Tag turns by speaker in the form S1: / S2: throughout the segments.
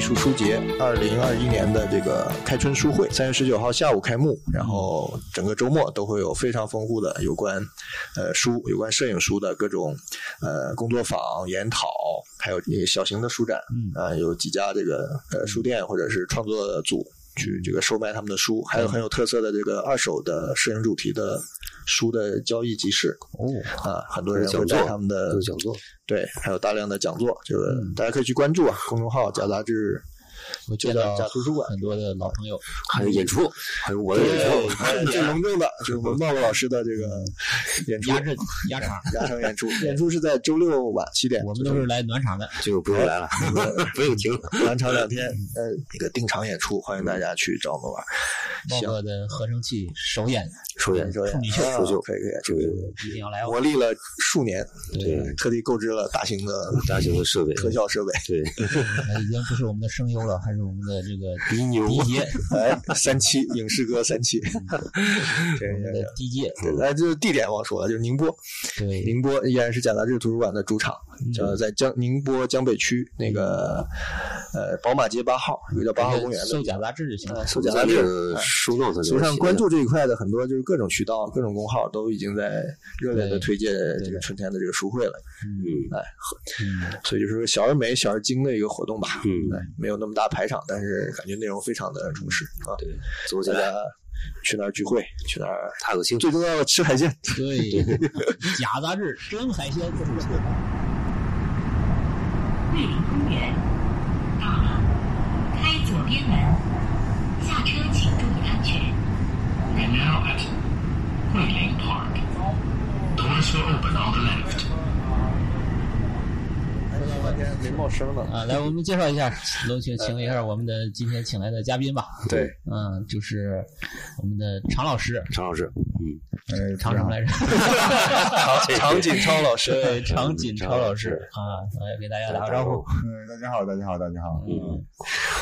S1: 术书节二零二一年的这个开春书会，三月十九号下午开幕，然后整个周末都会有非常丰富的有关呃书、有关摄影书的各种呃工作坊、研讨，还有一小型的书展
S2: 嗯
S1: 啊、呃有几家这个呃书店或者是创作组。去这个售卖他们的书，还有很有特色的这个二手的摄影主题的书的交易集市
S3: 哦，
S1: 啊，很多人
S3: 讲
S1: 会
S3: 座
S1: 在他们的
S3: 做讲座，嗯
S1: 对，还有大量的讲座，这个大家可以去关注啊，公众号“假杂志
S2: 我”
S1: 就
S2: 见
S1: 叫“
S2: 到
S1: 假图书馆
S2: 很多的老朋友，
S3: 还有演出，还有”。我的演出，
S1: 对，最隆重的就是我们茂茂老师的这个演出
S2: 压，阵压场，
S1: 压场演出， 演出是在周六晚七点，
S2: 我们都是来暖场的。
S3: 就是不用来了， 不用听了。
S1: 南场两天，呃，一个定场演出，欢迎大家去找我们玩。
S2: 茂
S1: 行
S2: 哥的合成器首演
S3: 首演，
S1: 说呀
S2: 处女秀
S1: 啊
S3: 处女秀
S1: 可以可以，这个
S2: 一定要来哦！
S1: 磨砺了数年，
S3: 对，
S1: 特地购置了大型的
S3: 大型的设备，
S1: 特效设备，
S3: 对，
S2: 那已经不是我们的声优了，还是我们的这个
S3: 一 牛
S2: 迪杰，
S1: 哎，三期影视歌三 期，这
S2: 我们
S1: 个
S2: 的迪杰。
S1: 对，哎，就是地点忘说了，就是宁波，
S2: 对，嗯
S1: 宁波依然是假杂志图书馆的主场，
S3: 嗯
S1: 叫在江宁波江北区那个呃宝马街八号，有
S3: 哎
S1: 个叫八号公园的
S2: 售假杂志就行了
S1: 哎。售假
S3: 咱
S1: 杂
S3: 那
S1: 志。
S3: 个书上，
S1: 手上关注这一块的很多就是各种渠道、各种公号都已经在热烈的
S2: 对
S1: 推荐
S2: 对
S1: 这个
S2: 的
S1: 春天的这个书会了，
S3: 嗯
S2: 嗯，
S1: 所以就是说小而美、小而精的一个活动吧。
S3: 嗯，
S1: 哎，没有那么大排场，但是感觉内容非常的充实啊。
S3: 对，走起
S1: 大家
S3: 来，
S1: 去那儿聚会，去那儿
S3: 踏个青
S1: 最重要的吃海 鲜。
S2: 对， 假杂志真海鲜。
S4: 桂林公园到了，开左边门，下车请注意安全。
S5: We're now at Guilin Park. Doors will open on the left.
S1: 说了半天没冒声 呢。
S2: 啊，来，我们介绍一下，楼请请一下我们的今天请来的嘉宾吧。
S1: 对，
S2: 嗯，就是我们的常老师，
S3: 常老师，嗯，
S2: 呃，常什么来着？
S1: 常常景超老师，
S2: 对， 常锦超老师
S3: 常
S2: 啊，来给大家打个招呼。
S6: 嗯，大家好，大家好，大家好。
S2: 嗯，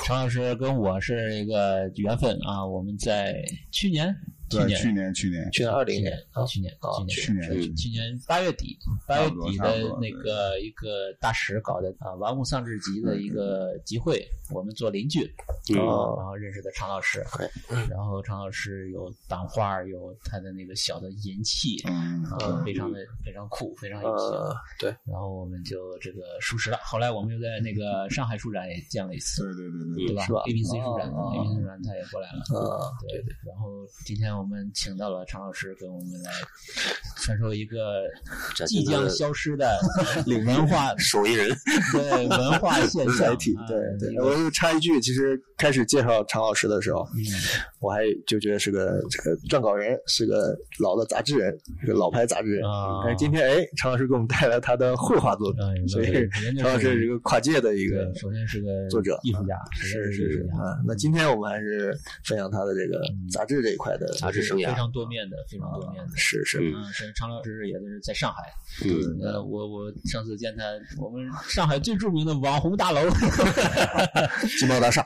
S2: 常老师跟我是一个缘分啊，我们在去年，去
S6: 对，
S2: 年，
S6: 去年，去年，
S1: 去年二零
S2: 去
S1: 年
S2: 年
S1: 啊，，
S2: 去年，
S1: 啊
S2: 去
S6: 去
S2: 年。
S6: 年
S3: 嗯
S6: 是
S2: 去年八月底，八月
S6: 差不多
S2: 底
S6: 差
S2: 的
S6: 不多
S2: 那个一个大使搞的啊玩物丧志集的一个集会，我们做邻居，
S3: 嗯
S2: 然后然后认识的常老师
S1: 对，
S2: 然后常老师有版画，有他的那个小的银器，
S6: 嗯，
S2: 啊，非常的非常酷，非常有型。
S1: 呃，对，
S2: 然后我们就这个熟识了。后来我们又在那个上海书展也见了一次，
S6: 对对对对
S2: 对吧
S1: 是吧
S2: ？A B C
S1: 哦
S2: 书展
S6: 哦
S2: ，A B C 书展他也过来了。
S1: 呃，
S2: 对对。然后今天我们请到了常老师跟我们来传授一个
S3: 展
S2: 即
S3: 现他
S2: 将
S3: 的
S2: 消 失的文化
S3: 手艺人，
S2: 对文化现象
S1: 载体，
S2: 啊
S1: 对
S2: 一
S1: 对。
S2: 个
S1: 我就插一句，其实开始介绍常老师的时候，
S2: 嗯
S1: 我还就觉得是个这个撰稿人，是个老的杂志人，是个老牌杂志人。
S2: 啊
S1: 哎，今天哎，常老师给我们带来他的绘画作品，
S2: 嗯有
S1: 所以
S2: 道理人家
S1: 常老师是
S2: 是
S1: 一个跨界的一个
S2: 对，首先是个
S1: 作者
S2: 艺术家，首
S1: 是
S2: 先
S1: 是
S2: 是
S1: 是
S2: 个艺术家
S1: 啊。那今天我们还是分享他的这个杂志这一块的
S3: 杂志生
S2: 非
S3: 涯，
S2: 常多面的，非常多面的。
S1: 是是
S3: 嗯
S2: 嗯，是常老师也是在上海，
S3: 嗯，
S2: 呃，我我上次见他，我们上海最著名的网红大楼，
S1: 金茂大厦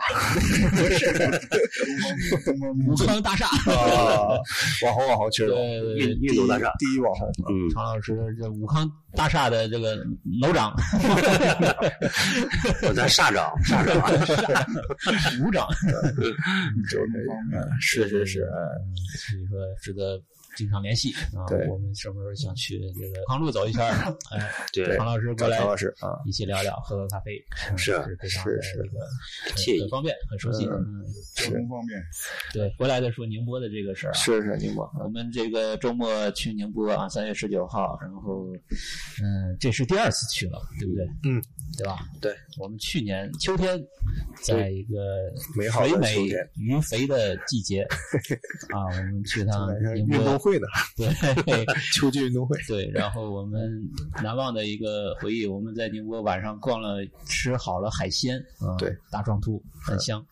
S2: 武 康大厦。
S1: 啊，网红网红确实网红
S2: 对对
S3: 运
S2: 对，
S3: 运动大厦，
S1: 第一网红。
S3: 嗯，
S2: 常老师这武康大厦的这个楼长、
S3: 哦咱厦长，厦长啊，
S2: 股长，
S1: 嗯，是是是，嗯
S2: 所以说值得经常联系啊。
S1: 对
S2: 我们什么时候想去这个康路走一圈儿？ 哎，
S3: 对
S2: 常，老师过
S1: 找
S2: 来
S1: 常老师啊，
S2: 一起聊聊，喝喝咖啡，嗯
S3: 是
S2: 是非常
S1: 是
S2: 的
S1: 是
S2: 这个
S3: 惬
S2: 很
S3: 意，
S2: 方便，很熟悉。
S1: 嗯
S2: 嗯，
S6: 交通方面，
S2: 对，回来再说宁波的这个事儿啊。
S1: 是是，宁波
S2: 我们这个周末去宁波啊，三月十九号，然后，嗯，这是第二次去了，对不对？
S1: 嗯，
S2: 对吧？
S1: 对，
S2: 我们去年秋天，在一个
S1: 美好的
S2: 肥美
S1: 秋天
S2: 鱼肥的季 节啊，我们去趟宁
S1: 运动
S2: 波，
S1: 会呢，
S2: 对
S1: 秋季运动会，
S2: 对，然后我们
S3: 嗯
S2: 难忘的一个回忆，我们在宁波晚上逛了，吃好了海鲜，啊，
S1: 对，
S2: 大壮兔
S3: 嗯
S2: 很香，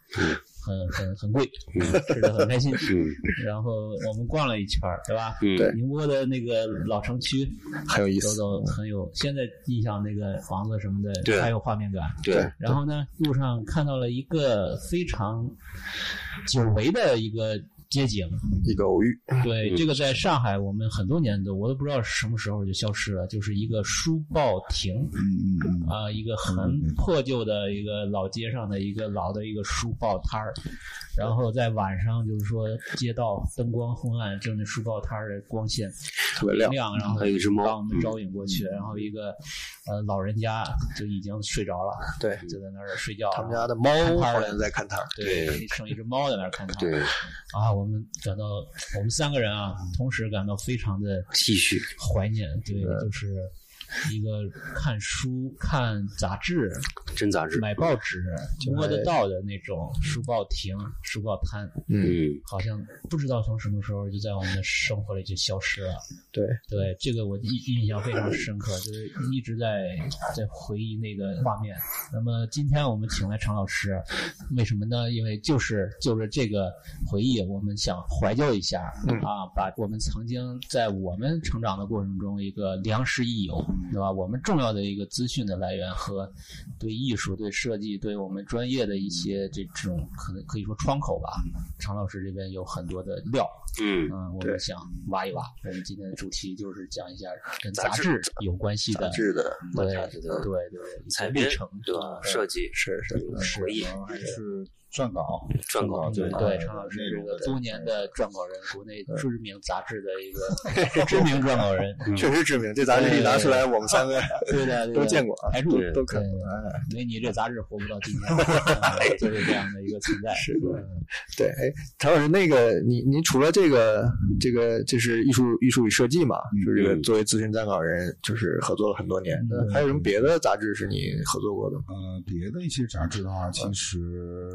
S2: 很很很贵，嗯吃的很开心，
S3: 嗯
S2: 然后我们逛了一圈儿，对吧？
S3: 嗯，
S1: 对
S2: 宁波的那个老城区
S1: 很有意
S2: 走
S1: 思。
S2: 走很有，现在印象那个房子什么
S3: 对啊
S2: 的，还有画面感。
S3: 对，
S2: 然后呢，路上看到了一个非常久违的一个街景。
S1: 一个偶遇，
S2: 对，
S3: 嗯
S2: 这个在上海我们很多年都我都不知道什么时候就消失了，就是一个书报亭
S6: 嗯嗯嗯，
S2: 啊、一个很破旧的一个老街上的一个老的一个书报摊儿，然后在晚上就是说街道灯光昏暗，就那书报摊儿的光线
S1: 特别亮。
S2: 亮，然后
S3: 还有一只猫
S2: 把我们
S3: 嗯
S2: 招引过去，然后一个呃老人家就已经睡着了，
S1: 对，
S2: 就在那儿睡觉，
S1: 他们家的猫
S2: 嗯看摊儿
S1: 好
S2: 的
S1: 像在看摊儿，
S2: 对，剩一只猫在那儿看他。
S3: 对，
S2: 啊，我们感到我们三个人啊，同时感到非常的
S3: 唏嘘。
S2: 怀念。对，就是一个看书、看杂志、
S3: 真杂志。
S2: 买报纸、
S1: 就
S2: 摸得
S1: 还
S2: 到的那种书报亭、书报摊，
S3: 嗯，
S2: 好像不知道从什么时候就在我们的生活里就消失了。
S1: 对，
S2: 对，这个我印印象非常深刻，就是一直在在回忆那个画面。那么今天我们请来常老师，为什么呢？因为就是就着这个回忆，我们想怀旧一下啊，把我们曾经在我们成长的过程中一个良师益友，对吧？我们重要的一个资讯的来源和对艺术、对设计、对我们专业的一些这这种可能可以说窗口吧。常老师这边有很多的料，
S3: 嗯，
S2: 嗯，我们
S1: 对
S2: 想挖一挖。我们今天的主题就是讲一下跟
S3: 杂
S2: 杂
S3: 志
S2: 志有关系
S1: 杂
S2: 的，嗯
S1: 志的
S2: 对
S3: 杂
S2: 对
S3: 志的
S2: 对对，
S3: 采
S2: 历
S3: 编
S2: 程
S3: 对吧？
S2: 对
S3: 设计
S1: 是是
S2: 是
S3: 回忆
S6: 然后还是撰稿，
S3: 撰稿
S2: 对
S3: 对
S1: 啊
S2: 对，常老师
S6: 内
S2: 是
S6: 容
S2: 个
S6: 的
S2: 多年
S1: 嗯
S2: 的撰稿人，国内知名杂志的 一个知名撰稿人，
S1: 确实知名。这杂志一拿出来，我们三个
S2: 对的，对的
S1: 都见过啊，
S2: 排除
S1: 都都看
S2: 对
S1: 过。哎
S2: 因为你这杂志活不到今 天，嗯就是这样的一个存在。
S1: 是的，对，哎，唐老师，那个你您除了这个这个就是艺术艺术与设计嘛，就是这个
S3: 嗯
S1: 作为资深撰稿人，就是合作了很多年，
S2: 嗯
S1: 还有什么别的杂志是你合作过的吗？
S6: 呃，别的一些杂志的话，其实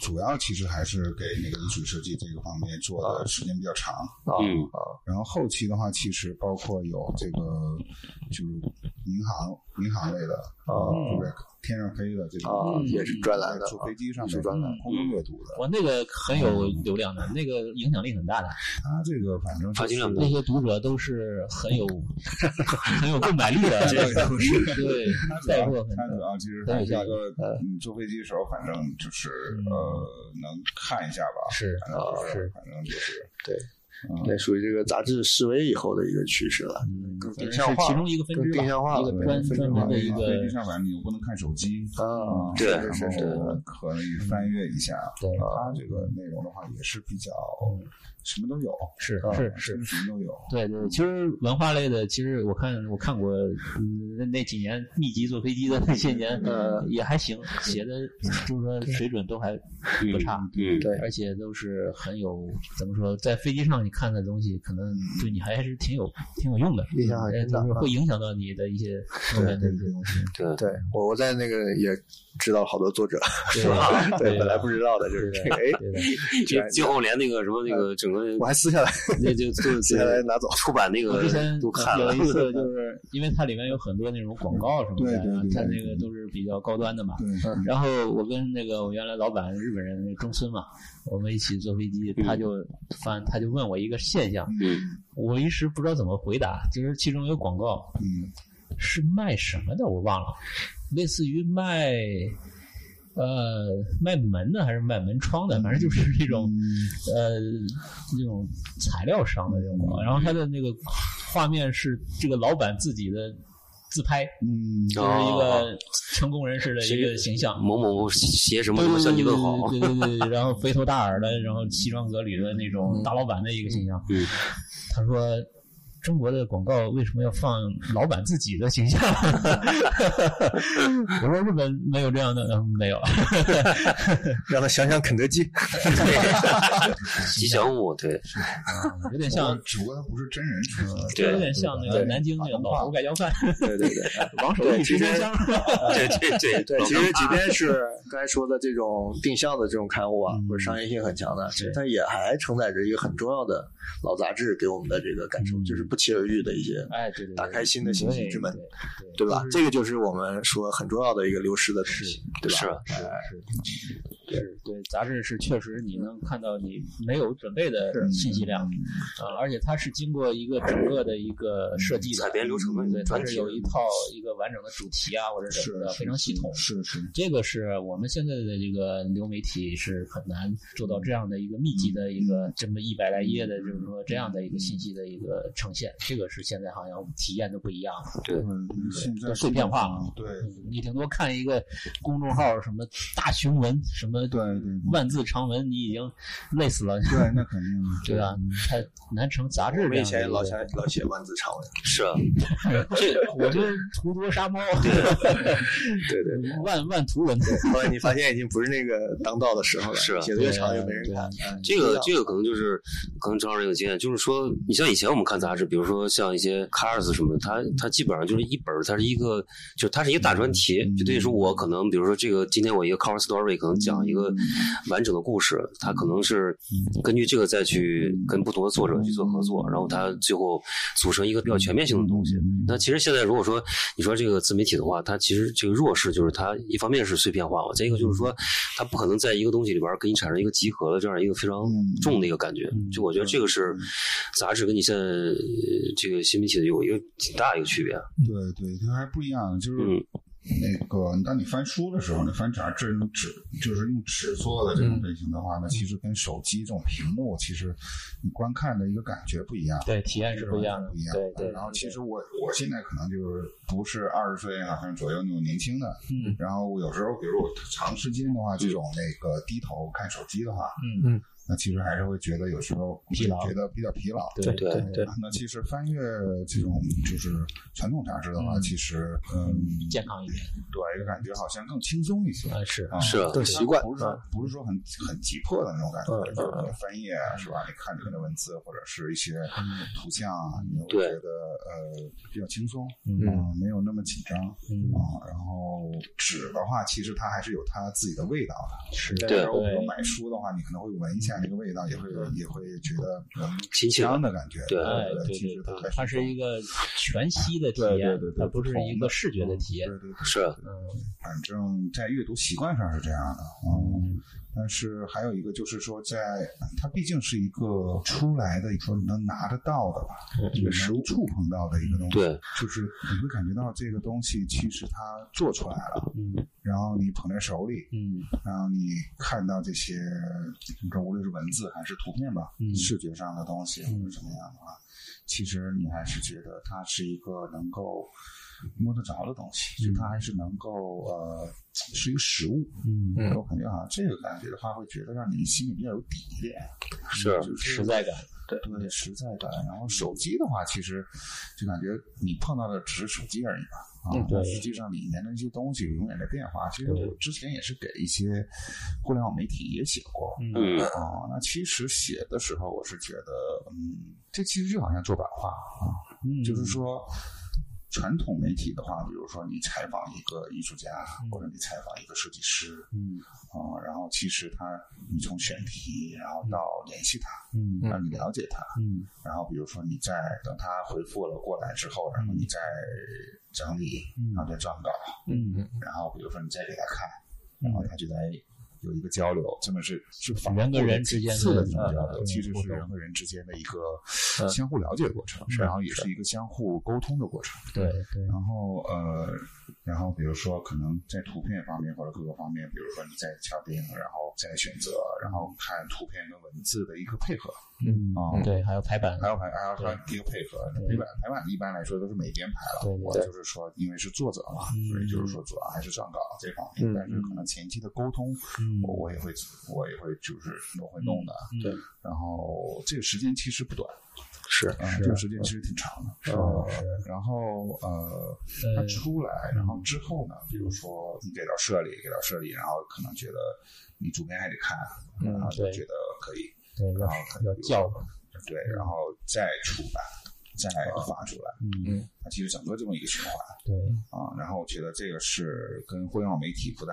S6: 主要其实还是给那个艺术设计这个方面做的时间比较长。
S1: 啊
S3: 嗯
S1: 啊，
S6: 然后后期的话，其实包括有这个就是民航民航类的，呃
S1: 哦
S6: 就是天上飞的这种
S1: 啊
S6: 嗯
S1: 也是专栏的哦
S6: 坐飞机上
S1: 是
S6: 的
S1: 专栏嗯
S6: 空中阅读的。
S2: 我那个很有流量的，那个影响力很大的，
S6: 它这个反正
S3: 发
S6: 就
S3: 行
S6: 是
S3: 量
S2: 那些读者都是很有很有购买力的，这 个都是对
S6: 它主
S2: 带
S6: 要
S2: 货很
S6: 它主要其实它是一个
S1: 呃
S6: 嗯，坐飞机的时候，反正就是
S2: 嗯
S6: 呃，能看一下吧。
S2: 是
S6: 反正就
S1: 啊
S6: 是
S2: 是
S6: 反正就是
S1: 对，
S6: 嗯
S1: 那属于这个杂志示威以后的一个趋势了，
S2: 嗯
S1: 更
S2: 这
S1: 定
S2: 是
S1: 向化
S2: 其
S1: 了
S2: 中一个分
S1: 更
S2: 支吧，
S1: 定向化
S2: 一
S1: 了
S2: 个
S6: 对
S2: 专
S6: 飞机
S2: 专
S6: 上
S2: 门的一
S6: 飞机
S2: 个
S6: 啊上反正你又不能看手机嗯
S1: 啊，
S3: 对
S6: 然
S1: 是是
S6: 后可以翻阅一下。
S2: 嗯对啊嗯
S6: 它这个内容的话也是比较什么都有，
S2: 是
S6: 啊
S2: 是是。
S6: 什么都有。
S2: 对对，其实文化类的，其实我看我看过，嗯，那那几年密集坐飞机的那些年，
S1: 呃
S2: 也还行，写的就是说水准都还不差，
S3: 嗯，
S1: 对
S2: 而且都是很有怎么说，在飞机上你看的东西，可能对你还是挺有挺有用的，
S1: 印象很
S2: 呃
S1: 深的
S2: 就是
S1: 啊
S2: 会影响到你的一些后面的一些东西。
S3: 对，
S1: 对我我在那个也知道好多作者，是吧？对， 本来不知道的，就是这个，哎，
S2: 对的，
S1: 居然
S3: 就金后连那个什么那个整个
S1: 我还撕下来，
S3: 那就就
S1: 接下来拿走
S3: 出版那
S2: 我
S3: 个
S2: 之前呃
S3: 都看
S2: 有
S3: 了
S2: 一，次，就是因为它里面有很多那种广告什么的，啊
S6: 对对对
S2: 它那个都是比较高端的嘛。
S6: 对，
S2: 然后我跟那个我原来老板日本人那个中村嘛，我们一起坐飞机，
S3: 嗯
S2: 他就翻，他就问我一个现象，
S3: 嗯，
S2: 我一时不知道怎么回答，就是其中有广告
S6: 嗯，
S2: 是卖什么的，我忘了，类似于卖。呃，卖门的还是卖门窗的，反正就是那种呃那种材料商的这种广告。然后他的那个画面是这个老板自己的自拍，
S6: 嗯，
S2: 就是一个成功人士的一个形象。
S3: 某某某写什么什么向你问好，
S2: 对对对对对，然后肥头大耳的，然后西装革履的那种大老板的一个形象。
S3: 嗯，
S2: 他说。中国的广告为什么要放老板自己的形象？ 我说日本没有这样的，嗯，没有。
S1: 让他想想肯德 基，
S3: 吉祥物，对
S2: 嗯 有点
S6: 只不
S2: 像，
S6: 过
S2: 呃
S6: 只不过它不是真人出的。
S3: 对
S2: 有点像那个南京那个老头盖浇饭，
S1: 对对对。
S2: 王守
S1: 对
S2: 义
S1: 其
S2: 吃
S1: 实
S2: 香香。
S3: 对对对
S1: 哎对，其实即 便是刚才说的这种定向的这种刊物啊，
S2: 嗯
S1: 或者商业性很强的，其实
S2: 对
S1: 它也还承载着一个很重要的老杂志给我们的这个感受，
S2: 嗯
S1: 就是不期而遇的一些，
S2: 哎，对对，对
S1: 打开新的信息之门，
S2: 对对
S1: 对吧？这个就是我们说很重要的一个流失的东西，对吧？
S3: 是
S2: 是是，是对杂志是确实你能看到你没有准备的信息
S6: 嗯
S2: 量啊，而且它是经过一个整个的一个设计的
S3: 采编流程的
S2: 对，它
S3: 专
S2: 是
S3: 题
S2: 有一套一个完整的主题啊或者什么的，
S6: 是
S2: 非常系统。
S6: 是是，
S2: 这个是我们现在的这个流媒体是很难做到这样的一个密集的一个这么一百来页的，就是说这样的一个信息的一个呈现，这个是现在好像体验都不一样了。
S3: 对，
S6: 嗯，现在
S2: 都
S6: 是
S2: 碎片化了
S6: 对
S2: 嗯你顶多看一个公众号什么大雄文什么
S6: 对对对
S2: 万字长文，你已经累死了，
S6: 对，那肯定的
S2: 对吧？啊它难成杂志
S1: 我
S2: 这
S1: 们以
S2: 样的
S1: 前
S2: 一
S1: 也
S2: 个。
S1: 老想老写万字长文，
S3: 是啊，
S2: 我就是图多杀猫，
S1: 对对对。
S2: 万万图文。
S1: 后来你发现已经不是那个当道的时候了，
S3: 是啊
S1: 写的越长越没人看。嗯
S3: 这个这个可能就是可能张老师有经验，就是说，你像以前我们看杂志，比如说像一些 Cars 什么的，它它基本上就是一本儿，它是一个，就它是一个大专题，就等于说我可能比如说这个今天我一个 Cover Story 可能讲一个完整的故事，它可能是根据这个再去跟不同的作者去做合作，然后它最后组成一个比较全面性的东西。那其实现在如果说你说这个自媒体的话，它其实这个弱势就是它一方面是碎片化嘛，再一个就是说它不可能在一个东西里边儿给你产生一个集合的这样一个非常重的一个感觉。就我觉得这个是杂志跟你现在呃这个新媒体的有一个挺大一个区别。啊
S6: 对对，它还不一样，就是
S3: 嗯
S6: 那个，当你翻书的时候，你翻杂志用纸，就是用纸做的这
S2: 嗯
S6: 种类型的话呢，其实跟手机这种屏幕，其实你观看的一个感觉不一样。
S2: 对，体验是不一样的
S6: 不一，样。
S2: 对对。
S6: 然后其实我我现在可能就是不是二十岁好像左右那种年轻的，
S2: 嗯，
S6: 然后我有时候比如我长时间的话，这种那个低头看手机的话，
S2: 嗯
S1: 嗯，
S6: 那其实还是会觉得有时候会
S2: 疲劳
S6: 觉得比较疲劳。啊
S2: 对
S3: 对
S1: 对
S6: 那其实翻阅这种就是传统杂志的话，
S2: 嗯
S6: 其实嗯，
S2: 健康一点，
S6: 对，感觉好像更轻松一些。
S2: 呃是。
S6: 啊
S3: 是啊
S1: 嗯更习惯嗯
S6: 不是说不是说很很急迫的那种感觉，
S1: 嗯嗯嗯
S6: 就是你翻页啊，是吧？你看里面的文字或者是一些图像啊，你会
S3: 对
S6: 觉得呃比较轻松，
S2: 嗯
S6: 啊没有那么紧张
S2: 嗯
S6: 啊。然后纸的话，其实它还是有它自己的味道的。是
S3: 对
S6: 然后比如买书的话，你可能会闻一下这个味道，也会也会觉得嗯
S3: 亲切
S6: 香的感觉。
S3: 对
S2: 哎，对
S6: 其
S2: 对
S6: 实
S2: 对，它
S6: 还
S2: 是
S6: 是
S2: 一个全息的体
S6: 对
S2: 验
S6: 对对，对，
S2: 它不是一个视觉的体验
S6: 对。对对。
S3: 是啊
S2: 嗯，
S6: 反正在阅读习惯上是这样的，嗯，但是还有一个就是说在，它毕竟是一个出来的，说你能拿得到的吧，
S1: 实
S6: 能触碰到的一个东西，
S3: 对，
S6: 就是你会感觉到这个东西其实它做出来了，
S2: 嗯
S6: 然后你捧在手里，
S2: 嗯
S6: 然后你看到这些，你说无论是文字还是图片吧，
S2: 嗯
S6: 视觉上的东西或者什么样的话，其实你还是觉得它是一个能够摸得着的东西，就它还是能够呃是一个实物。
S2: 嗯，
S1: 嗯
S6: 我感觉好像啊这个感觉的话，会觉得让你心里比较有底一点，啊
S3: 是啊
S6: 就是
S2: 实在感。
S6: 对对实在感。然后手机的话，其实就感觉你碰到的只是手机而已吧。啊，
S2: 嗯对
S6: 实际上里面的一些东西永远在变化。其实我之前也是给一些互联网媒体也写过，
S3: 嗯
S6: 哦，那其实写的时候，我是觉得，嗯，这其实就好像做版画啊，
S2: 嗯
S6: 就是说，传统媒体的话，比如说你采访一个艺术家，或者你采访一个设计师，
S2: 嗯
S6: 啊、然后其实他，你从选题，然后到联系他，
S2: 嗯
S6: 让你了解他，
S2: 嗯
S6: 然后比如说你再等他回复了过来之后，然后你再整理，然后再撰稿，
S2: 嗯，
S6: 然后比如说你再给他看，然后他就来有一个交流，真的是是反
S2: 人跟
S6: 复了
S2: 人
S6: 几
S2: 之间
S6: 次
S2: 的
S6: 的这种交
S2: 嗯
S6: 流，其实
S2: 互
S6: 是
S2: 动嗯
S6: 人和人之间的一个相互了解的过程，然后也是一个相互沟通的过程。
S2: 对对，
S6: 然后呃，然后比如说可能在图片方面或者各个方面，比如说你再敲定，然后再选择，然后看图片跟文字的一个配合，
S2: 嗯
S6: 哦
S2: 对，还有排版，
S6: 还有还还有还有一个配合。那排版排版一般来说都是美编排了，
S2: 对
S6: 我
S2: 对
S6: 就是说，因为是作者嘛，
S2: 嗯
S6: 所以就是说主要还是撰稿这方面，
S1: 嗯
S6: 但是可能前期的沟通，
S2: 嗯
S6: 我我也会我也会就是我会弄的。
S2: 对，
S6: 然后这个时间其实不短，
S1: 是
S6: 啊，这个时间其实挺长的。是然后呃，它
S2: 呃
S6: 出来，然后之后呢，比如说你给到社里，给到社里，然后可能觉得你主编还得看，啊然后就
S2: 对
S6: 觉得可以，
S2: 对
S6: 然
S2: 要
S6: 后可能
S2: 要
S6: 比如
S2: 叫
S6: 说哎对，然后再出版，再发出来，
S2: 嗯
S6: 它其实整个这么一个循环
S2: 对，
S6: 啊。然后我觉得这个是跟互联网媒体不大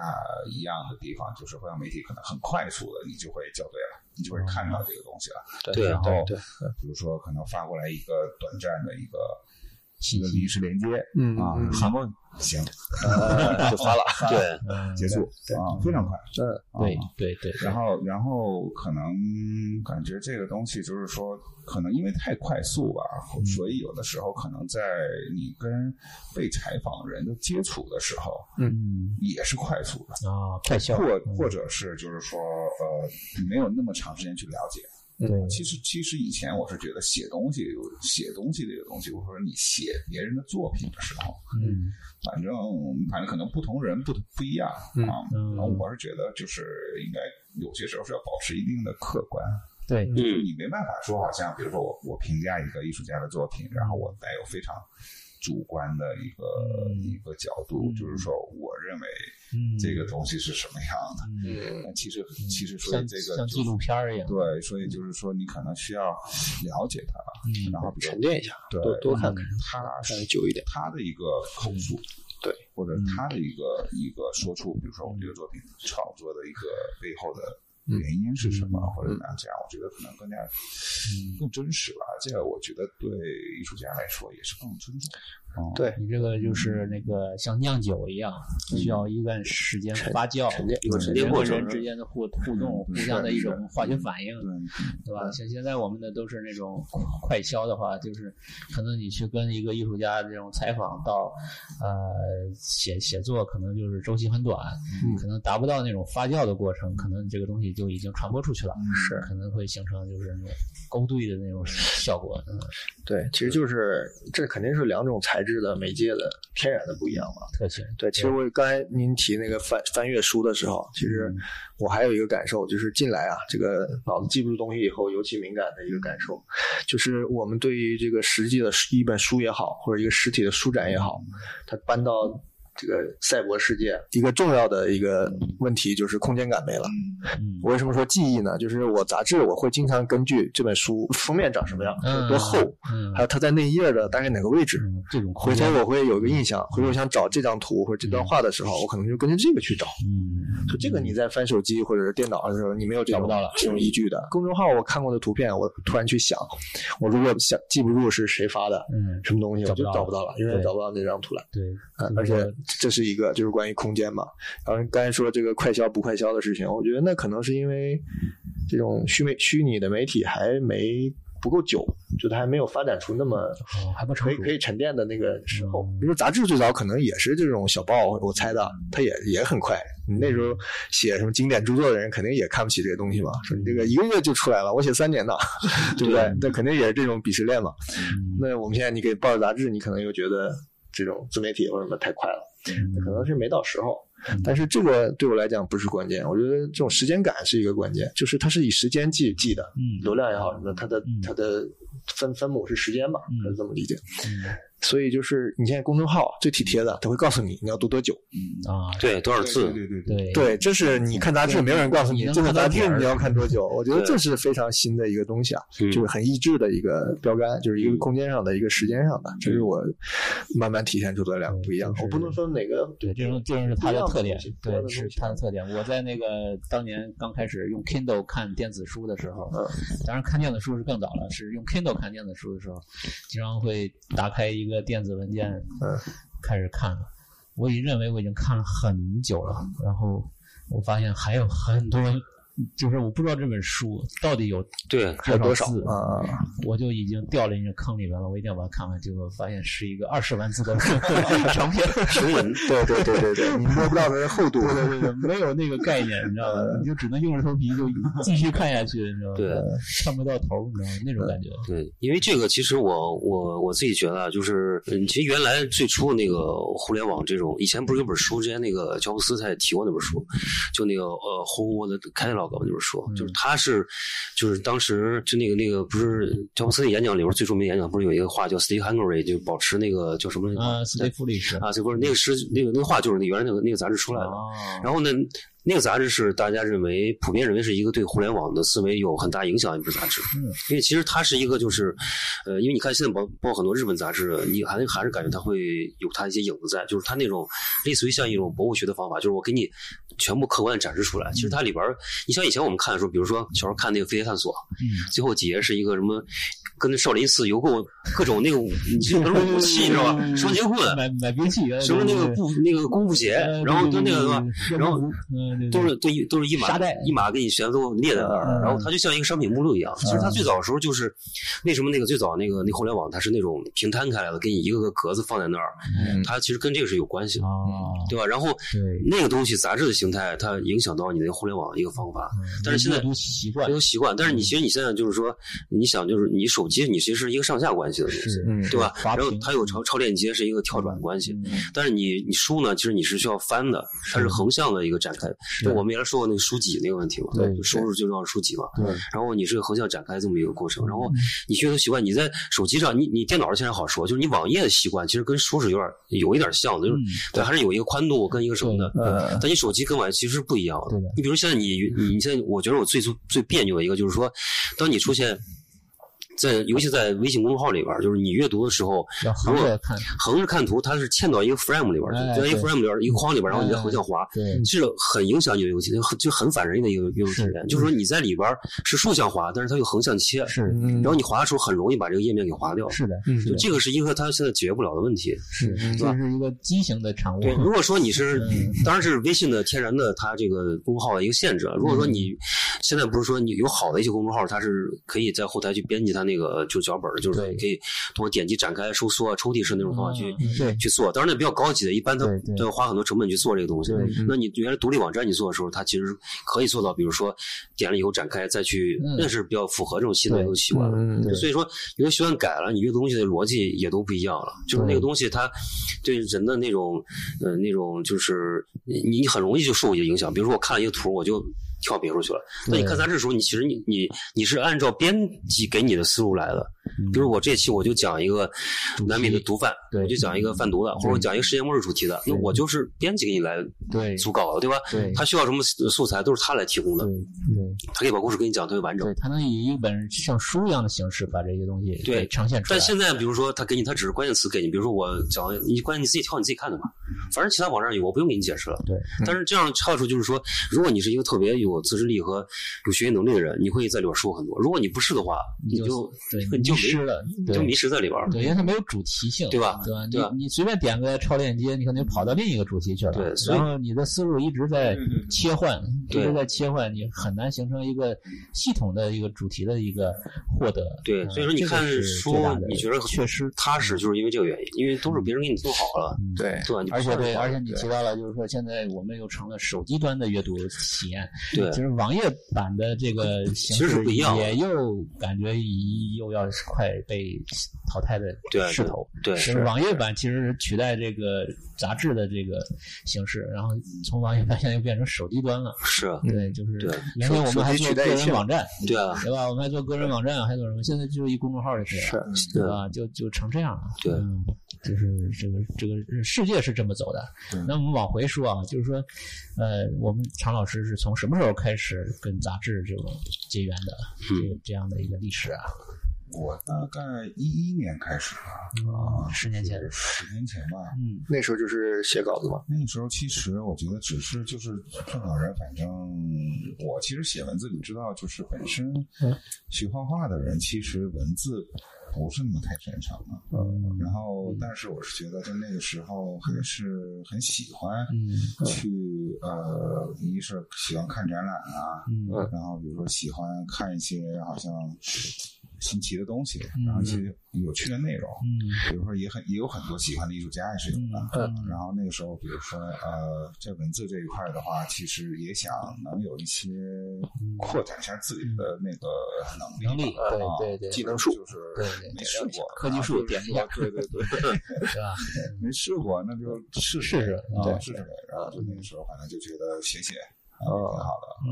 S6: 一样的地方，就是互联网媒体可能很快速的你就会校对了，你就会看到这个东西了。
S3: 对
S6: 然后
S1: 对
S6: 比如说可能发过来一个短暂的一个。一个临时连接，
S1: 嗯
S6: 啊，
S1: 嗯
S6: 韩梦行啊
S1: 呃就花了，
S3: 对，
S2: 嗯
S1: 嗯
S6: 结束
S1: 对
S6: 啊，非常快，
S1: 嗯，
S2: 对
S6: 啊
S2: 对对，
S6: 然后，然后可能感觉这个东西就是说，可能因为太快速吧，
S2: 嗯
S6: 所以有的时候可能在你跟被采访人的接触的时候
S2: 嗯
S6: 也是快速的，
S2: 啊，快笑，
S6: 或
S2: 嗯
S6: 或者是就是说，呃，没有那么长时间去了解。
S2: 对，
S6: 其实，其实以前我是觉得写东西，写东西这个东西，或者你写别人的作品的时候，
S2: 嗯
S6: 反正反正可能不同人不同不一样
S1: 嗯
S6: 啊。
S2: 嗯
S6: 然后我是觉得就是应该有些时候是要保持一定的客观，
S2: 对，
S6: 就是
S3: 嗯
S6: 你没办法说好像比如说我我评价一个艺术家的作品，然后我带有非常主观的一个、
S2: 嗯
S6: 一个角度，
S2: 嗯
S6: 就是说我认为
S2: 嗯
S6: 这个东西是什么样的。
S2: 嗯
S6: 但其实其实所以
S2: 像
S6: 这个
S2: 像
S6: 就
S2: 纪
S6: 是
S2: 录片儿一样，
S6: 对，所以就是说你可能需要了解他，
S2: 嗯
S6: 然后比如
S1: 沉淀一下，
S6: 对
S1: 多多看看，
S6: 他
S1: 看得久一点。
S6: 他的一个口述，
S1: 对，
S6: 或者
S2: 嗯
S6: 他的一个一个说出，比如说我这个作品创作的一个背后的原因是什么，或者怎么样，这样我觉得可能更加
S2: 嗯
S6: 更真实吧。这个我觉得对艺术家来说也是更尊重。嗯，
S1: 对，
S2: 你这个就是那个像酿酒一样，需要一段时间发酵，
S1: 沉淀嗯
S3: 有个沉淀
S2: 人
S3: 过
S2: 和
S3: 程
S2: 人之间的互互动，互
S6: 是
S2: 相的一种
S6: 是
S2: 化学反应，
S6: 对，
S2: 对吧？像现在我们的都是那种快销的话，就是可能你去跟一个艺术家这种采访到，呃，写写作可能就是周期很短，
S1: 嗯
S2: 可能达不到那种发酵的过程，可能这个东西就已经传播出去了，
S1: 嗯是
S2: 可能会形成就是那种勾兑的那种效果。嗯，
S1: 对，其实就是这肯定是两种材质的媒介的天然的不一样嘛。
S2: 特性。
S1: 对，其实我刚才您提那个翻翻阅书的时候，其
S2: 嗯
S1: 实我还有一个感受，就是近来啊，这个脑子记不住东西以后，尤其敏感的一个感受，就是我们对于这个实际的书一本书也好，或者一个实体的书展也好，它搬到这个赛博世界，一个重要的一个问题就是空间感没了。
S2: 嗯
S1: 我为什么说记忆呢？就是我杂志我会经常根据这本书封面长什么样，有多厚，
S2: 嗯，
S1: 还有它在那一页的大概哪个位置，
S2: 嗯这种
S1: 回
S2: 空
S1: 头
S2: 间
S1: 我会有一个印象，回头我想找这张图或者这段话的时候，我可能就跟着这个去找。
S2: 嗯
S1: 就这个你在翻手机或者是电脑的时候，你没有这
S2: 找
S1: 种
S2: 不到了嗯
S1: 这种依据的。公众号我看过的图片，我突然去想，我如果想记不住是谁发的
S2: 嗯，
S1: 什么东西，我
S2: 找不
S1: 就
S2: 到
S1: 找不到了，因为
S2: 对
S1: 找不到那张图了。
S2: 对，
S1: 嗯，
S2: 就
S1: 而
S2: 是
S1: 且
S2: 说
S1: 这是一个就是关于空间嘛。然后刚才说这个快消不快消的事情，我觉得那可能是因为这种虚媒虚拟的媒体还没不够久，就它还没有发展出那么
S2: 哦还不成
S1: 可以
S2: 熟
S1: 可以沉淀的那个时候
S2: 嗯，
S1: 比如杂志最早可能也是这种小报，我猜的，它也也很快。你那时候写什么经典著作的人，肯定也看不起这个东西嘛，说你这个一个月就出来了，我写三年呢，对不对？那肯定也是这种鄙视链嘛。
S2: 嗯
S1: 那我们现在你给报纸杂志，你可能又觉得这种自媒体或者什么太快了，
S2: 嗯
S1: 可能是没到时候。但是这个对我来讲不是关键，我觉得这种时间感是一个关键，就是它是以时间计计的，
S2: 嗯
S1: 流量也好什么的，它的
S2: 嗯
S1: 它的分分母是时间吧，
S2: 嗯
S1: 可以这么理解。
S2: 嗯
S1: 所以就是你现在公众号最体贴的，他会告诉你你要读多久。
S2: 啊，
S3: 对，多少次？
S6: 对对对，
S2: 对
S1: 对，这是你看杂志，
S2: 哎对
S1: 没有人告诉你
S2: 你能
S1: 这本
S2: 看到
S1: 杂志
S2: 点儿
S1: 你要看多久。我觉得
S3: 对
S1: 这是非常新的一个东西啊，
S3: 嗯
S1: 就是很益智的一个标杆，就是一个
S3: 嗯
S1: 空间上的，一个时间上的。
S2: 嗯
S1: 这是我慢慢体现出的两个不一样
S2: 对。就
S1: 我
S2: 是
S1: 不能说哪个
S2: 嗯对，这种这种是它
S1: 不一
S2: 的
S1: 样
S2: 特点
S1: 东西，不一样
S2: 对，
S1: 的
S2: 是
S1: 东西嗯
S2: 它的特点。我在那个当年刚开始用 Kindle 看电子书的时候，
S1: 嗯
S2: 当然看电子书是更早了，是用 Kindle 看电子书的时候，经常会打开一个电子文件，
S1: 嗯，
S2: 开始看。我已经认为我已经看了很久了，然后我发现还有很多，就是我不知道这本书到底有
S3: 对，
S1: 还有多少
S2: 字
S1: 啊？啊啊
S2: 我就已经掉进这坑里边了，我一定要把它看完。结果发现是一个二十万 字的 长篇，
S1: 雄文，对对对对对，你摸不到它的厚度。
S2: 对对对，没有那个概念，你知道吗？你就只能硬着头皮就继续看下去，你知道吗？呃
S3: 对，
S2: 看不到头，你知道吗？那种感觉。
S3: 对，因为这个其实我我我自己觉得啊，就是嗯，其实原来最初那个互联网这种，以前不是有本书，之前那个乔布斯他也提过那本书，就那个呃《Whole World Catalog》那本书，就是他是就是当时就那个那个不是乔布斯的演讲里边最著名演讲，不是有一个话叫 “Stay hungry”，就保持那个叫什么
S2: 啊，斯蒂夫里是
S3: 啊，这不是那个诗那个那个话就是那原来那个那个杂志出来的。
S2: 哦
S3: 然后呢，那个杂志是大家认为普遍认为是一个对互联网的思维有很大影响一本杂志，
S2: 嗯，
S3: 因为其实它是一个就是，呃，因为你看现在包包括很多日本杂志，你还还是感觉它会有它一些影子在，就是它那种类似于像一种博物学的方法，就是我给你全部客观地展示出来。其实它里边儿，你像以前我们看的时候，比如说小时候看那个《飞碟探索》，
S2: 嗯，
S3: 最后几页是一个什么，跟少林寺有过各种那个武，你这 各种武器，你知道吧？双截棍，
S2: 嗯买买兵器，原啊来
S3: 什么那个
S2: 布，
S3: 步那个功夫鞋，然后跟那个什么。
S2: 对，
S3: 然后
S2: 嗯，
S3: 都是对都是一
S2: 沙
S3: 码
S2: 袋
S3: 一码给你全都列在那儿，
S2: 嗯
S3: 然后它就像一个商品目录一样。其实它最早的时候就是，为什么那个最早那个那互联网它是那种平摊开来的，给你一个个格子放在那儿，它其实跟这个是有关系的，
S2: 嗯哦，
S3: 嗯对吧？然后
S2: 对，
S3: 那个东西杂志的形态，它影响到你的互联网一个方法，但是现在
S2: 都习惯
S3: 这个习惯。
S2: 嗯
S3: 但是你其实你现在就是说，你想就是你手机，你其实是一个上下关系的东西，
S2: 是，
S1: 嗯
S3: 对吧？
S2: 滑
S3: 然后
S2: 屏
S3: 它有超超链接是一个跳转关系，
S2: 嗯
S3: 但是你你书呢，其实你是需要翻的，它是横向的一个展开。对，我们原来说过那个书籍那个问题嘛，
S2: 对
S3: 就收入就叫书籍嘛。
S2: 对，
S3: 然后你是横向展开这么一个过程，然
S2: 嗯
S3: 后你阅读习惯，你在手机上，你你电脑上现在好说，就是你网页的习惯，其实跟书是有点有一点像的，就是
S2: 嗯
S3: 它还是有一个宽度跟一个什么的。
S2: 对呃
S3: 对但你手机跟网页其实是不一样的
S2: 对的。
S3: 你比如现在你你现在，我觉得我最最别扭的一个就是说，当你出现。在尤其在微信公众号里边儿，就是你阅读的时候，
S2: 要横着看，
S3: 横着看图，它是嵌到一个 frame 里边儿去，
S2: 哎
S3: 就在一个
S2: 对
S3: frame 里边儿一个框里边儿，然后你再横向滑，
S2: 对，
S3: 是很影响你的游戏，很就很反人的一个阅读体
S2: 是嗯
S3: 验。就是说你在里边儿是竖向滑，但是它又横向切，
S2: 是
S3: 然后你滑的时候很容易把这个页面给滑掉。
S2: 嗯是的，
S1: 嗯
S3: 就这个是一个它现在解决不了的问题。
S2: 是，
S3: 嗯对吧
S2: 这是一个畸形的产物，
S3: 对，如果说你是
S2: 嗯，
S3: 当然是微信的天然的它这个公众号的一个限制。啊如果说
S2: 嗯
S3: 你现在不是说你有好的一些公众号，它是可以在后台去编辑它那个就是脚本儿，就是
S2: 对
S3: 可以通过点击展开、收缩啊、抽屉式那种方法去
S2: 嗯对
S3: 去做，当然那比较高级的，一般它
S2: 对对
S3: 都要花很多成本去做这个东西
S2: 对。嗯
S3: 那你原来独立网站你做的时候，它其实可以做到，比如说点了以后展开再去
S2: 嗯，
S3: 那是比较符合这种新的
S2: 对
S3: 一个习惯
S1: 嗯嗯
S3: 的。所以说，有的习惯改了，你阅读东西的逻辑也都不一样了。就是那个东西，它对人的那种呃那种就是你你很容易就受一些影响。比如说我看了一个图，我就。跳别处去了。那你看杂志的时候，你其实你你你是按照编辑给你的思路来的，比如我这期我就讲一个南美的毒贩，
S2: 嗯对
S3: 我就讲一个贩毒的，或者我讲一个世界末日主题的，那我就是编辑给你来
S2: 对
S3: 组稿的，对吧？
S2: 对
S3: 他需要什么素材都是他来提供的
S2: 对，对
S3: 他可以把故事给你讲得特别完整
S2: 对，。它能以一本像书一样的形式把这些东西
S3: 对
S2: 给呈现出来。
S3: 但现在，比如说他给你，他只是关键词给你，比如说我讲，你关键你自己挑你自己看的嘛，反正其他网站有，我不用给你解释了。
S2: 对，
S3: 但是这样差处就是说，如果你是一个特别有自制力和有学习能力的人，你会在里边收获很多；如果你不是的话，你就
S2: 对
S3: 你就
S2: 迷失
S3: 没
S2: 了，
S3: 你就
S2: 对
S3: 迷失在里边儿。
S2: 对，因为它没有主题性，
S3: 对吧
S2: 对吧？
S3: 对吧
S2: 你你随便点个超链接，你可能就跑到另一个主题去了。
S3: 对所以嗯
S2: 然后你的思路一直在
S6: 对对对
S2: 切换，一
S3: 对
S2: 直在切换，你很难形成一个系统的一个主题的一个获得。
S3: 对，
S2: 嗯
S3: 所以说你
S2: 这个
S3: 看
S2: 是
S3: 书
S2: 最大的，
S3: 你觉得
S2: 缺失
S3: 踏实，就是因为这个原因，因为都是别人给你做好了，
S2: 嗯
S1: 对
S3: 对吧？你不
S2: 而且
S3: 是
S2: 对，
S3: 吧
S2: 而且你提到了，就是说现在我们又成了手机端的阅读体验，
S3: 对
S2: 其实网页版的这个形
S3: 其实是
S2: 式
S3: 不一样的
S2: 也又感觉一又要是快被淘汰的
S3: 对
S2: 势头。
S3: 对
S2: 就是网页版其实是取代这个杂志的这个形式，然后从网页版现在又变成手机端了。
S3: 是，
S2: 对，就是
S3: 嗯对
S2: 原先我们还
S1: 手机
S2: 做
S1: 取代
S2: 个
S1: 一切
S2: 人网 站，
S3: 对啊，
S2: 对吧？我们还做个人网站，还做什么？现在就是一公众号的事，
S3: 对
S2: 对吧？就就成这样了。
S3: 对
S2: 嗯就是这个这个世界是这么走的
S6: 对。
S2: 那我们往回说啊，就是说，呃，我们常老师是从什么时候开始跟杂志这种结缘的？这这样的一个历史啊，
S6: 我大概一一年开始吧，
S2: 嗯，十年前，
S6: 十年前吧。
S2: 嗯，
S1: 那时候就是写稿子嘛，
S6: 那个时候其实我觉得只是就是正好人，反正我其实写文字，你知道，就是本身
S2: 嗯
S6: 学画画的人，其实文字不是那么太擅长的。
S2: 嗯
S6: 然后，但是我是觉得，在那个时候还是很喜欢
S2: 嗯
S6: 去呃，一是喜欢看展览啊，
S2: 嗯
S6: 然后比如说喜欢看一些好像新奇的东西，
S2: 嗯
S6: 然后一些有趣的内容。
S2: 嗯
S6: 比如说也很也有很多喜欢的艺术家也是有的。啊
S2: 嗯
S6: 然后那个时候，比如说呃，在文字这一块的话，其实也想能有一些扩展一下自己的那个能力吧。
S2: 嗯能力
S6: 啊
S2: 对对对
S1: 技能树
S6: 就是
S2: 对对
S6: 没试过
S2: 科技树点一下
S6: 然后就是说对对对，
S2: 对吧？
S6: 没试过那就试
S2: 试试
S6: 啊
S2: 对
S6: 试试呗。然后就那个时候，反正就觉得写写啊挺好的。
S2: 嗯，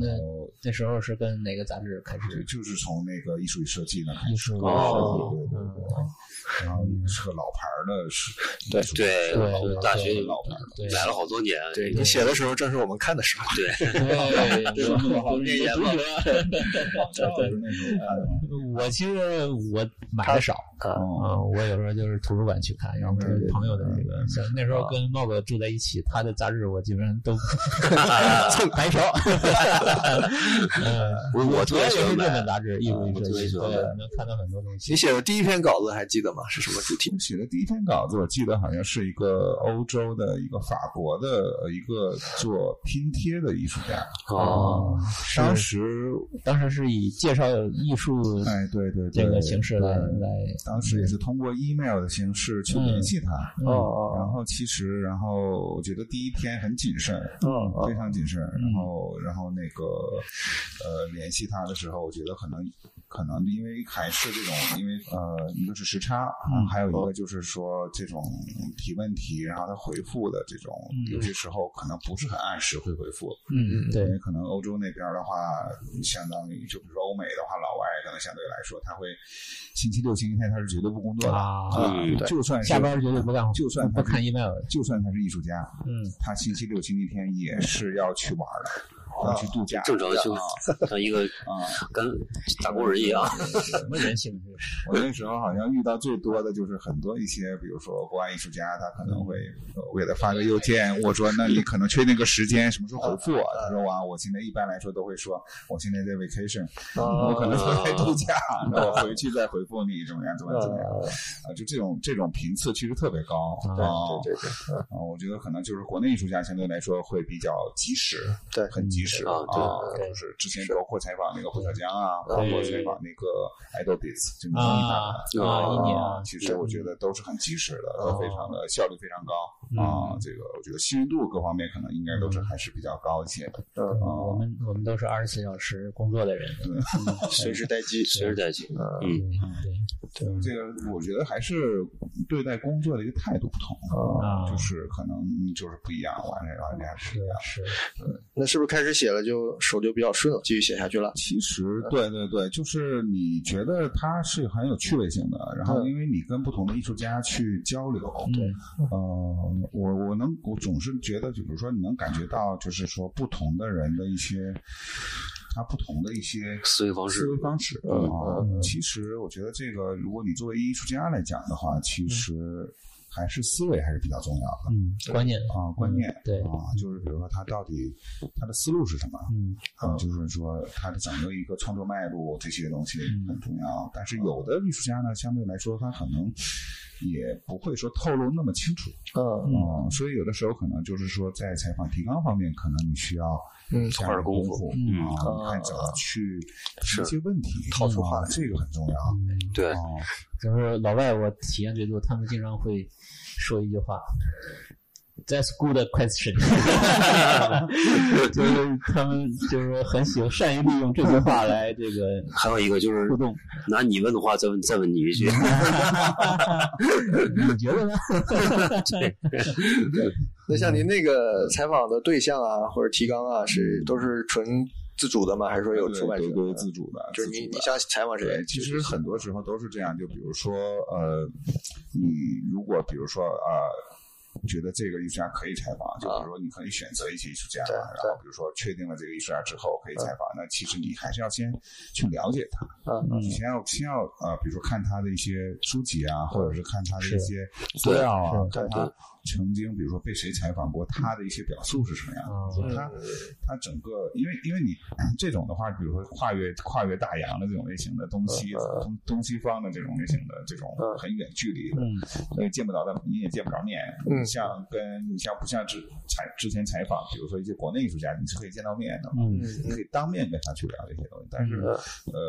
S2: 那
S6: 然后
S2: 那时候是跟哪个杂志开
S6: 对，
S2: 始？
S6: 就是从那个艺术与设计那开
S2: 艺
S6: 始。
S2: 术
S6: 对
S3: 哦
S6: 对对对对然后也是个老牌儿的是，
S1: 对
S3: 对
S2: 对
S3: 我们
S2: 对
S3: 大
S2: 对
S3: 学
S6: 老牌儿
S2: 对
S3: 来了好多年，
S1: 对你写的时候正是我们看的时候，
S3: 对，
S2: 对，我我
S3: 面
S2: 我
S3: 严
S2: 读
S3: 嘛
S2: 者，对
S6: 就是那时候看的
S2: 我其实我买的少啊、嗯，我有时候就是图书馆去看，要么是朋友的这个。像那
S3: 啊
S2: 时候跟茂哥住在一起，他的杂志我基本上都 蹭白 嫖。嗯，
S3: 我我特
S2: 主要
S3: 别
S2: 也
S3: 喜
S2: 是
S3: 欢
S2: 日本
S3: 买，嗯
S2: 杂志，艺术
S3: 我
S2: 艺术，
S3: 特别
S2: 对，
S3: 喜欢买
S2: 能看到很多东
S1: 你
S2: 西。
S1: 写的第一篇稿子还记得吗？是什么主题
S6: 我？写的第一篇稿子，我记得好像是一个欧洲的一个法国的呃一个做拼贴的艺术家。
S3: 哦，，
S6: 当
S2: 是
S6: 时，
S2: 当时是以介绍艺术
S6: 哎，对对对，
S2: 这个形式来
S6: 对
S2: 来，嗯
S6: 当时也是通过 email 的形式去联系他。
S3: 嗯
S1: 哦
S6: 然后其实，然后我觉得第一篇很谨慎，
S2: 嗯
S3: 嗯
S2: 啊
S1: 哦
S6: 非常谨慎。然后，然后那个呃，联系他的时候，我觉得可能可能因为还是这种，因为呃，一个是时差，嗯、还有一
S2: 哦
S6: 个就是说这种提问题，然后他回复的这种，有些时候可能不是很按时会回复。
S2: 嗯，对
S6: 因，为可能欧洲那边的话，相当于就比如说欧美的话，老外可能相对来说，他会星期六、星期天他是绝对不工作的，
S2: 啊
S3: 嗯
S6: 就算是
S2: 下班绝对不干活，
S6: 就算他
S2: 不
S6: 是
S2: 看 email 的。
S6: 就算他是艺术家，
S2: 嗯，
S6: 他星期六、星期天也是要去玩的，要去度假的，
S3: 正常休
S6: 啊
S3: 像一个
S6: 啊！
S3: 跟打工人一样，
S2: 什么人性是？
S6: 我那时候好像遇到最多的就是很多一些，比如说国外艺术家，他可能会呃我给他发个邮件，我说那你可能确定个时间，什么时候回复我？他说啊，我现在一般来说都会说，我现在在 vacation，我
S1: 哦
S6: 可能正在度 假，那我回去再回复你，怎么样，怎么样，怎么样？啊，就这种这种频次其实特别高
S2: 啊
S6: 啊。
S1: 哦对嗯对对，
S6: 啊，我觉得可能就是国内艺术家相对来说会比较及时，
S1: 对哦
S6: 很及时
S3: 啊对
S2: 对
S6: 就是之前包括采访那个胡小江啊，
S1: 嗯对
S6: 包括采访那个 Idol Beats，就你
S2: 啊啊
S6: 一谈，
S2: 一年
S6: 啊
S2: 啊，
S6: 其实哦我觉得都是很及时的，都非常的效率非常高啊。这个我觉得信任度各方面可能应该都是还是比较高一些的。
S1: 嗯，
S2: 啊我们
S6: 哦
S2: 我们都是二十四小时工作的人，
S6: 嗯
S1: 随时待机，
S3: 随时待机。
S1: 嗯
S3: 嗯，
S2: 对
S6: 这个我觉得还是对待工作的一个态度不同
S2: 啊
S6: 就是可能就是不一样，完全完全还是不一啊样。
S2: 是
S1: 那是不是开始写了就手就比较顺了，继续写下去
S2: 嗯
S1: 了？
S6: 其实，对对对，就是你觉得它是很有趣味性的，然后因为你跟不同的艺术家去交流，
S2: 对，
S6: 呃，我我能我总是觉得，比如说你能感觉到，就是说不同的人的一些他不同的一些
S3: 思维方式嗯
S6: 思维方式啊、其实我觉得这个，如果你作为艺术家来讲的话，其实还是思维还是比较重要的。
S2: 嗯，观念
S6: 啊，观念
S2: 对
S6: 啊，就是比如说他到底他的思路是什么，
S2: 嗯
S6: 啊，就是说它的整个一个创作脉络这些东西
S1: 嗯
S6: 很重要。但是有的艺术家呢，相对来说他可能也不会说透露那么清楚，
S1: 嗯
S6: 嗯，所以有的时候可能就是说在采访提纲方面，可能你需要
S1: 嗯
S6: 下
S3: 花点
S6: 功
S3: 功夫
S2: 嗯
S6: 啊，你看怎么去提一些问题，
S1: 呃套出话嗯
S6: 啊这个很重要。
S3: 对，
S6: 哦，
S2: 就是老外我体验最多，他们经常会说一句话。That's good question，就是他们就是很喜欢善于利用这句话来这个
S3: 还有一个就是
S2: 互动，
S3: 拿你问的话再问再问你一句，
S2: 你觉得呢？
S1: 那像您那个采访的对象啊，或者提纲啊，是都是纯自主的吗？还是说有
S6: 对
S1: 出版社
S6: 对
S1: 的？
S6: 对自主的，
S1: 就是
S6: 自
S1: 你
S6: 主的
S1: 你想采访谁
S6: 对，？其实很多时候都是这样。就比如说，呃，你如果比如说呃，觉得这个艺术家可以采访，就比如说你可以选择一些艺术家嘛，
S1: 对
S6: 然后比如说确定了这个艺术家之后可以采访，那其实你还是要先去了解他，
S1: 嗯
S6: 你先要先要呃，比如说看他的一些书籍啊，或者是看他的一些资
S3: 对
S6: 料啊，
S2: 是
S3: 对
S6: 看他曾经比如说被谁采访过，他的一些表述是什么样的。
S2: 啊
S6: 他他整个，因为因为你 这种的话，比如说跨越跨越大洋的这种类型的东西，东东西方的这种类型的这种很远距离的，
S2: 嗯
S6: 所以见不着的你也见不着面。
S1: 嗯
S6: 像跟你像不像之采之前采访，比如说一些国内艺术家，你是可以见到面的。
S2: 嗯
S6: 你可以当面跟他去聊这些东西，但是、
S2: 嗯
S6: 呃，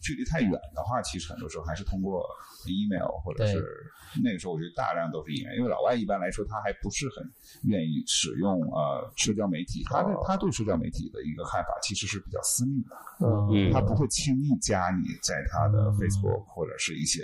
S6: 距离太远的话，其实很多时候还是通过 email 或者是那个时候，我觉得大量都是 email，因为老外一般来说他还不是很愿意使用呃社交媒体，他对、他对社交媒体的一个看法其实是比较私密的，
S3: 嗯
S6: 他不会轻易加你在他的
S2: 嗯
S6: Facebook 或者是一些，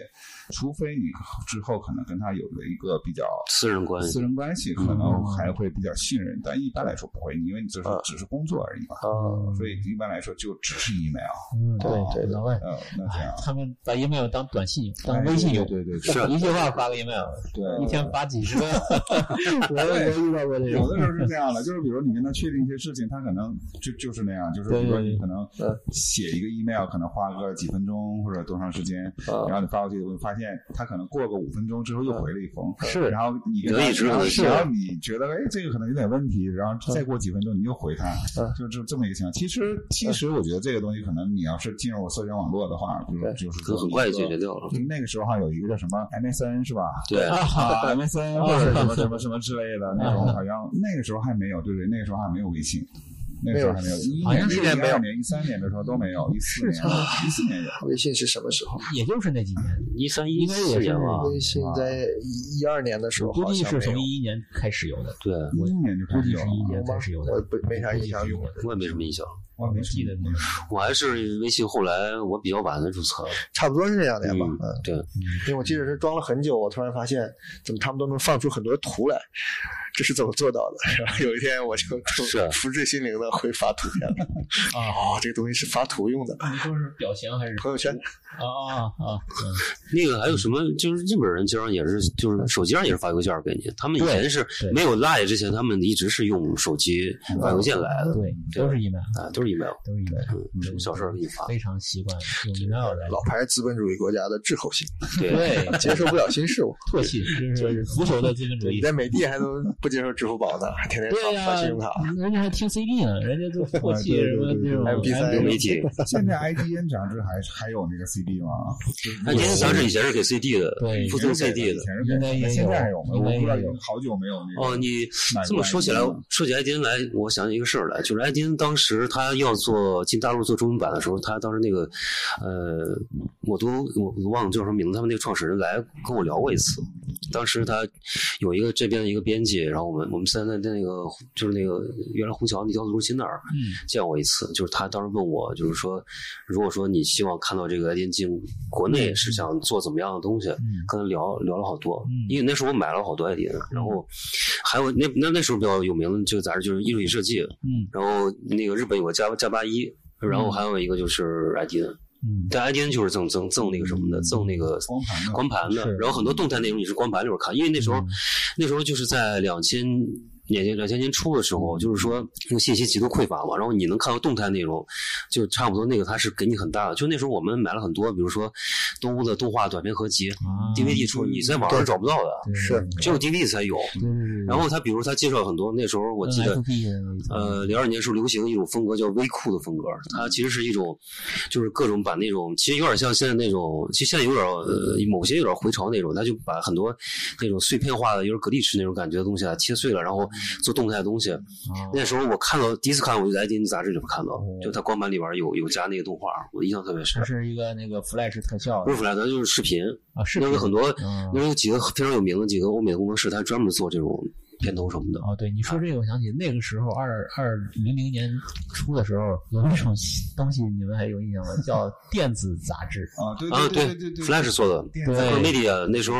S6: 除非你之后可能跟他有了一个比较
S3: 私人关系嗯
S6: 私人关系，可能还会比较信任，但一般来说不会，因为你这是
S1: 啊
S3: 嗯
S6: 只是工作而已嘛。
S1: 啊，
S6: 嗯所以一般来说就只是 email，
S2: 嗯，对
S6: 哦
S2: 对，老外，
S6: 嗯，那这样
S2: 哎，他们把 email 当短信当微信用，
S6: 对对对
S3: 是
S6: 嗯
S2: 一句话发个 email，
S6: 对，
S2: 一天发几十个，我我遇到过这
S6: 有
S2: 种，
S6: 的时候是这样的，就是比如你跟他确定一些事情，他可能就就是那样，就是比
S1: 对
S6: 如说
S1: 对
S6: 你可能
S1: 嗯
S6: 写一个 email，可能花个几分钟或者多长时间，
S1: 啊
S6: 然后你发过去，会发现他可能过个五分钟之后又回了一封，
S2: 是
S6: 然后你跟
S3: 德
S6: 他
S3: 意志
S6: 然后
S3: 的是
S6: 然后你觉得哎这个可能有点问题，然后再过几分钟你又回他，就就这么一个情况。其实其实我觉得这个东西可能你要是进入社交网络的话，比如
S1: 对
S6: 就是
S3: 可
S6: 说
S3: 很快就
S6: 一个
S3: 解决掉了。
S6: 那个时候好像有一个叫什么 MSN 是吧？
S3: 对
S6: 啊，MSN 或 者什么什么什么之类的那种，好像那个时候还没有，对对，那个时候还没有微信，那个时候还没有，一
S2: 好像
S6: 一
S2: 是
S6: 年、一
S1: 没有
S6: 二年、一三年的时候都没有，一四年、一四年有，
S1: 微信是什么时候？
S2: 也就是那几年，
S3: 一三
S2: 应
S3: 一
S2: 该
S3: 四
S2: 也是
S3: 年吧，
S1: 微信在一一二年的时候
S2: 啊估
S1: 好
S2: 计
S1: 像
S2: 是
S1: 没
S2: 从
S1: 有，
S2: 一一年开始有的，
S3: 对，
S6: 一一年就
S2: 估
S6: 开始
S2: 计
S6: 有
S2: 是
S6: 了。啊
S2: 一一年
S1: 有吗
S2: 开始有的
S1: 我，不没啥印象。
S2: 有的。
S3: 我也没什么印象。
S6: 我没记得
S3: 我还是微信，后来我比较晚的注册。
S1: 差不多是这两年吧，
S3: 嗯
S1: 嗯，
S3: 对，
S1: 因为我记得是装了很久，我突然发现怎么他们都能放出很多图来，这是怎么做到的？然后有一天我就
S3: 是
S1: 福至心灵的会发图片了，
S2: 啊，
S1: 哦，这个东西是发图用的，
S2: 你说是表情还是
S1: 朋友圈
S2: 啊啊啊？嗯
S3: 那个还有什么？就是日本人经常也是，就是手机上也是发邮件给你。他们以前是
S2: 对对
S3: 没有 Line 之前，他们一直是用手机发邮件来的
S2: 对，都是 email，
S3: 啊，都是 email，
S2: 都是 email，
S3: 嗯，什么小事儿给你发。
S2: 非常习惯用 email 来
S1: 老牌资本主义国家的滞后性，
S3: 对，
S2: 对
S1: 接受不了新事物。
S2: 唾弃，这是腐朽的资本主
S1: 你
S2: 义。
S1: 在美的还能不接受支付宝呢，还天天
S2: 对
S1: 发
S2: 呀、
S1: 发信用卡。
S2: 人家还听 CD 呢，人家都唾弃什么这种哎
S1: MP3
S3: 流媒体。
S6: 现在 IDN 杂志还还有那个 CD 吗？
S3: 那年轻杂志以前是给 CD 的，
S2: 对
S3: 附赠 CD
S6: 以
S3: 的。
S6: 前是现在还有吗？我不知道，有好久没有那个。
S3: 哦，你这么说起来，说起艾迪恩来，我想起一个事儿来，就是艾迪恩当时他要做进大陆做中文版的时候，他当时那个，呃，我都我我忘了叫什么名字，他们那个创始人来跟我聊过一次。当时他有一个这边的一个编辑，然后我们我们现在在那个就是那个原来虹桥那雕塑中心那儿见过一次，就是他当时问我，就是说，如果说你希望看到这个艾迪恩进国内是想做怎么样的东西，跟他聊聊了好多，
S2: 嗯
S3: 因为那时候我买了好多 i d 然后还有那那那时候比较有名的这个杂志就是艺术与设计，
S2: 嗯
S3: 然后那个日本有个加加八一，然后还有一个就是 i d
S2: 嗯
S3: 但 i d 就是赠赠赠那个什么的，赠那个
S6: 嗯光盘
S3: 光盘
S6: 的
S3: 的
S2: 是，
S3: 然后很多动态内容也是光盘里边看，因为那时候、
S2: 嗯
S3: 那时候就是在两千。年两千年初的时候，就是说那个信息极度匮乏嘛，然后你能看到动态内容，就差不多那个它是给你很大的。就那时候我们买了很多，比如说东屋的动画短片合集、
S6: 嗯
S2: 啊
S3: DVD 出，你在网上找不到的，
S1: 是
S3: 只有 DVD 才有。
S6: 嗯
S3: 然后他比如他介绍很多，那时候我
S2: 嗯
S3: 记得，呃，零二年时候流行一种风格叫微酷的风格，它其实是一种，就是各种把那种，其实有点像现在那种，其实现在有点呃，某些有点回潮那种，它就把很多那种碎片化的，有点格力式那种感觉的东西啊，切碎了，然后做动态的东西。
S2: 哦
S3: 那时候我看到第一次看，我就在《金杂志》里边看到，就它光盘里边有有加那个动画，我印象特别深
S2: 这。是一个那个 Flash 特效
S3: 不是弗莱德，就是视频，
S2: 啊，是
S3: 那时候很多，那时
S2: 嗯
S3: 候有几个非常有名的几个欧美的工作室，它专门做这种片头什么的。
S2: 哦，对，你说这个，我想起那个时候，二二零零年初的时候，有一种东西，你们还有印象吗？ 叫电子杂志，
S6: 啊，对
S3: 啊，
S6: 对
S3: 对
S6: 对对
S3: ，Flash 做的，
S6: 对
S3: 在 Media 那时候，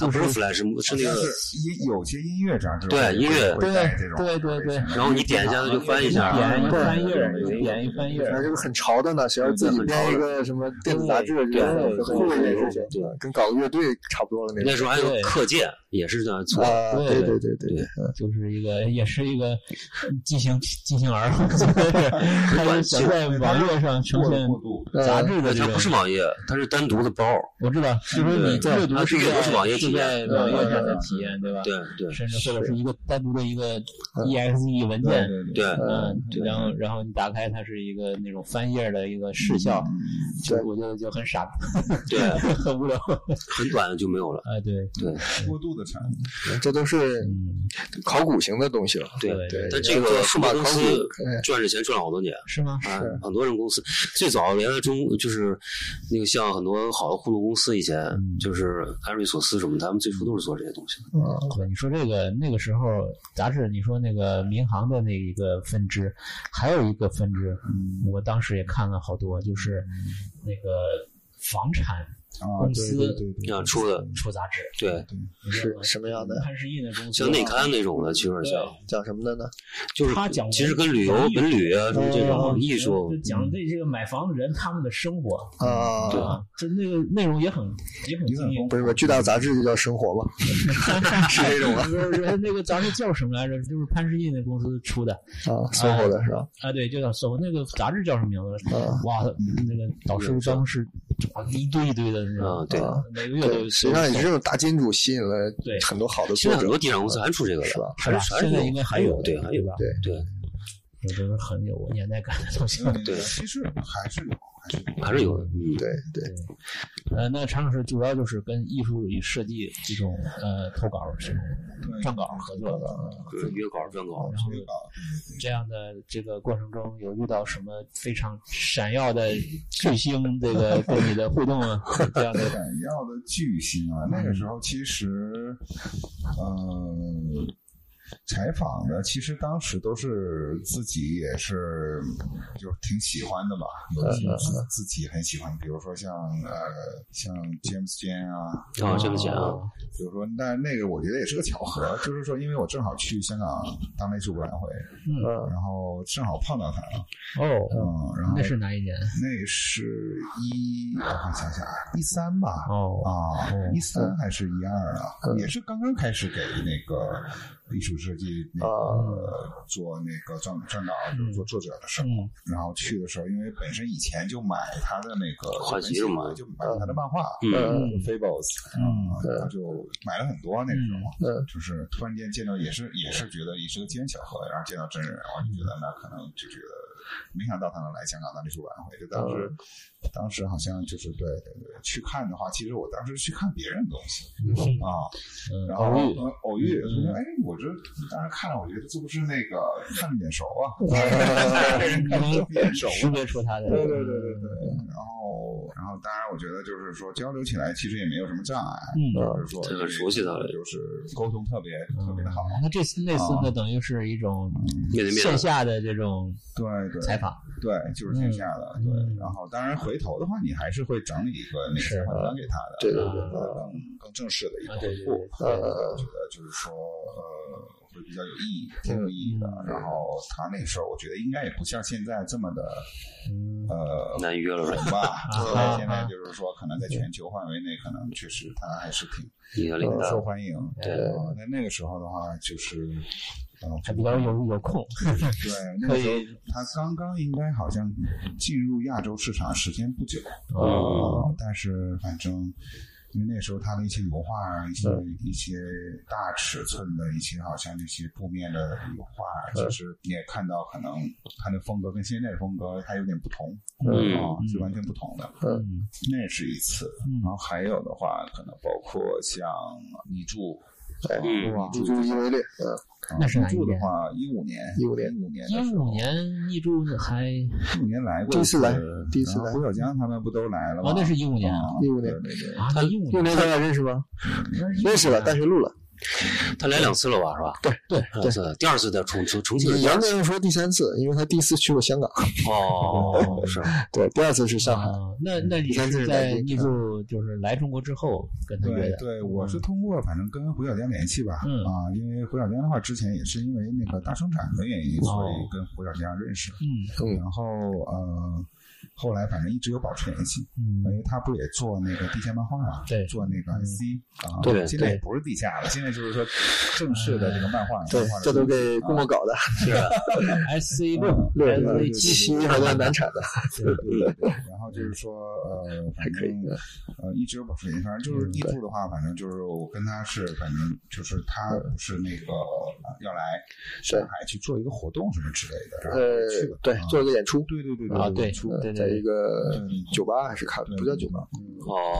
S3: 啊不是 Flash，是那个，
S6: 是音有些音乐杂志
S3: 对音乐
S6: 会带这种
S2: 对对对对
S3: 然后你点一下它就翻一下，啊
S2: 点一
S1: 对
S2: 翻页，点一翻页，
S1: 反正就是很潮的呢，谁要自己编一个什么电子杂志，
S3: 对
S1: 然后
S3: 对
S1: 很酷的
S3: 对
S1: 这种事情，跟搞个乐队差不多了那
S3: 那
S1: 种。
S3: 时候还有
S2: 对
S3: 课件也是这样做，
S1: 啊，对对
S2: 对
S1: 对对对，
S2: 就是一个，也是一个畸形畸形儿，我觉得他想在网络上呈
S6: 过
S2: 现
S6: 过度。
S2: 杂志的这
S3: 它
S2: 种
S3: 不，是网页，它是单独的包，
S2: 我知道，就是你阅读
S3: 它
S2: 是
S3: 这个
S2: 在
S3: 都是网页体
S2: 是在
S3: 验，
S2: 网页上的体验，对吧？
S3: 对对嗯
S2: 甚至或者是一个单独的一个 exe 文件，
S6: 对，
S3: 对，
S2: 嗯，然后然后你打开它是一个那种翻页的一个视效，就
S1: 对
S2: 我觉得就很傻，
S3: 对
S2: 很无聊 啊，
S3: 很短就没有了，
S2: 对，
S3: 对
S6: 过度的产物。
S1: 呃这都是
S2: 嗯，
S1: 考古型的东西了。
S3: 对
S2: 对
S1: 对
S3: 但这个数码公司
S1: 要做数码考古哎
S3: 赚这钱赚了好多年。
S2: 是吗？
S3: 啊，很多人公司最早原来中就是那个像很多好的互动公司以前
S2: 嗯
S3: 就是艾瑞索斯什么，他们最初都是做这些东西的。
S1: 嗯
S2: 对，你说这个那个时候杂志，你说那个民航的那一个分支，还有一个嗯分支，我当时也看了好多，就是那个房产
S6: 啊
S2: 公
S6: 对
S2: 司
S6: 对对对
S3: 啊出的
S2: 出杂志，
S3: 对，
S1: 是什么样的
S2: 潘石屹的公司
S3: 像内刊那种的，其实有点像，
S1: 讲什么的呢？
S3: 就是
S2: 他讲
S3: 其实跟旅游、
S2: 嗯
S3: 本旅啊什么这
S2: 然后
S3: 种艺术
S2: 就，讲对这个买房的人他们的生活
S1: 啊、
S3: 对
S2: 啊，这那个内容也很也很
S6: 也很
S2: 新颖
S6: 丰
S1: 不是不是，巨大杂志就叫生活吧？是 这种吧？啊
S2: 不是不是那个杂志叫什么来着？就是潘石屹那公司出的
S1: 啊，生活的是吧？
S2: 啊，对，就叫搜那个杂志叫什么名字？
S1: 啊
S2: 哇，那个导师办公室哇一堆一堆的，你知道吗
S3: 啊？对
S1: 啊
S2: 每个月都
S1: 对，
S2: 有。
S1: 实际上也是这种大金主吸引了
S2: 对
S1: 很多好的
S3: 现
S1: 作
S3: 在很
S1: 者
S3: 多，地产公司还出这个
S1: 是吧
S3: 了，
S2: 是
S3: 还
S2: 吧？
S3: 还
S2: 现在应该还有
S3: 对，还有
S2: 吧？
S1: 对
S3: 对，
S2: 这都是很有年代感的东西。
S6: 嗯
S3: 对
S6: 其实还是有，还是有，
S3: 还是有的，嗯，
S1: 对对，
S2: 呃，那常老师主要就是跟艺术与设计这种呃投稿、这种
S6: 对
S2: 撰稿合作的，
S3: 对约稿撰稿，
S2: 然后
S6: 这个
S2: 这样的这个过程中有遇到什么非常闪耀的巨星，这个跟你的互动啊，这样的
S6: 闪耀的巨星啊！那个时候其实，呃，采访的其实当时都是自己也是就挺喜欢的吧，有自己自自己很喜欢，比如说像呃像 James Jan 啊，
S3: 啊，这么讲啊，
S6: 比如说但那个我觉得也是个巧合，就是说因为我正好去香港当那次博览会，
S1: 嗯
S6: 然后正好碰到他了，
S2: 哦，
S6: 嗯，然后
S2: 那是哪一年？
S6: 那是一我想想一三吧，
S2: 哦
S6: 啊
S2: 哦，
S6: 一三还是一二啊？也是刚刚开始给那个艺术设计那个做那个撰撰稿，就是做作者的时候，
S2: 嗯
S6: 然后去的时候，因为本身以前就买他的那个
S3: 画集是吗
S6: 就买他的漫画，
S3: 嗯，
S6: 就 Fables，
S2: 嗯
S6: 然后就买了很多那个时候。
S1: 嗯
S6: 就是突然间见到，也是也是觉得也是个机缘巧合，然后见到真人，我就觉
S2: 嗯
S6: 得那可能就觉得没想到他能来香港当艺术博览会，就当
S2: 嗯
S6: 时、当时好像就是对对对去看的话，其实我当时去看别人的东西、啊，
S2: 嗯，
S6: 然后
S2: 偶遇嗯
S6: 呃偶遇，我觉得哎，我这当时看了，我觉得这不是那个看着眼熟 啊，
S2: 嗯
S6: 眼熟啊
S2: 识别出他的，
S6: 对对对对对。嗯然后，然后，当然，我觉得就是说交流起来其实也没有什么障碍，
S2: 嗯
S6: 就是说
S3: 这个熟悉的
S6: 就是沟通特别特别的好。
S2: 嗯
S6: 啊嗯
S2: 那这次那次呢，等于是一种
S3: 面对面
S2: 线下的这种
S6: 对对，
S2: 采访，
S6: 对，就是线下的
S2: 嗯嗯
S6: 对。然后，当然回头的话，你还是会整理一个那个
S2: 是
S6: 采访文章给他的，
S1: 对对
S2: 对
S6: 呃更更正式的一个
S2: 啊对
S6: 回
S2: 对嗯
S6: 复。
S1: 对
S6: 呃，我觉得就是说呃。会比较有意义，挺有意义的。
S2: 嗯
S6: 然后他那时候，我觉得应该也不像现在这么的，
S2: 嗯
S6: 呃，
S3: 难约了是吧？
S6: 吧，
S2: 啊
S6: 对，现
S2: 啊
S6: 在 就是说，可能在全球范围内，可能确实它还是挺
S3: 你的领
S6: 挺受
S3: 导，
S6: 欢迎。
S3: 对
S6: 呃那那个时候的话，就是，嗯，
S2: 还比较有有空，
S6: 对，那个时候它刚刚应该好像进入亚洲市场时间不久，
S2: 啊
S3: 嗯，
S6: 呃但是反正。因为那时候他的一些油画啊，一些一些大尺寸的一些，好像那些布面的油画啊，其实你也看到，可能他的风格跟现在的风格还有点不同，
S3: 嗯
S6: 啊，是完全不同的。
S2: 嗯
S6: 那是一次，
S2: 嗯
S6: 然后还有的话，可能包括像呃泥柱，
S1: 哎，
S3: 嗯
S1: 哇，助助一为列，嗯，
S6: 啊
S2: 那是哪一
S6: 泥柱的
S2: 年
S6: 话，一五年，
S1: 15年
S6: 一五年，
S2: 一五，年一周还
S6: 一五年来过，
S1: 第一次来第一次来
S6: 然后胡小江他们不都来了吗？
S2: 哦，那是一五年啊，
S6: 啊
S1: 15年
S6: 对对对，
S2: 啊，一五
S1: 六
S2: 年
S1: 年咱俩认识吗？认识了，大学录了。
S3: 他来两次了吧，是吧？对
S1: 对嗯
S3: 两次，第二次在重重重庆是
S1: 你
S3: 第
S1: 要
S3: 二
S1: 那
S3: 次
S1: 样说第三次，因为他第一次去过香港，
S3: 哦，是
S1: 对，第二次是上海。
S2: 啊，那那你是在艺术就是来中国之后跟他约
S6: 对
S2: 的，
S6: 对，我是通过反正跟胡小江联系吧，
S2: 嗯
S6: 啊，因为胡小江的话，之前也是因为那个大生产的原因，所以跟胡小江认识，
S2: 嗯
S1: 嗯
S6: 然后呃，后来反正一直有保持联系，因
S2: 嗯
S6: 为他不也做那个地下漫画嘛，
S2: 对
S6: 做那个 IC 啊，
S3: 对
S6: 现在也
S2: 对
S6: 不是地下了，现在就是说正式的这个漫画，
S1: 嗯对
S6: 漫画，的
S1: 这都给公公搞的，
S2: ，S C 六
S1: 六
S2: 六
S1: 六
S2: 七
S1: 七还在难产的，
S6: 对对对。然后就是说呃，
S1: 还
S6: 反
S1: 可以
S6: 正
S1: 的。嗯
S6: 呃一直有保持联系，反正就是地柱的话，反正就是我跟他是反正就是他
S1: 嗯
S6: 不是那个呃要来上海去做一个活动什么之类的，然后
S1: 呃
S6: 去了，
S1: 对
S6: 啊，
S1: 做了呃个演出，
S6: 对对对
S2: 啊，对
S6: 对
S2: 对对
S1: 在一
S2: 对，嗯
S1: 个酒吧还是咖，
S6: 对
S1: 不叫酒吧，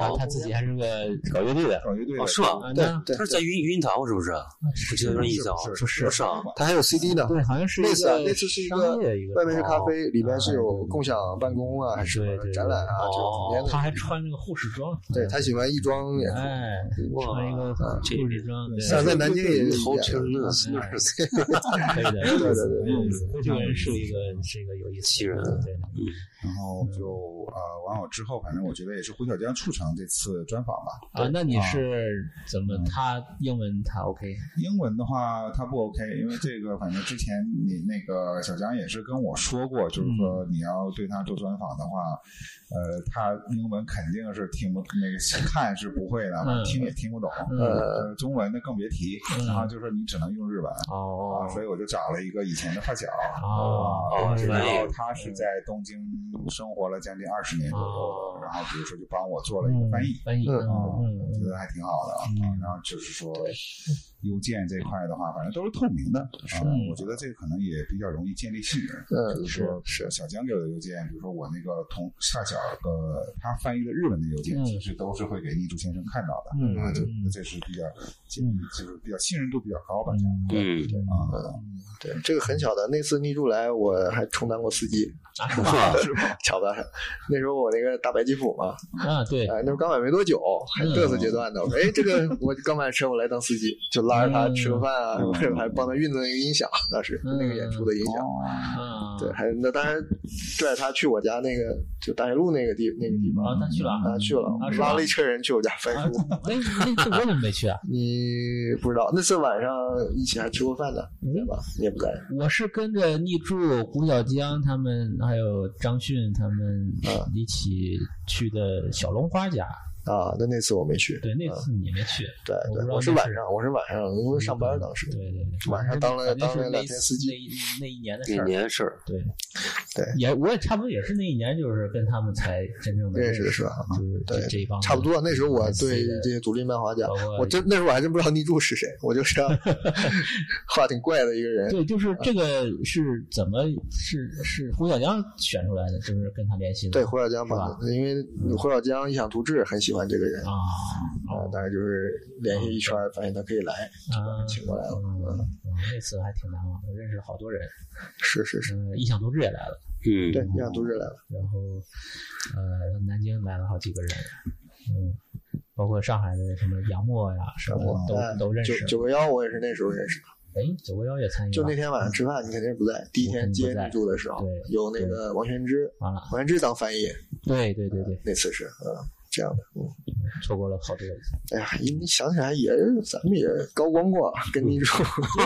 S2: 他
S3: 哦
S2: 他自己还是个搞乐队的，
S6: 搞乐队
S3: 哦
S6: 的
S3: 是吗？
S2: 啊，
S1: 对
S2: 那
S1: 对
S3: 他是在云云堂是不是？我记得有点印象，
S6: 是
S3: 是不是啊？
S1: 他还有 CD 呢，
S2: 对，好像是
S1: 那
S2: 一
S1: 次啊
S2: 个
S1: 那次是一
S2: 商
S1: 个
S2: 业一个，
S1: 外面是咖
S3: 哦
S1: 啡，里面是
S2: 啊
S1: 有共享办公啊，还是什
S2: 对
S1: 么
S2: 对对
S1: 展览啊，这种
S3: 哦
S1: 连
S2: 他还穿那个护士装，
S1: 对他喜欢亦装演出，
S2: 哎，穿一个护士装，对
S1: 像在南京也
S3: 头车那是
S2: 嗯可以的，
S1: 对对对
S2: 很有意思。这个人是一个是一个有意思
S3: 奇人
S2: 对，
S6: 然后就呃，完我之后，反正我觉得也是胡小江促成这次专访吧。
S2: 啊，嗯那你是怎么？他英文他 OK，
S6: 英文的话，它不 OK，因为这个反正之前你那个小江也是跟我说过，就是说
S2: 嗯
S6: 你要对他做专访的话，呃，他英文肯定是听不那个看是不会的，
S2: 嗯
S6: 听也听不懂，呃，中文的更别提，然后就是你只能用日文。
S2: 哦
S6: 啊，所以我就找了一个以前的发小
S2: 哦
S6: 啊，
S3: 是
S6: 然
S3: 吧
S6: 后他是在东京生活了将近二十年左右
S2: 哦
S6: 的，然后比如说就帮我做了一个翻译，
S2: 翻译，嗯
S6: 啊，
S2: 嗯
S6: 我觉得还挺好的啊。
S2: 嗯
S6: 然后就是说，邮件这块的话，反正都是透明的。是我觉得这可能也比较容易建立信任。
S1: 嗯
S6: 比如说是小江给我的邮件，比如说我那个同下小个他翻译的日文的邮件，
S2: 嗯
S6: 其实都是会给逆主先生看到的。
S2: 嗯
S6: 啊，就
S2: 嗯
S6: 这是比较，就是比较信任度比较高吧，这样
S2: 嗯
S3: 嗯，
S6: 啊。
S1: 对，这个很巧的，那次逆住来我还充当过司机，
S2: 啊
S3: 是吧？
S1: 巧吧？那时候我那个大白吉普嘛，
S2: 啊， 对，嗯
S1: 哎，那时候刚买没多久，还嘚瑟阶段呢。我说，哎，这个我刚买车，我来当司机，就拉着他吃个饭啊，
S6: 嗯
S1: 还帮他运动那个音响，当时就那个演出的音响。
S6: 哦，
S2: 嗯，
S1: 对，还那当然拽他去我家那个就大学路那个地那个地方
S2: 啊，他去了
S1: 啊去了
S2: 啊，是吧
S1: 拉了一车人去我家翻
S2: 啊
S1: 书。
S2: 那那次我怎么没去啊？
S1: 你不知道那次晚上一起还吃过饭呢，
S2: 嗯
S1: 对吧？你也不在
S2: 我是跟着逆柱、古小江他们，还有张迅他们
S1: 啊
S2: 一起去的小龙花家。
S1: 啊？那那次我没去，
S2: 对，那次你没去。
S1: 对
S2: 我不知
S1: 对，
S2: 道
S1: 我是
S2: 那
S1: 晚
S2: 是嗯
S1: 上，嗯我是晚上，因为上班当时。
S2: 对对对，
S1: 晚上当了
S2: 反正是
S1: 当了两
S2: 那
S1: 天司机
S2: 那一那一年的事
S3: 一
S2: 儿。
S3: 年事儿，
S2: 对
S1: 对
S2: 也我也差不多也是那一年，就是跟他们才真正的
S1: 认识的是吧
S2: 就是
S1: 对
S2: 这这一帮
S1: 差不多，那时候我
S2: NC
S1: 对
S2: 的
S1: 这些独立漫画家
S2: 包括，
S1: 我真那时候我还真不知道逆柱是谁，我就是 话挺怪的一个人。
S2: 对，就是这个是怎么是是胡小江选出来的，就是跟他联系的。
S1: 对，胡小江嘛
S2: 是，
S1: 因为胡小江一想图志很喜欢这个人
S2: 啊，
S1: 啊，当然就是联系一圈儿，发现他可以来，就把他请过来了。
S2: 嗯
S1: 嗯，
S2: 嗯那次还挺难忘的，认识了好多人。
S1: 是是是，
S2: 嗯，异想同志也来了，
S3: 嗯，
S1: 对，一想图志来了，
S2: 然后呃，南京来了好几个人，嗯，包括上海的什么杨默呀，什
S1: 然后
S2: 么
S1: 哎
S2: 都都认识
S1: 九。九个幺我也是那时候认识的，
S2: 哎，九国幺也参与了，
S1: 就那天晚上吃饭你肯定是不在，第一天接逆柱的时候
S2: 我肯定不在对
S1: 有那个王全之，
S2: 完了，
S1: 王全之当翻译
S2: 对对对对，
S1: 那次是，嗯，这样的，嗯。
S2: 错过了好多人。
S1: 哎呀，一想起来也，咱们也高光过，跟你 说，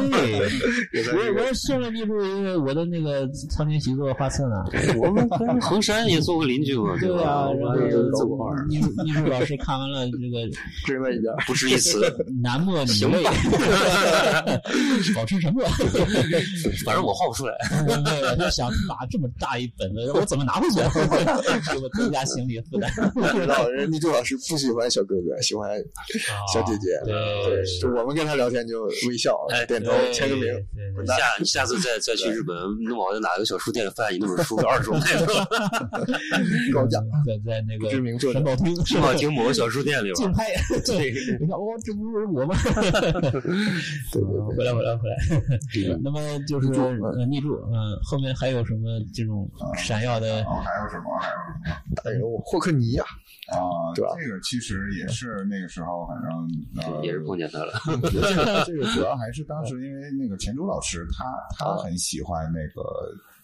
S1: 也在
S2: 我也
S1: 这
S2: 我
S1: 个
S2: 也顺了逆柱，因为我的那个苍天习作画册呢，
S3: 我们跟衡山也做过邻居嘛，
S2: 对
S3: 吧
S2: 啊，？然后
S1: 哎我也有
S2: 这
S1: 走
S2: 么
S1: 过
S2: 逆逆柱老师看完了这个
S1: 这边一边，
S3: 不是一词，
S2: 南漠女
S3: 行
S2: 泪
S3: 吧，
S2: 保持沉默。
S3: 反正我画不出来。
S2: 我就想拿这么大一本子，我怎么拿回去？啊 给我增加心理负担。
S1: 知道人家李柱老师不喜欢小哥哥，喜欢 小姐姐。
S2: 哦对
S1: 就我们跟他聊天就微笑、
S3: 哎
S1: 点头、签个名。
S2: 对
S1: 滚
S3: 你
S1: 蛋
S3: 下你下次再再去日本，弄好像哪个小书店翻译那 本书，二手卖的，
S1: 高价，
S2: 在在那个
S1: 不知名作者
S2: 神保厅，
S3: 是吧？听某个小书店里
S2: 竞
S3: 边。
S2: 拍，对， 你看，哦，这不是我吗？哦
S1: 对对对，
S2: 回来，回来，回来。
S3: 嗯
S2: 那么就是
S1: 逆柱
S2: 呃逆柱，嗯，后面还有什么这种
S6: 啊
S2: 闪耀的
S6: 然？后还有什么？还有什么？
S1: 大人物哎霍克尼呀，
S6: 啊，
S1: 对吧
S6: 这个其实也是那个时候，反正呃
S3: 嗯也是碰见他了，
S6: 这个主要还是当时因为那个钱钟老师他他
S1: 啊
S6: 很喜欢那个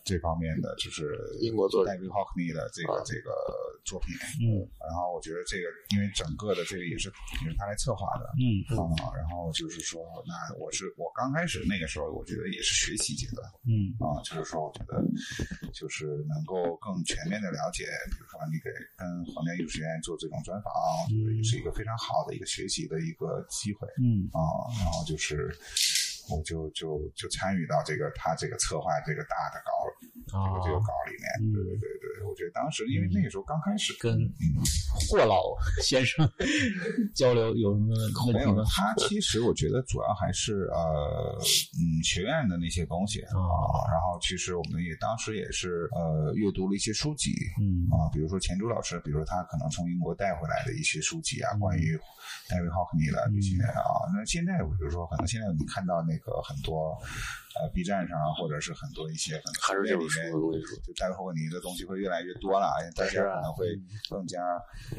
S6: 这方面的，就是
S1: 英国作者
S6: David Hockney 的这个
S1: 啊
S6: 这个作品。
S2: 嗯
S6: 然后我觉得这个因为整个的这个也是也是他来策划的。
S2: 嗯
S6: 啊，然后就是说，那我是我刚开始那个时候，我觉得也是学习阶段
S2: 嗯
S6: 啊，就是说，我觉得就是能够更全面的了解，比如说你给跟皇家艺术学院做这种专访，我
S1: 嗯
S6: 觉得也是一个非常好的一个学习的一个机会。
S2: 嗯
S6: 啊、然后就是我就就就参与到这个他这个策划这个大的稿，这个这
S2: 啊，
S6: 个稿里面。对对对对，我觉得当时因为那个时候刚开始。嗯
S2: 跟霍老 先生 交流有什么问
S6: 没
S2: 题
S6: 有
S2: 吗？
S6: 他，其实我觉得主要还是呃，嗯，学院的那些东西啊、
S2: 哦
S6: 然后其实我们也当时也是呃，阅读了一些书籍，
S2: 嗯
S6: 啊，比如说钱珠老师，比如说他可能从英国带回来的一些书籍啊，关于戴维·霍克尼的这些啊。那现在比如说，可能现在你看到那个很多呃 B 站上啊，或者是很多一些可能
S3: 还是这
S6: 这
S3: 种
S6: 里
S3: 书
S6: 面
S3: 我跟你说，
S6: 就待会儿我你的东西会越来越多了，大
S3: 是
S6: 家
S3: 啊
S6: 可能会更加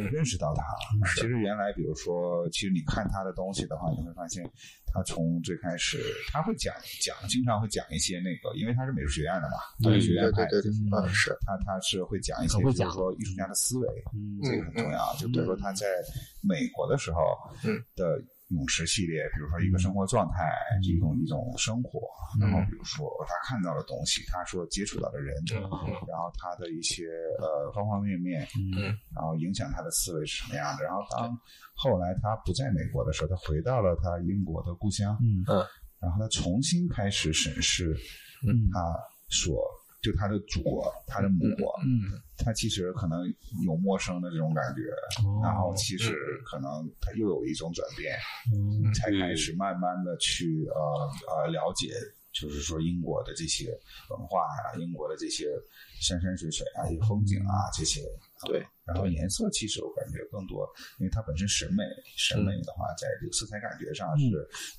S6: 认识到它了。其实原来，比如说，其实你看他的东西的话，你会发现他从最开始他会讲讲，经常会讲一些那个，因为他是美术学院的嘛，
S1: 对
S6: 美术学
S1: 对
S6: 院
S1: 对
S6: 派
S1: 对
S6: 的
S1: 对，
S2: 嗯
S1: 嗯是，
S6: 他他是会讲一些，
S2: 可
S6: 比
S2: 会
S6: 如
S2: 讲
S6: 说艺术家的思维，
S2: 嗯
S6: 这个很重要。就比如说他在美国的时候
S1: 嗯
S6: 的泳池系列，比如说一个生活状态，
S2: 嗯
S6: 一种一种生活，然后比如说他看到的东西，他所接触到的人，然后他的一些呃方方面面，
S2: 嗯
S6: 然后影响他的思维是什么样的。然后当后来他不在美国的时候，他回到了他英国的故乡，
S2: 嗯
S6: 然后他重新开始审视
S2: 嗯
S6: 他所就他的祖国，他的母国，
S2: 嗯，
S6: 他其实可能有陌生的这种感觉，
S2: 哦
S6: 然后其实
S1: 嗯
S6: 可能他又有一种转变，
S2: 嗯
S6: 才开始慢慢的去呃呃了解，就是说英国的这些文化啊，英国的这些山山水水啊，一些风景啊这些。
S1: 对，
S6: 然后颜色其实我感觉更多，因为它本身审美审
S1: 嗯
S6: 美的话，在这个色彩感觉上是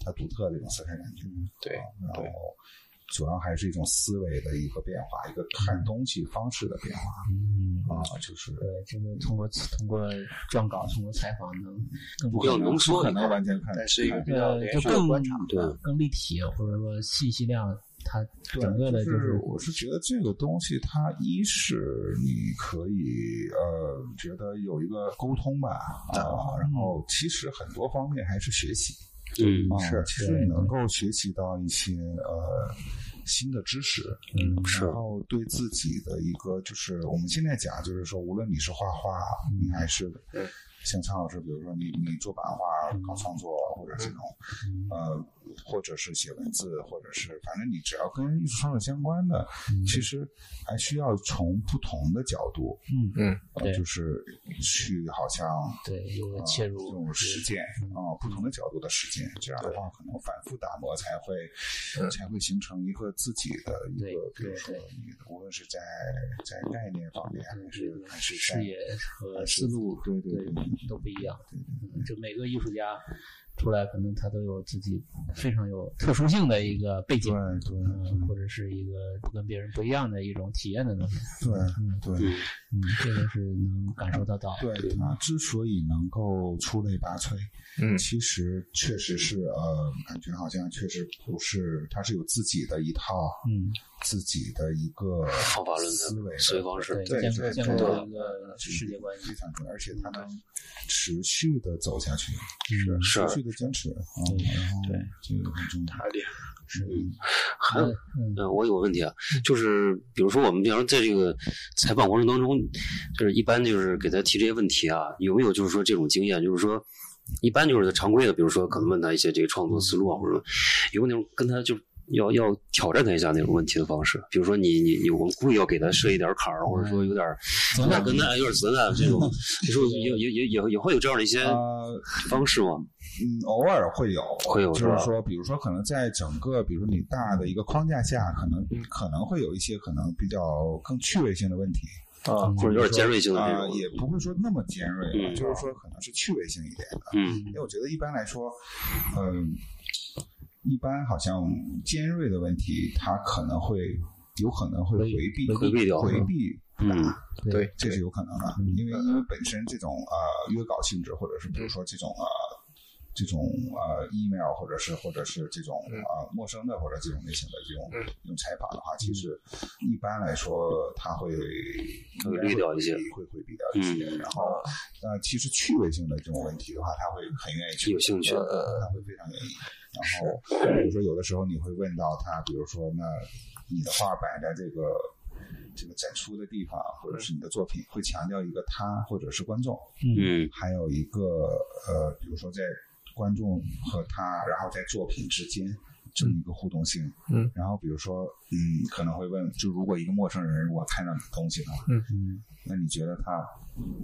S6: 它独特的一种色彩感觉。
S1: 嗯对
S6: 啊然
S1: 对
S6: 后主要还是一种思维的一个变化，一个
S1: 嗯
S6: 看东西方式的变化。
S2: 嗯。
S6: 啊，就是
S2: 对，这个通过通过撰稿，通过采访能更
S3: 不要浓缩
S6: 可
S3: 你
S6: 能完全看，
S1: 但是一个比较
S2: 呃
S1: 连
S2: 就
S1: 续的
S2: 更
S1: 观察，
S3: 对
S2: 更立体，或者说信息量，它整个的
S6: 就
S2: 就是
S6: 我是觉得这个东西，它一是你可以呃觉得有一个沟通吧啊，然后其实很多方面还是学习，
S3: 嗯
S6: 啊
S1: 是
S6: 其实
S2: 对
S6: 你能够学习到一些呃新的知识，
S2: 嗯
S3: 是
S6: 然后对自己的一个就是我们现在讲，啊就是说无论你是画画，你还是
S1: 嗯
S6: 像常老师，比如说你你做版画、
S2: 嗯
S6: 搞创作，或者这种呃，或者是写文字，或者是反正你只要跟艺术创作相关的，其实还需要从不同的角度，
S2: 嗯
S6: 呃
S2: 对，
S6: 就是去好像
S2: 对，有个
S6: 啊
S2: 切
S6: 这
S2: 入
S6: 种实践啊，不同的角度的实践，这样的话可能反复打磨才会
S3: 嗯
S6: 才会形成一个自己的一
S2: 对
S6: 个，比如
S2: 对
S6: 说
S2: 对
S6: 你无论是在在概念方面还是还是在
S2: 视野和
S6: 还是
S2: 思路，
S6: 对对对
S2: 都不一样。嗯，就每个艺术家出来，可能他都有自己非常有特殊性的一个背景，
S6: 对对
S2: 嗯，或者是一个跟别人不一样的一种体验的东西。
S6: 对对
S2: 嗯，这个是能感受得到。
S6: 对，他之所以能够出类拔萃，
S1: 嗯
S6: 其实确实是呃，感觉好像确实不是，他是有自己的一套
S2: 嗯，
S6: 自己的一个
S3: 方法论的
S6: 思维的
S3: 思维方式，
S6: 对
S2: 见
S6: 对
S2: 见
S6: 对
S2: 过一个世界观，
S6: 非常重要，而且它能持续的走下去，
S2: 嗯
S3: 是
S6: 持续的坚持啊、嗯
S2: 对
S6: 然后
S1: 对
S6: 这个很重要。
S1: 太厉害了，
S2: 是，
S3: 还有
S2: 嗯嗯
S3: 嗯，我有个问题啊，就是比如说我们，比方说在这个采访过程当中，就是一般就是给他提这些问题啊，有没有就是说这种经验，就是说一般就是常规的，比如说可能问他一些这个创作思路啊，或者说有没有那种跟他就要要挑战他一下那种问题的方式，比如说你你你，我们故意要给他设一点坎儿，或者说有点儿
S2: 嗯责
S3: 有
S2: 难嗯
S3: 点跟他有点责难这种，你说也也也也也会有这样的一些
S2: 啊
S6: 呃，
S3: 方式吗？
S6: 嗯，偶尔会有，
S3: 会有
S6: 就是
S3: 吧
S6: 是说，比如说，可能在整个，比如你大的一个框架下，可能可能会有一些可能比较更趣味性的问题
S1: 啊，
S3: 或者有点尖锐性的这
S6: 啊、
S3: 种，
S6: 也不会说那么尖锐吧，
S3: 嗯
S6: 就是说可能是趣味性一点的。
S3: 嗯
S6: 因为我觉得一般来说，嗯、一般好像尖锐的问题，它可能会有可能会
S2: 回
S6: 回避
S3: 回避掉
S6: 回避
S3: 嗯
S1: 对，
S6: 这是有可能的，因为因为本身这种呃约稿性质，或者是
S3: 嗯
S6: 比如说这种呃这种呃 email，或者是或者是这种
S3: 嗯
S6: 呃陌生的或者这种类型的这种这种采访的话，其实一般来说它会
S3: 会滤掉一些嗯
S6: 会回避掉一些。然后那呃其实趣味性的这种问题的话，他会很愿意去
S3: 有兴趣
S6: 他会非常愿意。然后比如说有的时候你会问到他，比如说那你的画摆在这个这个展出的地方，或者是你的作品，会强调一个他或者是观众，
S3: 嗯
S6: 还有一个呃，比如说在观众和他，然后在作品之间。这么一个互动性，
S1: 嗯，
S6: 然后比如说，嗯，可能会问，就如果一个陌生人如果看到你的东西的话，
S1: 嗯
S2: 嗯
S6: 那你觉得他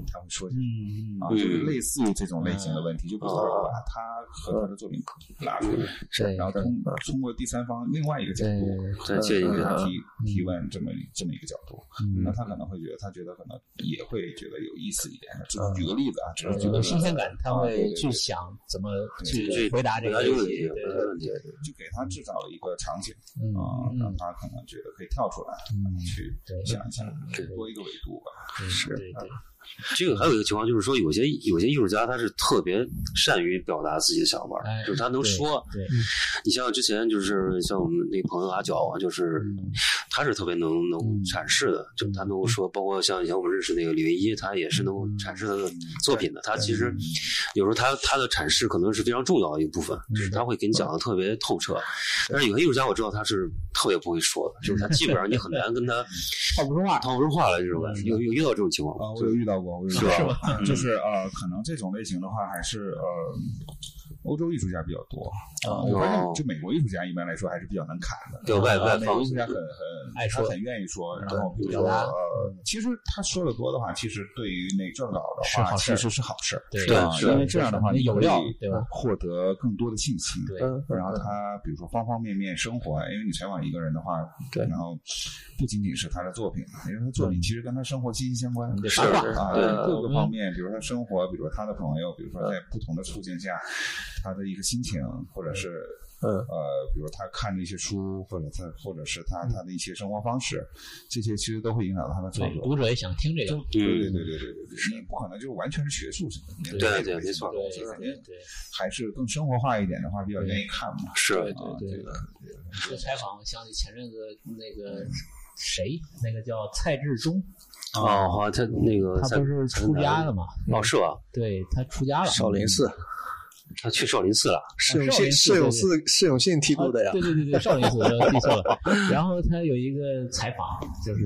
S6: 他会说些什么？
S2: 嗯
S6: 啊，
S3: 嗯
S6: 就是类似于这种类型的问题，就比如说把他和他的作品拉出来，
S2: 哦对，
S6: 然后通通过第三方另外一个角
S2: 对嗯
S6: 度
S3: 再借鉴一
S6: 给
S3: 下
S6: 他提提问这么一这么一个角度，那他可能会觉得他觉得可能也会觉得有意思一点。只
S2: 嗯
S6: 举个例子啊，只是举
S2: 有个
S6: 个例
S2: 新
S6: 子
S2: 鲜感，他
S6: 啊
S2: 会
S6: 对对
S2: 去
S6: 对
S2: 想怎么啊
S3: 去
S2: 去回答这
S3: 回
S2: 个
S3: 答这个问题，
S2: 对
S3: 回答这
S6: 啊
S3: 个问题，
S6: 就给他制造了一个场景
S2: 嗯
S6: 啊、
S2: 嗯
S6: 让他可能觉得可以跳出来、
S2: 嗯
S6: 去
S2: 对
S6: 想一想，
S3: 对
S6: 多一个维度吧。
S2: 是
S3: 对对，这个还有一个情况就是说，有些有些艺术家他是特别善于表达自己的想法，
S2: 哎
S3: 就是他能
S2: 对
S3: 说。
S2: 对，
S3: 你像之前就是像我们那个朋友阿角啊，就是
S2: 嗯
S3: 他是特别能能
S2: 嗯
S3: 阐释的，就是他能够说，包括像以前我们认识那个李唯一，他也是能够
S2: 嗯
S3: 阐释他的作品的。他其实有时候他他的阐释可能是非常重要的一个部分，就是他会给你讲的特别透
S2: 嗯
S3: 彻。但是有些艺术家我知道他是特别不会说的，就是他基本上你很难跟他
S2: 套不出话，
S3: 套不出话来这
S2: 嗯
S3: 种感觉。有有遇到这种情况
S6: 啊，
S3: 吗？
S6: 我有遇到过，我有遇
S3: 是
S6: 到过，就是呃，可能这种类型的话，还是呃，欧洲艺术家比较多啊。我发现
S3: 哦
S6: 就美国艺术家一般来说还是比较能侃的，
S3: 对外
S6: 啊
S3: 外
S6: 美
S3: 放
S6: 国艺术家很很
S2: 爱说
S6: 他很愿意说，
S3: 嗯
S6: 然后比如
S2: 表
S6: 说
S2: 达
S6: 呃，其实他说的多的话，其实对于那撰稿
S2: 是
S6: 的话，
S2: 好事
S6: 其
S2: 儿
S6: 实是好事儿，
S2: 对
S3: 对
S6: 啊
S3: 是
S6: 因为这样的话
S2: 是
S6: 你
S2: 有
S6: 可
S2: 料
S6: 以
S2: 对吧
S6: 获得更多的信息，
S2: 对
S6: 然后他比如说方方面面生活，啊因为你采访一个人的话，
S1: 对
S6: 然后不仅仅是他的作品，啊因为他作品其实跟他生活息息相关，
S2: 对
S3: 是
S2: 八卦
S6: 啊，
S3: 嗯对嗯
S6: 各个方面，比如说他生活，比如说他的朋友，比如说在不同的处境下，他的一个心情，或者是。
S1: 嗯
S6: 呃，比如他看的一些书，或者他，或者是
S3: 嗯
S6: 他他的一些生活方式，这些其实都会影响到他的创
S2: 对，
S6: 作。
S2: 读者也想听这个，
S3: 嗯
S6: 对对对对对对，你不可能就完全是学术性的，你
S3: 对
S6: 也
S3: 对
S6: 不
S3: 没错
S6: 会
S2: 对
S6: 这样
S2: 对对，
S6: 还是更生活化一点的话，比较愿意看嘛。
S3: 是
S2: 对
S6: 啊，
S2: 对
S6: 这
S2: 对
S6: 个这个
S2: 这个采访，我想起前阵子那个谁，那个叫蔡志忠，
S3: 哦，好，他那个
S2: 啊他
S3: 在
S2: 不是出家了嘛？
S3: 哦，是吧？
S2: 对他出家了，
S1: 少林寺，
S3: 他去少林寺了。
S1: 释永
S2: 啊少
S1: 信，
S2: 林寺
S1: 释永寺，释永信剃
S2: 啊
S1: 度的呀
S2: 对。对对对，少林寺我记错了。然后他有一个采访，就是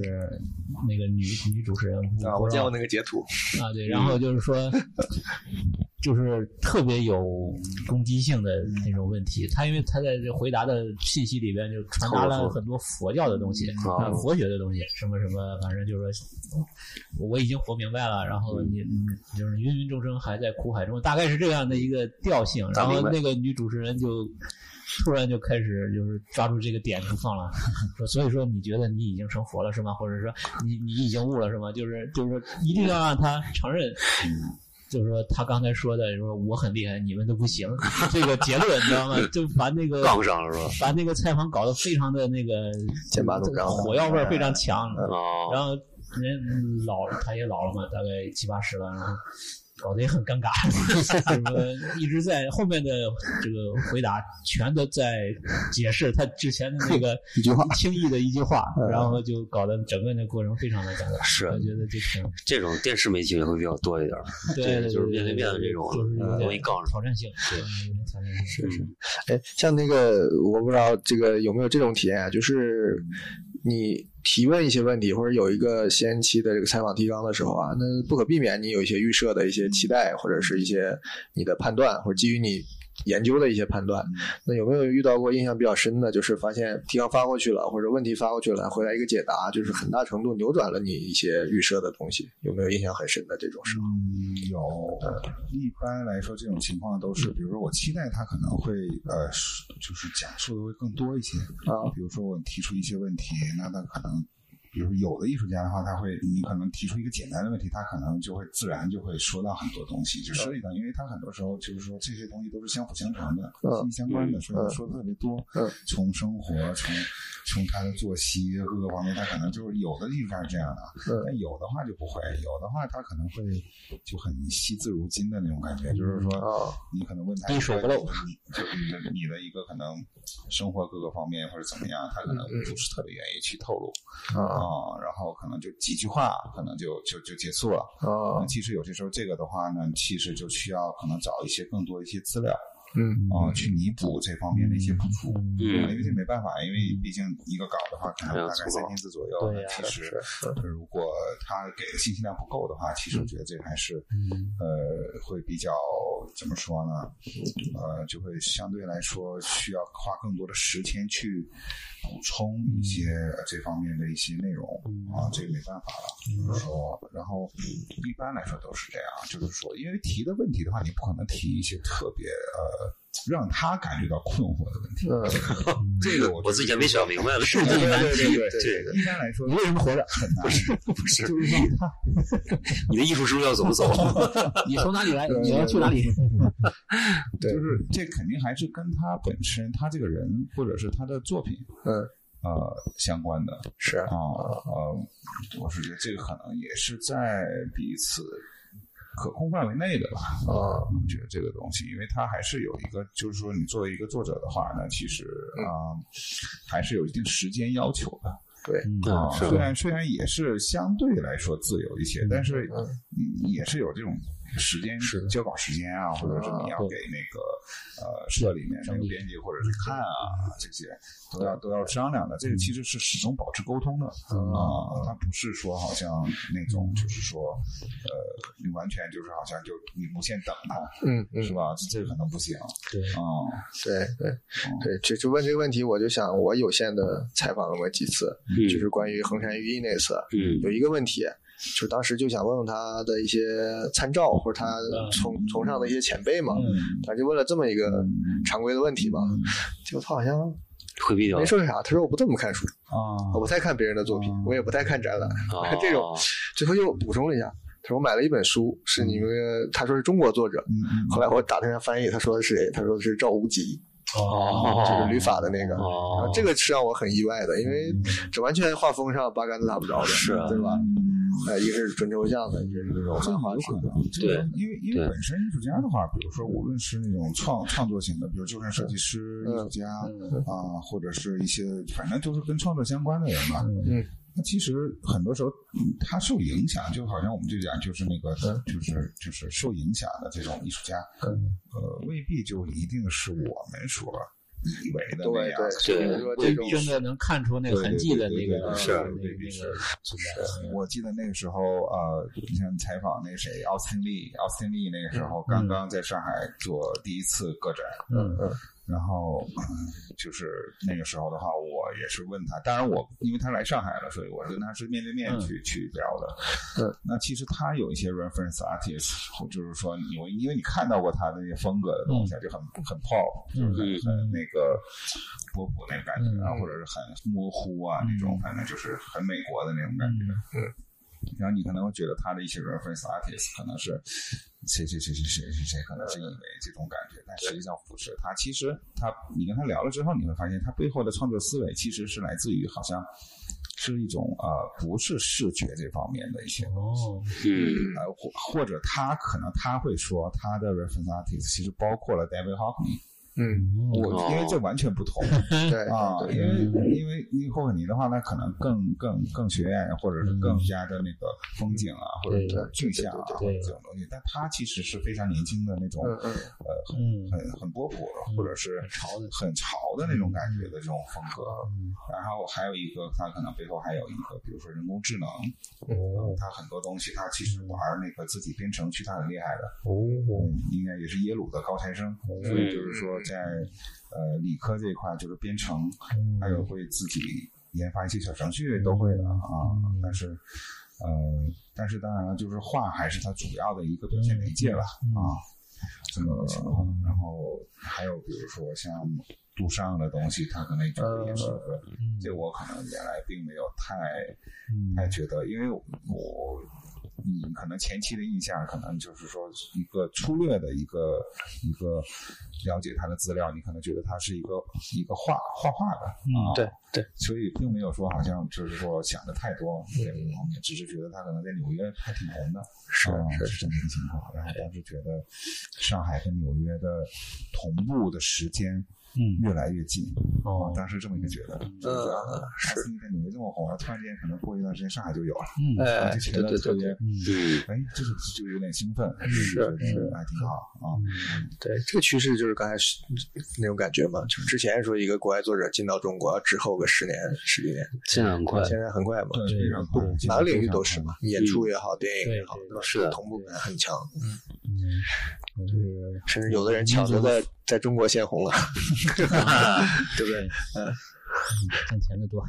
S2: 那个女女主持人
S1: 啊，
S2: 不
S1: 我
S2: 知
S1: 见
S2: 道
S1: 过那个截图，
S2: 啊，对，然后就是说， 就是特别有攻击性的那种问题。他因为他在这回答的信息里边就传达了很多佛教的东西、
S3: 哦
S2: 啊佛学的东西，什么什么，反正就是说，我已经活明白了，然后你
S3: 嗯
S2: 你就是芸芸众生还在苦海中，大概是这样的一个调性。
S3: 大
S2: 然后
S3: 明白
S2: 那个女主持人就。突然就开始就是抓住这个点不放了，说所以说你觉得你已经成佛了是吗？或者说你你已经悟了是吗？就是就是说一定要让他承认，
S1: 嗯
S2: 就是说他刚才说的，就是说我很厉害，你们都不行， 这个结论你知道吗？就把那个
S3: 杠上了是吧？
S2: 把那个采访搞得非常的那个
S1: 剑拔弩张哎的
S2: 火药味儿非常强，
S3: 哦，
S2: 然后人嗯老了，他也老了嘛，大概七八十了，然后搞得也很尴尬， 什么一直在后面的这个回答全都在解释他之前的那个
S1: 一句话嗯
S2: 轻易的一句话，然后就搞得整个那过程非常的尴尬。
S3: 是
S2: 我觉得就挺
S3: 这种电视媒体也会比较多一点儿。
S2: 对，
S3: 就是面对面的这种
S2: 就是有
S3: 容易
S2: 点
S3: 杠
S2: 挑
S3: 上。
S2: 战性，对，有点挑战性。是
S3: 是
S1: 哎，像那个，我不知道这个有没有这种体验啊，就是你提问一些问题，或者有一个先期的这个采访提纲的时候啊，那不可避免你有一些预设的一些期待，或者是一些你的判断，或者基于你研究的一些判断。那有没有遇到过印象比较深的，就是发现提纲发过去了，或者问题发过去了，回来一个解答，就是很大程度扭转了你一些预设的东西？有没有印象很深的这种事？
S6: 嗯，有。一般来说，这种情况都是，比如说我期待他可能会呃，是就是讲述的会更多一些
S1: 啊
S6: 比如说我提出一些问题，那他可能，比如有的艺术家的话，他会你可能提出一个简单的问题，他可能就会自然就会说到很多东西，就涉及到，因为他很多时候就是说这些东西都是相辅相成的，
S1: 嗯
S6: 息息相关的，所以
S1: 嗯
S6: 他说的特别多。
S1: 嗯
S6: 从生活，从从他的作息各个方面，他可能就是有的艺术家是这样的，
S1: 嗯
S6: 但有的话就不会，有的话他可能会就很惜字如金的那种感觉，就是说
S1: 啊，
S6: 你可能问他
S2: 滴水不漏
S6: 你就是你的你的一个可能生活各个方面或者怎么样，他可能
S2: 嗯
S6: 不是特别愿意去透露
S1: 啊
S6: 啊、然后可能就几句话，可能就就就结束了。
S1: 啊
S6: 那，其实有些时候这个的话呢，其实就需要可能找一些更多一些资料
S1: 嗯
S6: 啊、去弥补这方面的一些不足。
S3: 嗯
S6: 因为这没办法，因为毕竟一个稿的话，可能大概三千字左右。
S2: 对呀
S6: 那其实
S1: 是
S6: 如果他给的信息量不够的话，其实我觉得这个还是
S2: 嗯
S6: 呃会比较怎么说呢？呃，就会相对来说需要花更多的时间去补充一些这方面的一些内容啊，这个没办法了。就是说，然后一般来说都是这样，就是说，因为提的问题的话，你不可能提一些特别呃。让他感觉到困惑的问题。
S1: 嗯，
S6: 这个我
S3: 我自己也没想明白了，
S1: 对对对对对
S3: 这个
S6: 一般来说
S1: 你为什么活着？
S6: 很难。
S3: 不是你的艺术之路要怎么 走？
S2: 你从哪里来，你要去哪里？
S1: 对
S6: 就是这肯定还是跟他本身、他这个人，或者是他的作品，
S1: 嗯，
S6: 呃，相关的
S1: 是
S6: 啊。呃，我是觉得这个可能也是在彼此可控范围内的吧。
S1: 啊，
S6: 我觉得这个东西，因为它还是有一个，就是说你作为一个作者的话呢，其实
S1: 嗯
S6: 啊、还是有一定时间要求的。
S1: 对，
S6: 啊，
S3: 嗯，是
S6: 虽然虽然也是相对来说自由一些，但是
S1: 嗯
S6: 你也是有这种时间
S1: 是
S6: 交稿时间啊，或者是你要
S3: 嗯
S2: 对
S6: 给那个呃社里面那个编辑或者是看
S3: 嗯
S6: 啊这些都
S1: 嗯
S6: 要都要商量的。这个其实是始终保持沟通的
S3: 嗯
S6: 啊，它不是说好像那种就是说呃你完全就是好像就你无限等他
S1: 嗯嗯
S6: 是，吧？这这可能不行
S2: 对
S6: 啊。
S1: 对对对，就就问这个问题，我就想我有限的采访了我几次，
S3: 嗯
S1: 就是关于衡山玉意那次，
S3: 嗯
S1: 有一个问题，就当时就想问问他的一些参照或者他从从上的一些前辈
S2: 嗯
S1: 嘛，他就问了这么一个常规的问题嘛，结果他好像
S3: 回避掉
S1: 没
S3: 了
S1: 说啥，他说我不怎么看书，
S6: 啊
S1: 我不太看别人的作品，我也不太看展览，
S3: 啊
S1: 这种最后又补充了一下。他说我买了一本书，是你们他说是中国作者，
S6: 嗯
S1: 后来我打听一下翻译，他说的是谁？他说的是赵无极，
S3: 哦
S1: 就是旅法的那个。然
S3: 哦
S1: 后，这个是让我很意外的，因为这完全画风上八竿子打不着的，
S3: 是啊
S1: 对吧？呃，一个是纯抽象的，一个是这种
S6: 嗯这
S1: 漫画
S6: 有
S1: 式
S6: 可
S1: 的，
S6: 能，这个因为因为
S3: 对
S6: 本身艺术家的话，比如说无论是那种创创作型的，比如就算设计师、
S1: 嗯
S6: 艺术家啊，或者是一些反正就是跟创作相关的人吧，
S1: 嗯，
S6: 那其实很多时候嗯他受影响，就好像我们就讲就是那个就是就是受影响的这种艺术家，呃，未必就一定是我们所以为啊的那
S1: 对
S6: 样。
S1: 对，比如说这种
S2: 真的能看出那个痕迹的那个
S6: 是
S2: 那个
S6: 对对
S2: 那个存在。
S6: 呃我记得那个时候，呃，你像采访那谁，奥斯汀利，奥斯汀利那个时
S3: 嗯
S6: 候刚刚在上海做第一次个展，
S2: 嗯
S6: 然后、 嗯就是那个时候的话，我也是问他，当然我因为他来上海了，所以我跟他是面对面
S3: 嗯
S6: 去、去聊的。
S1: 嗯，
S6: 那其实他有一些 reference artist，或就是说你我因为你看到过他的那些风格的东西啊，就很很 pop，就是很、
S3: 嗯
S6: 很那个波普那种感觉啊，
S2: 嗯
S6: 或者是很模糊啊那
S3: 嗯
S6: 种，反正就是很美国的那种感觉。
S2: 嗯
S6: 然后你可能会觉得他的一些 reference artist 可能是谁谁谁谁谁谁谁，可能是以为这种感觉，但实际上不是。他其实他，你跟他聊了之后，你会发现他背后的创作思维其实是来自于好像是一种呃，不是视觉这方面的一些东西。
S2: 哦，
S3: 嗯
S6: 呃，或或者他可能他会说他的 reference artist 其实包括了 David Hockney，
S1: 嗯，
S6: 我因为这完全不同，
S1: 对
S6: 啊，
S1: 对
S6: 因为因为因为霍克尼的话，那可能更更更学院，或者是更加的那个风景啊，或者
S2: 嗯对
S6: 是具象啊，
S1: 对
S6: 或者这种东西。但他其实是非常年轻的那种，
S1: 嗯嗯
S6: 呃，
S2: 嗯
S6: 很很很波普，或者是
S2: 很潮的嗯
S6: 很潮的那种感觉的这种风格。然后还有一个，他可能背后还有一个，比如说人工智能，
S2: 哦，
S6: 他很多东西他其
S2: 嗯
S6: 实玩那个自己编程去，他很厉害的。
S1: 哦，
S6: 嗯，应该也是耶鲁的高材生，
S2: 嗯
S6: 所以就是说在呃理科这一块，就是编程，
S2: 嗯
S6: 还有会自己研发一些小程序都会的啊。但是呃，但是当然了，就是画还是它主要的一个表现媒介了
S2: 嗯
S6: 啊，这么个情况。然后还有比如说像杜尚的东西，他可能就是也是个，这我可能原来并没有太
S2: 嗯
S6: 太觉得，因为我你可能前期的印象可能就是说一个粗略的一个一个了解他的资料，你可能觉得他是一个一个画画画的啊、
S1: 嗯对对，
S6: 所以并没有说好像就是说想的太多这个方面，只是觉得他可能在纽约还挺红的，
S1: 是
S6: 啊
S1: 是
S6: 这么一个情况。然后当时觉得上海跟纽约的同步的时间
S2: 嗯，
S6: 越来越近，
S2: 哦，
S6: 当时这么一个觉得，
S1: 嗯
S6: 就是说啊是在纽约这么红，然后突然间可能过一段时间上海就有了，
S2: 嗯，
S1: 哎
S6: 就，觉
S1: 对
S6: 得
S1: 对
S6: 特
S1: 对
S6: 别
S1: 对。
S3: 嗯
S6: 哎，就是就有点兴奋，
S1: 是
S6: 觉得
S1: 是
S6: 还挺好啊。
S1: 对，这个趋势就是刚才是那种感觉嘛，就之前说一个国外作者进到中国要滞后个十年十几年，
S3: 现在很快，
S1: 现在很快嘛，
S6: 对，非常快，
S1: 哪嗯个领域都是嘛，演出也好，电影也好
S2: 对对，
S1: 对吧
S3: 是的
S1: 同步感很强，
S2: 嗯就是
S1: 甚至有的人抢着在在中国先红了，对不对？
S2: 嗯挣钱的多，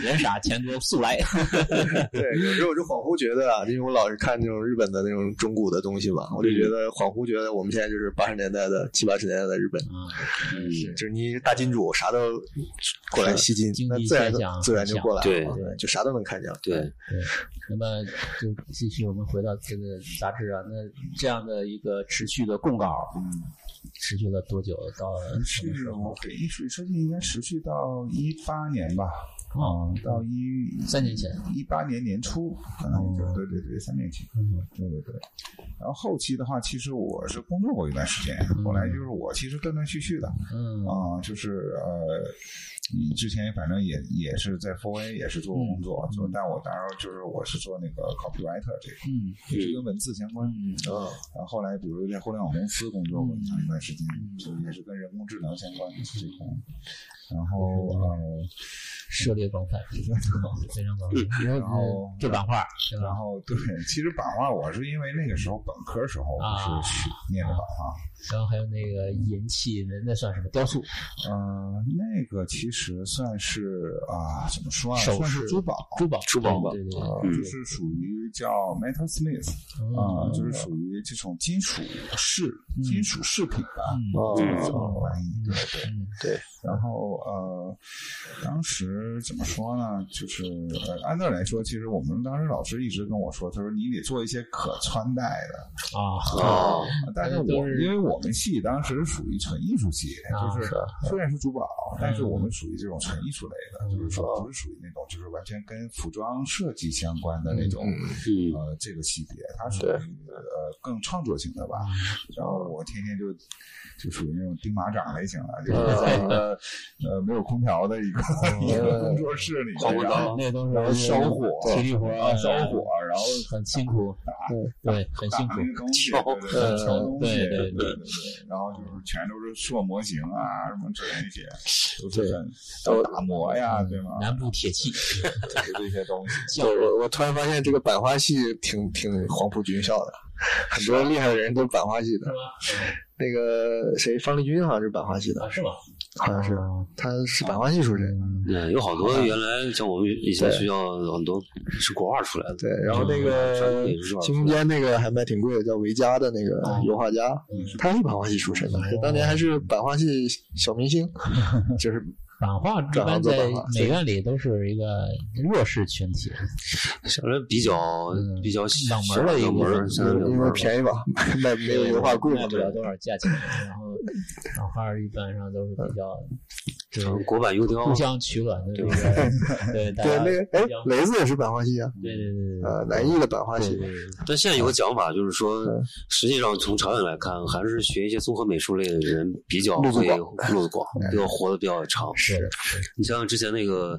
S2: 人傻钱多速来。啊
S1: 对，有时候我就恍惚觉得啊，因为我老是看那种日本的那种中古的东西嘛，我
S2: 嗯
S1: 就觉得恍惚觉得我们现在就是八十年代的七八十年代的日本，
S2: 啊，
S3: 嗯
S2: 是
S1: 就是你大金主啥都过来吸金
S2: 经，
S1: 那
S2: 济
S1: 自然
S2: 现象
S1: 自然就过来了，
S3: 对
S1: 对，就啥都能看见。嗯
S3: 对，
S2: 那么就继续我们回到这个杂志啊，那这样的一个持续的供稿，
S6: 嗯，
S2: 持续了多久？到什么时
S6: 是
S2: 候
S6: 我？给艺术与设计应该持续到一八年吧，
S2: 哦
S6: 嗯，到一
S2: 三年前。
S6: 一八年年初，可能也就对对对，三年前，
S2: 嗯
S6: 对对对。然后后期的话，其实我是工作过一段时间，后来就是我其实断断续续的，
S2: 嗯
S6: 啊、就是呃，你之前反正也也是在 f o a 也是做过工
S2: 嗯
S6: 作，做、但我当时就是我是做那个 copywriter 这个，
S2: 嗯
S6: 也是跟文字相关。
S1: 嗯，
S6: 然后后来比如在互联网公司工作
S2: 嗯
S6: 过很长一段时间，就也是跟人工智能相关的这块。然后呃，
S2: 涉猎广泛， 非常广泛。然
S6: 嗯然后
S2: 这版画，对
S6: 然
S2: 吧？
S6: 后对，其实版画我是因为那个时候本科时候
S2: 啊
S6: 我是学念的版画，
S2: 然后还有那个银器，那那算什么？雕塑，
S6: 嗯，那个其实算是啊，怎么说啊，
S2: 首
S6: 算
S2: 饰
S6: 是珠宝，
S2: 珠宝，
S3: 珠宝吧嗯
S2: 对对对，
S6: 呃，就是属于叫 metal smith 啊、
S2: 嗯
S6: 就是属于这种金属饰、金属饰品吧。
S2: 嗯
S1: 哦
S6: 这么翻译对对对
S2: 嗯
S1: 对，
S6: 然后呃，当时怎么说呢？就是呃，按道理来说，其实我们当时老师一直跟我说，他说你得做一些可穿戴的，
S2: 啊，
S3: 哦，
S6: 但
S2: 但
S6: 是
S2: 是都
S6: 我
S2: 是
S6: 因为我们系当时属于纯艺术系，
S2: 啊
S6: 就是虽然是珠宝，但是我们属于这种纯艺术类的，
S2: 嗯
S6: 就是说不是属于那种就是完全跟服装设计相关的那种。
S3: 嗯
S6: 呃，这个系别它属于呃更创作型的吧，然后我天天就就属于那种钉马掌类型的，就是在一个呃没有空调的一个一个工作室里
S3: 晃
S6: 面，
S3: 不
S6: 然后
S3: 到
S2: 那都
S6: 然后
S2: 是
S6: 烧火，
S2: 体力活嗯
S6: 啊，烧火，然后
S2: 很辛苦，对，很
S6: 打
S2: 辛苦
S6: 那，个东西，
S3: 敲
S6: 对对对敲东西，
S2: 对对
S6: 对
S2: 对
S6: 对，然后就是全都是硕模型啊，什么之类那些，都是很
S1: 对
S6: 要打磨呀，
S2: 嗯
S6: 对吗？
S2: 南部铁 器，
S6: 就是这些东 西，
S1: 对我我突然发现这个版画系挺挺黄埔军校的，很多厉害的人都是版画系的。那个谁，方力钧好像是版画系的，
S2: 啊是嗯吗？
S1: 好
S6: 啊
S1: 像是，他是版画系出身。
S3: 对，有好多原来像我们以前学校很多是国画出来的，
S1: 对，然后那个
S3: 嗯也是
S1: 新空间那个还卖挺贵的，叫维嘉的那个
S2: 哦
S1: 油画家，他是版画系出身的，当年还是版画系小明 星，就是
S2: 版画一般在美院里都是一个弱势群体，
S3: 相对比较
S2: 嗯
S3: 比较
S2: 冷门儿的一个
S3: 冷门儿，相对冷
S1: 因
S2: 嗯
S3: 门
S1: 为
S3: 儿。
S1: 便宜吧，卖没有油画贵
S2: 卖
S1: 嘛，
S2: 不
S1: 对吧
S2: 了？多少价钱。然后版画一般上都是比较，就是
S3: 国版油雕
S2: 互，相取暖的这个，对大
S1: 对，
S2: 家
S1: 那个哎
S2: 互相，
S1: 雷子也是版画系啊，
S2: 对对对对
S1: 呃，南艺的版画系
S2: 对，对对。
S3: 但现在有个讲法，就是说
S1: 嗯，
S3: 实际上从长远来看，还是学一些综合美术类的人比较
S1: 路子哎
S3: 会路子广，比较活得比较长。
S2: 是，
S3: 你像之前那个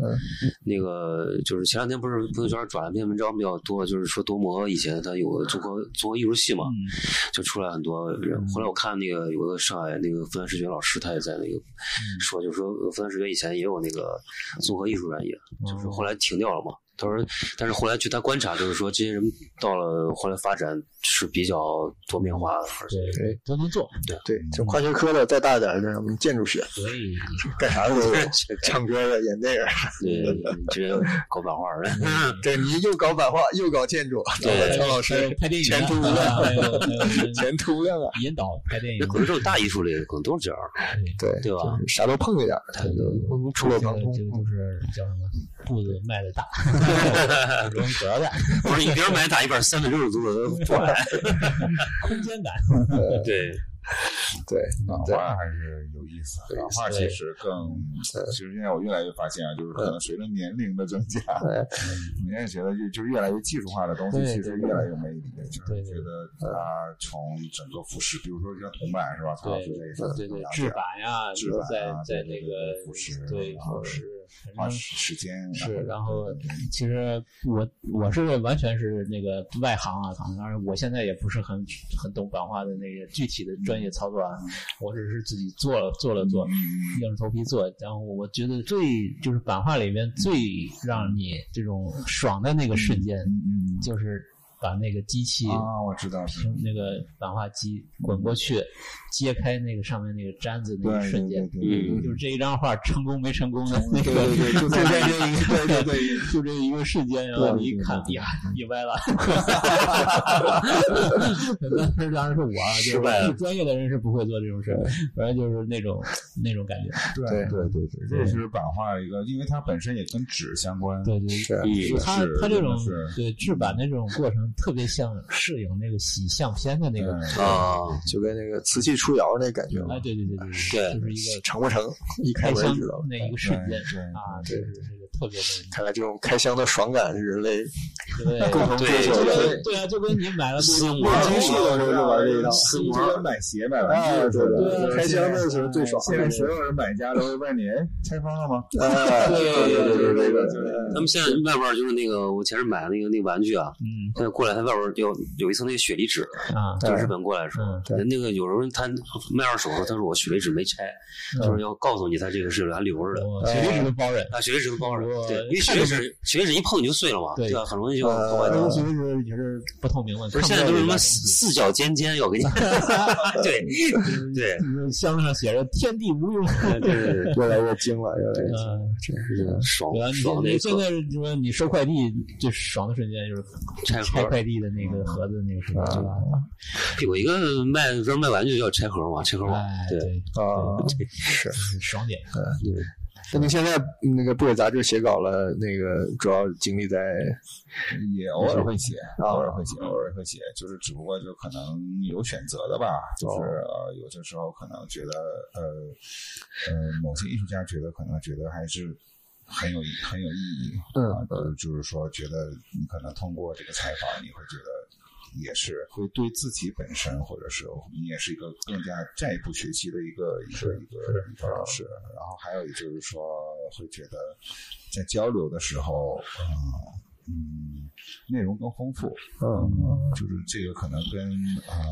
S3: 那个，就是前两天不是朋友圈转了篇文章比较多，就是说多摩以前他有个综合综合艺术系嘛，就出来很多人。后来我看那个有个上海那个复旦视觉老师，他也在那个说，就说复旦视觉以前也有那个综合艺术专业，就是后来停掉了嘛。他说，但是后来据他观察，就是说这些人到了后来发展是比较多面化的，而且
S2: 对，都能做，
S1: 对，就跨学科的再大点儿的，什么建筑学，
S2: 所以
S1: 干啥的都有，唱歌的、演电影儿，
S3: 对这些搞版画的，
S1: 对你又搞版画又搞建筑，
S3: 对
S1: 陈老师
S2: 拍电影啊
S1: 前途无量，
S2: 还有还有
S1: 前途无量啊，
S2: 引导拍电影
S3: 那， 可能这种大艺术类的可能都是这样，
S1: 对
S3: 对吧？
S1: 啥都碰一点儿，他就触类
S2: 这
S1: 旁
S2: 个
S1: 通
S2: 这。个就是叫什么，步子迈得大，容易得的，
S3: 不是一边买打一边三百六十度的转，
S2: 空间感，
S3: 对，
S1: 对
S6: 版
S1: 对
S6: 画还是有意思，版画其实更，
S1: 对
S6: 其实现在我越来越发现啊，就是可能随着年龄的增加，你也觉得就就越来越技术化的东西，
S2: 嗯对
S6: 其实越来越没理，就是
S2: 对嗯
S6: 觉得它从整个服饰，比如说像铜版是吧？曹老师这一次
S2: 对对
S6: 了，解
S2: 制版呀，
S6: 制版
S2: 在
S6: 啊
S2: 在
S6: 对
S2: 那
S6: 对
S2: 个
S6: 对服饰
S2: 对
S6: 然
S2: 服
S6: 后
S2: 饰，
S6: 花
S2: 反正。
S6: 时间
S2: 是，然后其实我我是完全是那个外行啊，当然我现在也不是很很懂版画的那个具体的专业操作啊，
S6: 嗯
S2: 我只是自己做了做了做，硬着头皮做。然后我觉得最就是版画里面最让你这种爽的那个瞬间，
S6: 嗯嗯，
S2: 就是把那个机器
S6: 啊，我知道是
S2: 平那个版画机滚过去，揭开那个上面那个毡子那
S6: 对
S2: 一
S6: 对
S2: 瞬间
S6: 对，对
S3: 嗯
S2: 就是这一张画成功没成功的那
S6: 对
S2: 个，
S6: 对对，就在
S2: 在
S6: 这
S2: 这一
S6: 个对对对，
S2: 就这一个瞬间，然后
S6: 对
S2: 你一
S6: 对
S2: 看，
S6: 对
S2: 呀，你歪 了。当时当然是我啊，就是
S3: 失败了
S2: 是 专业的人是不会做这种事儿，反正就是那种那种感觉。
S6: 对对对对，这也是版画一个，因为它本身也跟纸相关。
S2: 对对，
S1: 是
S3: 嗯
S2: 对，他
S6: 是
S2: 他这
S6: 真的
S2: 种
S6: 是
S2: 对制版的这种过程，特别像摄影那个洗相片的那个。
S6: 对
S3: 啊，
S1: 就跟那个瓷器出窑那感觉嘛
S2: 哎，，对对对对，就
S3: 对
S2: 是一个
S1: 成不成一开
S2: 开
S1: 门
S2: 箱
S1: 知道了。
S2: 那一个瞬间
S6: 嗯对
S2: 啊，
S1: 对
S2: 就是这个特别的
S1: 看来这种开箱的爽感是人类
S2: 对
S1: 共同追求
S2: 就
S1: 的。
S2: 跟对啊，就跟你买了
S3: 丝
S2: 东西
S3: 膜
S1: 我真是有时候就玩这一套
S6: 丝膜买鞋买完
S1: 对对
S6: 对，
S1: 对开箱那时候最爽
S6: 现在所有人买家都会问你，哎，拆封了吗？
S1: 哎，
S3: 对对
S1: 就是这
S3: 对对对对对
S1: 个
S6: 对对
S3: 他们现在外边儿就是那个，我前阵买的那个那个玩具啊，
S2: 嗯
S3: 现在过来，它外边儿有有一层那个雪梨纸，
S2: 啊，
S3: 从日本过来的时候
S2: 嗯，
S1: 对
S3: 那个有人他卖二手的时候，他说我雪梨纸没拆，
S1: 嗯
S3: 就是要告诉你他这个是还留着的。
S2: 我雪梨纸都包人，
S3: 啊，雪梨纸都包着
S2: 我，
S3: 对，因为雪梨纸雪梨纸一碰你就碎了嘛，
S2: 对
S3: 对吧？很容易就破坏
S1: 呃
S2: 东
S3: 掉了
S2: 西。就是也是不透明的，
S3: 不是现在都是什么四四角尖尖，要给你，对对
S2: 么箱子上写着“天地无用”，
S3: 对对对，
S1: 越来越精了，越来越精了，
S2: 嗯，
S1: 真是的。
S3: 爽
S2: 对啊，
S3: 爽
S2: 你
S3: 那一
S2: 你现
S3: 刻
S2: 在是说你收快递最爽的瞬间就是
S3: 拆
S2: 拆
S3: 盒，
S2: 快递的那个盒子那个时候，对吧？
S3: 有一个卖专门卖玩具叫拆盒嘛，拆盒网
S2: 哎，，
S3: 对，
S2: 对，
S1: 啊，是。
S2: 爽点，
S1: 那您现在那个《不给杂志》写稿了，那个主要精力在
S6: 也偶尔会写，
S1: 啊
S6: 偶尔会写，偶尔会写，就是只不过就可能有选择的吧，就是、
S1: 哦
S6: 呃有的时候可能觉得呃呃某些艺术家觉得可能觉得还是。很有意很有意义，
S1: 嗯
S6: 啊，就是就是说，觉得你可能通过这个采访，你会觉得也是会对自己本身，或者是你也是一个更加进一步学习的一个一个一个一个是。
S1: 啊
S6: 然后还有就是说，会觉得在交流的时候，嗯，嗯，内容更丰富。嗯，就是这个可能跟呃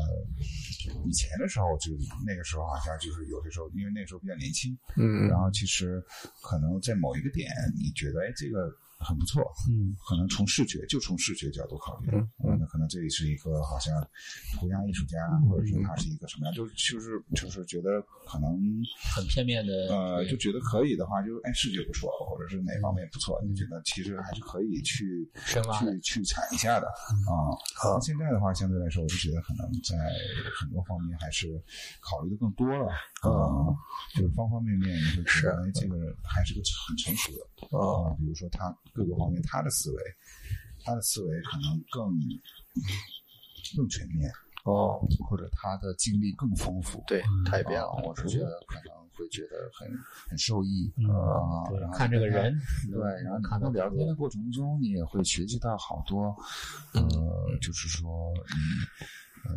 S6: 以前的时候，就是那个时候好像就是有的时候，因为那时候比较年轻，
S1: 嗯
S6: 然后其实可能在某一个点，你觉得哎这个很不错，
S2: 嗯，
S6: 可能从视觉就从视觉角度考虑，
S1: 嗯嗯
S6: 那可能这里是一个好像图像艺术家，或者
S1: 嗯
S6: 是他是一个什么样，就是就是就是觉得可能
S2: 很片面的，
S6: 呃，
S2: 对
S6: 就觉得可以的话，就是哎，视觉不错，或者是哪方面不错，你就觉得其实还是可以去
S2: 深挖的嗯
S6: 去去踩一下的啊。那现在的话，相对来说，我就觉得可能在很多方面还是考虑的更多了
S2: 嗯
S6: 啊，就是方方面面你会觉得哎这个人还是个很成熟的
S1: 啊，
S2: 哦
S6: 啊，比如说他各个方面他的思维，他的思维可能更更全面，
S1: 哦，
S6: 或者他的经历更丰富。
S1: 对，太变了
S6: 啊，我是觉得可能会觉得很很受益
S2: 嗯
S6: 啊、
S2: 对
S6: 然后
S2: 看这个人，
S6: 对，然后你跟他聊天的过程中，你也会学习到好多，呃，就是说，嗯，呃，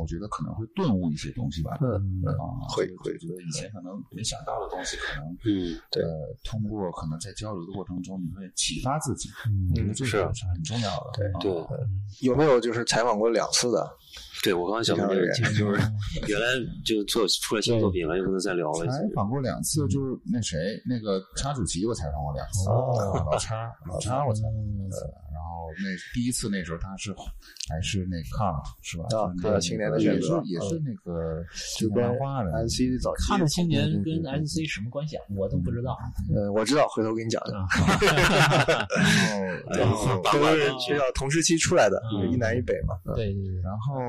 S6: 我觉得可能会顿悟一些东西吧。
S1: 嗯嗯
S6: 啊，
S1: 会
S6: 就觉得以前可能没想到的东西，可能
S3: 嗯，
S1: 对
S6: 呃，通过可能在交流的过程中，你会启发自己，
S2: 嗯
S6: 我觉得这
S3: 是
S6: 个是很重要的。
S1: 对
S6: 啊
S3: 对
S1: 有没有就是采访过两次的？
S3: 对我刚刚想问这个问题，就是原来就做出了新作品了，有可能再聊了一次
S6: 采，访过两次，就是那谁，那个叉主席，我采访过两次。
S1: 哦
S6: 老叉，老叉，我采访过两次。然后那第一次那时候他是还是那抗是吧？
S1: 啊
S6: 就是那
S1: 抗日青年的
S6: 也
S1: 选
S6: 是
S1: 择嗯
S6: 也是那个
S1: 就跟
S6: 漫画的
S1: NC 早期
S2: 看着青年
S6: 对对
S2: 跟
S6: 对
S2: NC 什么关系啊？我都不知道。
S1: 呃，我知道，回头给你讲讲。哎
S6: 然后然后
S1: 都是知道同时期出来的，
S2: 嗯
S1: 一南一北嘛。嗯
S2: 对对 对，
S6: 然后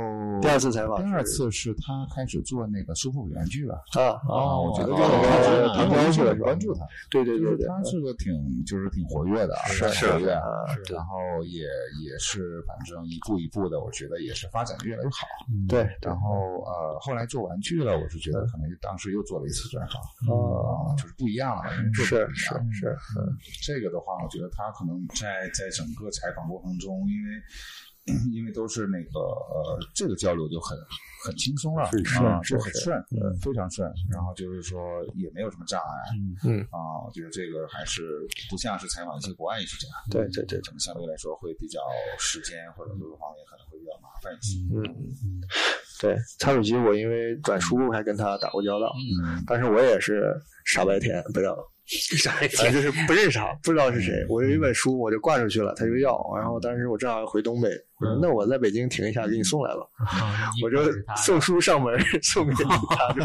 S1: 第二次采访，
S6: 第二次是他开始做那个修复原剧了。
S1: 啊啊，
S2: 哦
S6: 我觉得
S1: 哦
S6: 我
S1: 哦
S6: 关注
S1: 哦
S6: 关注他，
S1: 对对
S6: 就是
S1: 对对，
S6: 他是个挺就是挺活跃的啊，
S1: 是
S6: 挺活跃啊。
S1: 啊，
S2: 是
S6: 然后也也是，反正一步一步的，我觉得也是发展的越来越好。
S1: 对，
S6: 然后呃，后来做玩具了，我是觉得可能当时又做了一次专访，
S1: 哦
S6: 啊，就是不一样了。
S1: 是
S6: 做
S1: 是
S6: 得不一
S1: 是
S6: 样
S1: 是，嗯
S6: 这个的话，我觉得他可能在在整个采访过程中，因为因为都是那个呃，这个交流就很很轻松了，
S1: 是
S6: 啊，
S1: 是
S6: 就很
S1: 是
S6: 顺，非常顺。然后就是说也没有什么障碍，
S1: 嗯
S6: 啊，我觉得这个还是不像是采访一些国外艺术家，
S1: 对对对
S6: 可能相对来说会比较时间或者各个方面可能会比较麻烦一些。
S1: 嗯，对，蔡主席，
S2: 嗯
S6: 嗯
S1: 我因为转书还跟他打过交道，但是我也是傻白甜，不要嗯
S3: 啥也
S1: 反
S3: 听
S1: 正就是不认识他，不知道是谁。我有一本书，我就挂出去了，他就要。然后当时我正好回东北，我说那我在北京停一下，给你送来吧。
S2: 啊
S1: 我就送书上门，送给他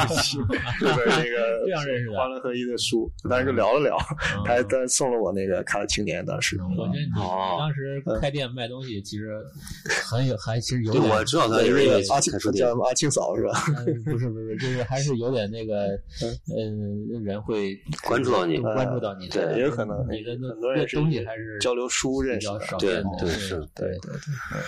S1: 就行。这本那个
S2: 这样认识的嗯
S1: 花轮合一的书，当时就聊了聊，他还
S2: 的。
S1: 他送了我那个《卡的青年》，当时。
S2: 我觉得你
S3: 哦
S2: 当时开店卖东西，其实很有，还其实有
S3: 对，
S1: 嗯
S2: 点，
S3: 我知道他
S1: 我
S3: 就是因为
S1: 阿庆
S3: 开书
S1: 叫
S3: 店
S1: 什，么阿庆嫂是吧？
S2: 嗯不是不是，就是还是有点那个，嗯，人会
S3: 关注到你
S2: 关注到你的，嗯
S1: 对也有可能
S2: 你的那
S1: 很多人是
S2: 东西还是
S1: 交流书认
S2: 比
S1: 识的
S2: 较少
S3: 对
S2: 见的，
S3: 对
S2: 对
S3: 是
S1: 对对对，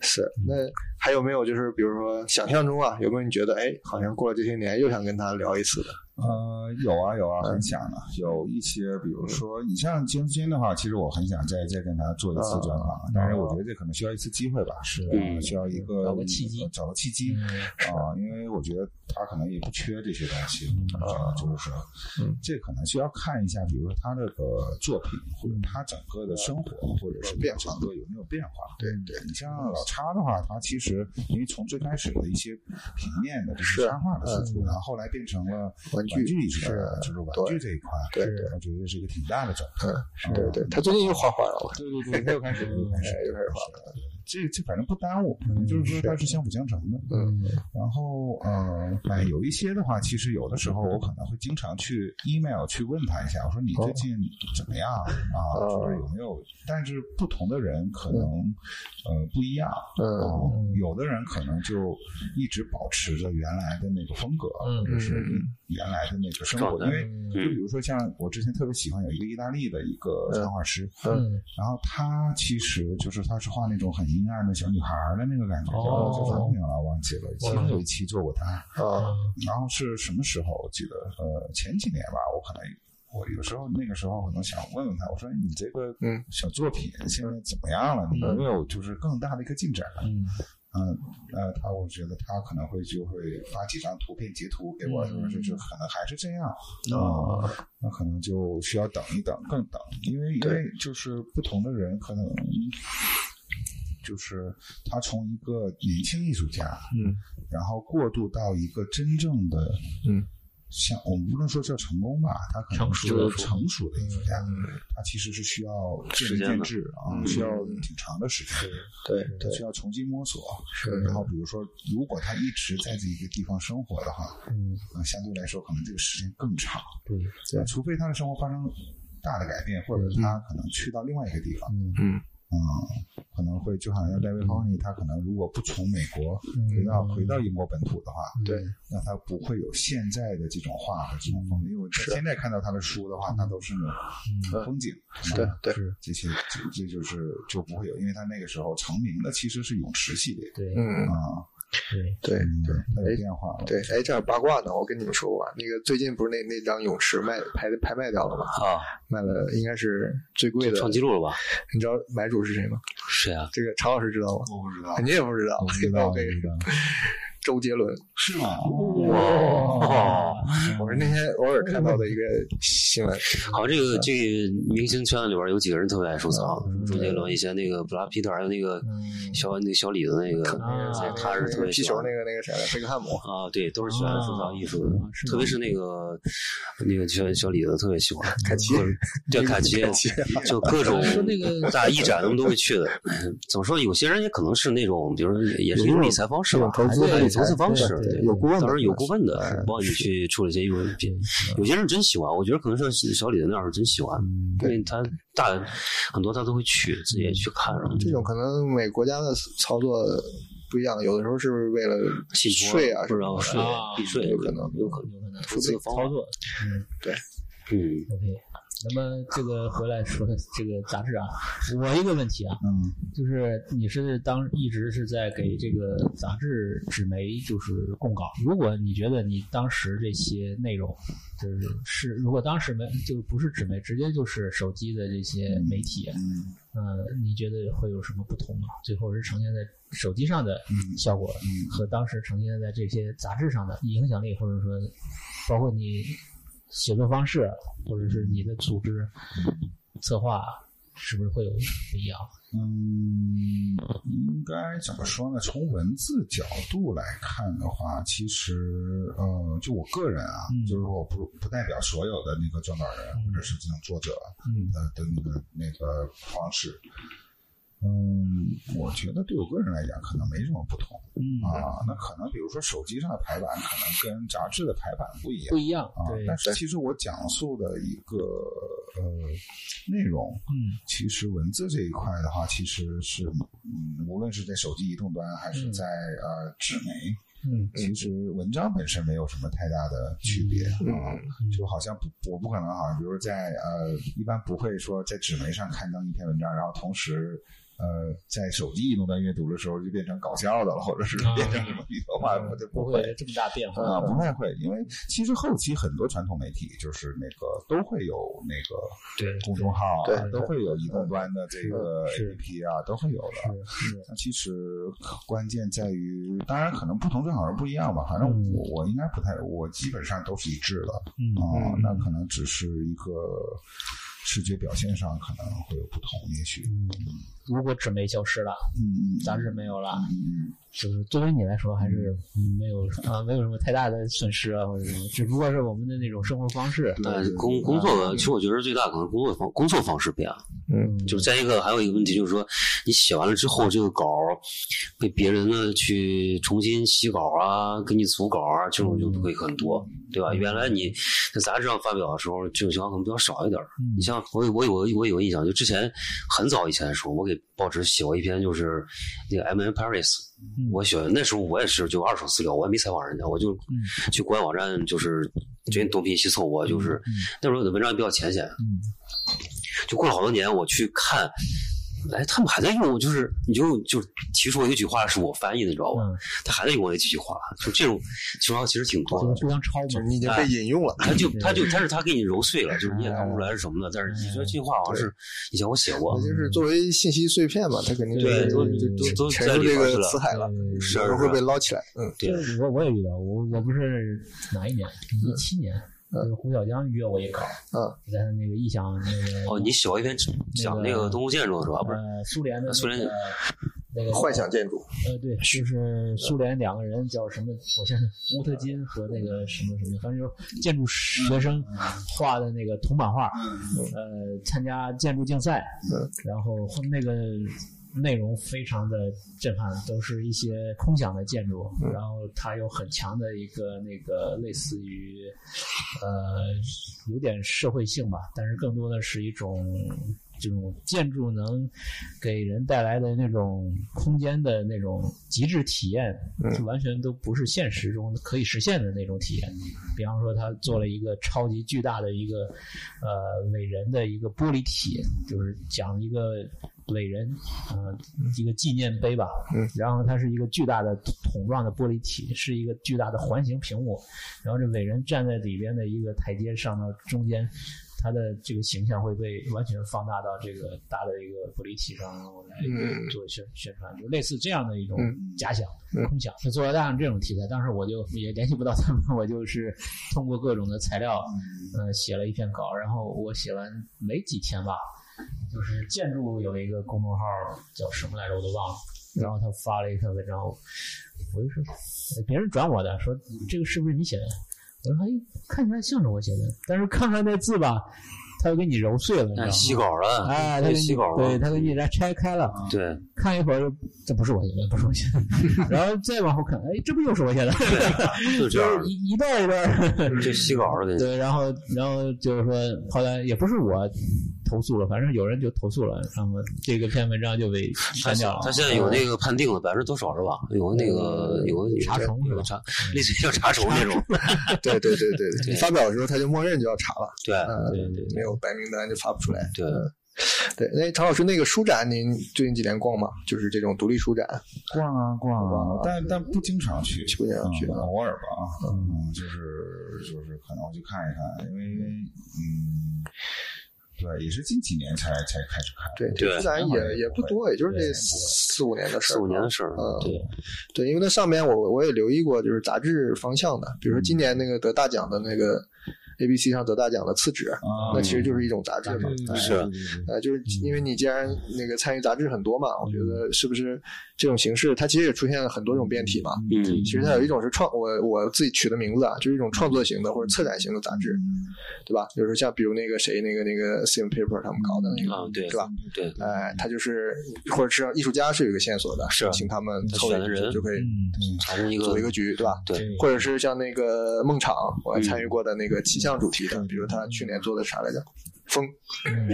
S1: 是。那还有没有就是比如说想象中啊，有没有你觉得哎，好像过了这些年又想跟他聊一次的？
S6: 呃，有啊有啊，很想的。有一些，比如说你像金金的话，其实我很想再再跟他做一次专访，但是我觉得这可能需要一次机会吧，是
S3: 嗯
S6: 需要一个呃
S2: 找个契机嗯
S6: 找个契机啊、因为我觉得他可能也不缺这些东西啊、就是说，这可能需要看一下，比如说他这个作品，或者他整个的生活，或者是变整个有没有变化。对对，你像老叉的话，他其实因为从最开始的一些平面的这
S1: 是
S6: 些插画的输出，然后后来变成了
S1: 玩具
S6: 具艺术的，
S1: 是
S6: 就是玩
S1: 对
S6: 具这一块，
S1: 对嗯
S6: 是我觉得是一个挺大的转变。
S1: 对
S6: 啊
S1: 对，他最近又画画了，我看
S6: 对对对，他又开始又开始
S1: 又开始画
S6: 了。这这反正不耽误，反正就是说它是相辅相成的。
S1: 嗯，
S6: 然后呃，哎，有一些的话，其实有的时候我可能会经常去 email 去问他一下，我说你最近怎么样啊？
S1: 哦
S6: 就是有没有？但是不同的人可能呃不一样，
S1: 嗯
S6: 哦，有的人可能就一直保持着原来的那个风格，
S2: 嗯
S6: 或者是
S1: 嗯嗯
S6: 原来的那个生
S3: 状
S6: 活，
S3: 态
S6: 因为
S2: 嗯
S6: 就比如说像我之前特别喜欢有一个意大利的一个插画师，
S2: 嗯
S6: 然后他其实就是他是画那种很阴暗的小女孩儿的那个感觉，
S2: 哦
S6: 叫什么名了忘记了，其中有一期做过他，
S1: 啊，
S6: 然后是什么时候？我记得呃前几年吧，我可能。我有时候那个时候可能想问问他，我说你这个
S1: 嗯
S6: 小作品现在怎么样了？你有没有就是更大的一个进展？
S2: 嗯
S6: 嗯，那他我觉得他可能会就会发几张图片截图给
S2: 嗯
S6: 我，
S2: 哦
S6: 就是就是可能还是这样啊、那可能就需要等一等，更等，因为因为就是不同的人可能。就是他从一个年轻艺术家，
S1: 嗯，
S6: 然后过渡到一个真正的，
S1: 嗯，
S6: 像我们不能说叫成功吧，他可
S2: 成
S6: 能
S2: 熟的
S6: 就是成熟的艺术家，他其实是需要见
S3: 时
S6: 仁
S3: 间
S6: 见
S3: 的
S6: 智啊，
S1: 嗯
S6: 需要挺长的时间。
S1: 对
S6: 他
S1: 对
S6: 需要重新摸索。
S1: 是
S6: 然后比如说，如果他一直在这一个地方生活的话，
S2: 嗯，
S6: 那相对来说可能这个时间更长。
S2: 对
S1: 对
S6: 除非他的生活发生大的改变，或者他可能去到另外一个地方，
S2: 嗯
S1: 嗯
S6: 嗯，可能会就好像戴维·康尼，他可能如果不从美国
S2: 嗯
S6: 回到
S1: 嗯
S6: 回到英国本土的话，
S1: 对，
S6: 那他不会有现在的这种画的这种风格，因为我
S1: 嗯是
S6: 现在看到他的书的话，他都是那种风景，
S1: 对对
S6: 这些这这就是就不会有，因为他那个时候成名的其实是泳池系列
S2: 对
S1: 嗯
S6: 啊，
S1: 对
S2: 对，
S1: 对。
S6: 它
S1: 哎
S6: 有变化了。
S1: 对，哎，这样八卦呢，我跟你们说过啊，那个最近不是那那张泳池卖拍拍卖掉了吗？
S3: 啊，
S1: 卖了应该是最贵的，
S3: 创纪录了吧？
S1: 你知道买主是谁吗？
S3: 谁啊？
S1: 这个常老师知道吗？
S6: 我不知道
S1: 肯定也不知道
S2: 嗯
S6: 我不知，
S1: 那
S6: 道，
S1: 我
S6: 我不
S1: 给
S6: 知道，
S1: 周杰伦，
S6: 是吗？
S3: 哦，
S1: 我是那天偶尔看到的一个新闻，
S3: 好像这个这个明星圈里边有几个人特别爱收藏，
S1: 嗯
S3: 周杰伦以前那个布拉皮特，还有那个小那个小李子那个，
S2: 啊
S3: 他是特别
S1: 皮
S3: 喜
S1: 球
S3: 欢
S1: 那个那个谁来，贝克汉姆，
S3: 啊，对，都是喜欢
S1: 哦
S3: 收藏艺术的
S2: 啊，是吗
S3: 特别是那个那个小小李子特别喜欢凯奇，对凯奇，就各种
S2: 说那个
S3: 大艺展他们都会去的。怎么说？有些人也可能是那种，比如说也是一种理财方式吧，
S1: 有这种投资
S3: 还
S1: 理
S3: 有
S1: 财
S3: 投资方式，
S1: 对
S3: 对
S1: 有顾问的
S3: 当然有顾问的
S1: 哎
S3: 帮你去处理一些艺术品。有些人真喜欢，我觉得可能像小李子那样是真喜欢，
S1: 嗯
S3: 因为他大很多他都会去自己也去看，然后
S1: 这种可能每国家的操作不一样，有的时候是为了
S3: 信托
S1: 税啊什
S3: 不知道
S1: 么
S3: 税
S1: 的，
S2: 啊
S3: 避税
S1: 有可能
S3: 有可能
S2: 有可能
S3: 投资的方法
S2: 操，作，嗯。
S3: 嗯。
S2: OK，那么这个回来说这个杂志啊，我一个问题啊，
S6: 嗯，
S2: 就是你是当一直是在给这个杂志纸媒就是供稿，如果你觉得你当时这些内容就是是如果当时没就不是纸媒，直接就是手机的这些媒体，
S6: 嗯
S2: 呃，你觉得会有什么不同吗？最后是呈现在手机上的
S6: 嗯
S2: 效果，和当时呈现在这些杂志上的影响力，或者说包括你写作方式，或者是你的组织策划，是不是会有不一样？
S6: 嗯，应该怎么说呢？从文字角度来看的话，其实呃，就我个人啊，
S2: 嗯
S6: 就是说我不不代表所有的那个撰稿人或者是这种作者
S2: 嗯
S6: 呃的那个那个方式。嗯，我觉得对我个人来讲，可能没什么不同
S2: 嗯，
S6: 啊。那可能比如说手机上的排版，可能跟杂志的排版不一样
S2: 不。一样
S6: 啊，，
S2: 对，
S6: 但是其实我讲述的一个呃内容，
S2: 嗯
S6: 其实文字这一块的话，其实是嗯，无论是在手机移动端还是
S2: 嗯
S6: 在、呃纸媒，
S2: 嗯
S6: 其实文章本身没有什么太大的区别
S2: 嗯
S6: 啊、就好像不我不可能好像比如在呃一般不会说在纸媒上刊登一篇文章，然后同时。呃，在手机移动端阅读的时候，就变成搞笑的了，或者是
S2: 啊嗯
S6: 变成什么娱乐化，我就
S2: 不
S6: 会
S2: 会嗯有这么大变化
S6: 啊，不太会，因为其实后期很多传统媒体就是那个都会有那个
S2: 对
S6: 公众号啊，
S1: 对
S6: 都会有移动端的这个
S2: 是
S6: APP 啊，都会有的。
S2: 是是，
S6: 那其实关键在于，当然可能不同正好是不一样吧，反正
S2: 嗯
S6: 我我应该不太，我基本上都是一致的
S2: 嗯
S6: 啊、那可能只是一个视觉表现上可能会有不同，也许，
S2: 嗯，如果纸媒消失了，
S6: 嗯，
S2: 杂志没有了，
S6: 嗯，
S2: 就是作为你来说，还是
S3: 嗯
S2: 没有啊，没有什么太大的损失啊，或者什么，只不过是我们的那种生活方式。
S3: 但呃工工作的，其实我觉得最大可能工作方工作方式变了。
S1: 嗯
S3: 就是再一个，还有一个问题就是说，你写完了之后，这个稿儿被别人呢去重新洗稿啊，给你组稿啊，这种就会很多，对吧？原来你在杂志上发表的时候，这种情况可能比较少一点儿。
S2: 嗯
S3: 你像我有我有我有印象，就之前很早以前的时候，我给报纸写过一篇，就是那个 M N Paris，
S2: 嗯
S3: 我写那时候我也是就二手私聊，我也没采访人家，我就去国外网站就是决定东拼西凑，我就是那时候我的文章也比较浅显，
S2: 嗯
S3: 就过了好多年，我去看，哎，他们还在用，就是你就就提出我一句话是我翻译的，你知道吧？
S2: 嗯，
S3: 他还在用我那几句话，就这种情况其实挺多
S2: 就是
S3: 的。
S2: 互相抄
S1: 就
S2: 嘛
S1: 是。你已经被引用了，
S3: 他就他就但是他给你揉碎了，就是你也
S2: 哎
S3: 看不出来是什么的。但是你说这句话好像是以前我写过
S1: 那，就是作为信息碎片嘛，它肯定就
S3: 对
S1: 是
S3: 都
S1: 就
S3: 都都
S1: 沉
S3: 在
S1: 入
S3: 里
S1: 这
S3: 边去
S1: 个
S3: 了
S1: 词海了，
S2: 嗯
S3: 是
S1: 有时候
S3: 是
S1: 会被捞起来。嗯，
S3: 对
S2: 就是我我也遇到，我我不是哪一年，
S3: 嗯
S2: 一七年，就是胡小江约我一考，
S1: 嗯，
S2: 在他那个异乡那个
S3: 哦，你写过一篇讲那个东欧建筑的是吧？不是，
S2: 呃苏联的那个
S3: 苏联
S2: 那个
S1: 幻想建筑，
S2: 呃，对，就是苏联两个人叫什么？我现在乌特金和那个什么什么，反正就是建筑学生画的那个铜版画，呃，参加建筑竞赛
S1: 嗯，
S2: 然后那个内容非常的震撼，都是一些空想的建筑，然后它有很强的一个那个类似于呃有点社会性吧，但是更多的是一种这种建筑能给人带来的那种空间的那种极致体验，就完全都不是现实中可以实现的那种体验。比方说，他做了一个超级巨大的一个呃伟人的一个玻璃体，就是讲一个伟人，呃，一个纪念碑吧。
S1: 嗯。
S2: 然后它是一个巨大的桶状的玻璃体，是一个巨大的环形屏幕，然后这伟人站在里边的一个台阶上到中间。他的这个形象会被完全放大到这个大的一个玻璃体上，然后来
S1: 嗯
S2: 做宣宣传，就类似这样的一种
S1: 嗯
S2: 假想、
S1: 嗯
S2: 空想。就做了大量这种题材，当时我就也联系不到他们，我就是通过各种的材料，呃，写了一篇稿，然后我写完没几天吧，就是建筑有一个公众号叫什么来着，我都忘了。然后他发了一篇文章，我我就说，呃别人转我的，说这个是不是你写的？我说，哎，看起来像是我写的，但是看看这字吧，他又给你揉碎了，你知道
S3: 哎
S2: 吗？
S3: 洗稿了，
S2: 哎，他
S3: 对
S2: 给你
S3: 洗稿
S2: 对，他
S3: 了，
S2: 给你来拆开了，
S3: 对，
S2: 看一会儿就，这不是我写的，不是我写 的，然后再往后看，哎，这不又是我写的，
S3: 就这样
S2: 就，是 一一段一段，
S3: 这洗稿了得。
S2: 对，然后然后就是说，后来也不是我投诉了，反正有人就投诉了，然后这个篇文章就被
S3: 他
S2: 删
S3: 现
S2: 掉了。
S3: 他现在有那个判定了百分之多少是吧？有个那个有个有个
S2: 查重是吧
S3: 有个查， 类似于像查重那种。
S1: 对对对对对，
S3: 对
S1: 你发表的时候它就默认就要查了，
S3: 对
S1: 嗯，
S2: 对对
S1: 没有白名单就发不出来。
S3: 对，
S1: 对，那常老师那个书展，您最近几年逛吗？就是这种独立书展，
S6: 逛啊
S1: 逛
S6: 逛
S1: 啊
S6: 啊，但但不经常去，
S1: 不经常去
S6: 嗯
S1: 啊
S6: 偶尔吧啊，嗯，就是就是可能我去看一看，因为嗯，对，也是近几年才才开始看，
S1: 对，
S3: 对
S1: 这书展也也不多，也就是这四五年的事儿，
S3: 四五年的事儿，
S1: 嗯
S3: 对，
S1: 对，因为那上面我我也留意过，就是杂志方向的，比如说今年那个得大奖的那个 ABC 上得大奖的《厕纸》，
S6: 啊
S3: 嗯
S1: 那其实就是一种杂志
S2: 嗯
S1: 嘛。哎
S3: 是啊
S1: 呃，就是因
S3: 嗯
S1: 为你既然那个参与杂志很多嘛，我觉得是不是这种形式，它其实也出现了很多种变体嘛。
S3: 嗯
S1: 其实它有一种是创，我我自己取的名字啊，就是一种创作型的或者策展型的杂
S6: 嗯
S3: 嗯
S1: 志，对吧？就是像比如那个谁，那个那个 Sim Paper 他们搞的那个，
S3: 啊，对
S1: 对吧？
S3: 对，
S1: 哎，他就是或者是艺术家是有一个线索的，
S3: 是
S1: 请他们
S3: 他
S1: 凑
S3: 选
S1: 一
S3: 的
S1: 个
S3: 人
S1: 就可以
S2: 嗯，
S3: 产生一个
S1: 组一个局，对吧？
S3: 对，
S1: 或者是像那个梦场，我还
S3: 嗯
S1: 参与过的那个气象主题的，比如他去年做的啥来着？风，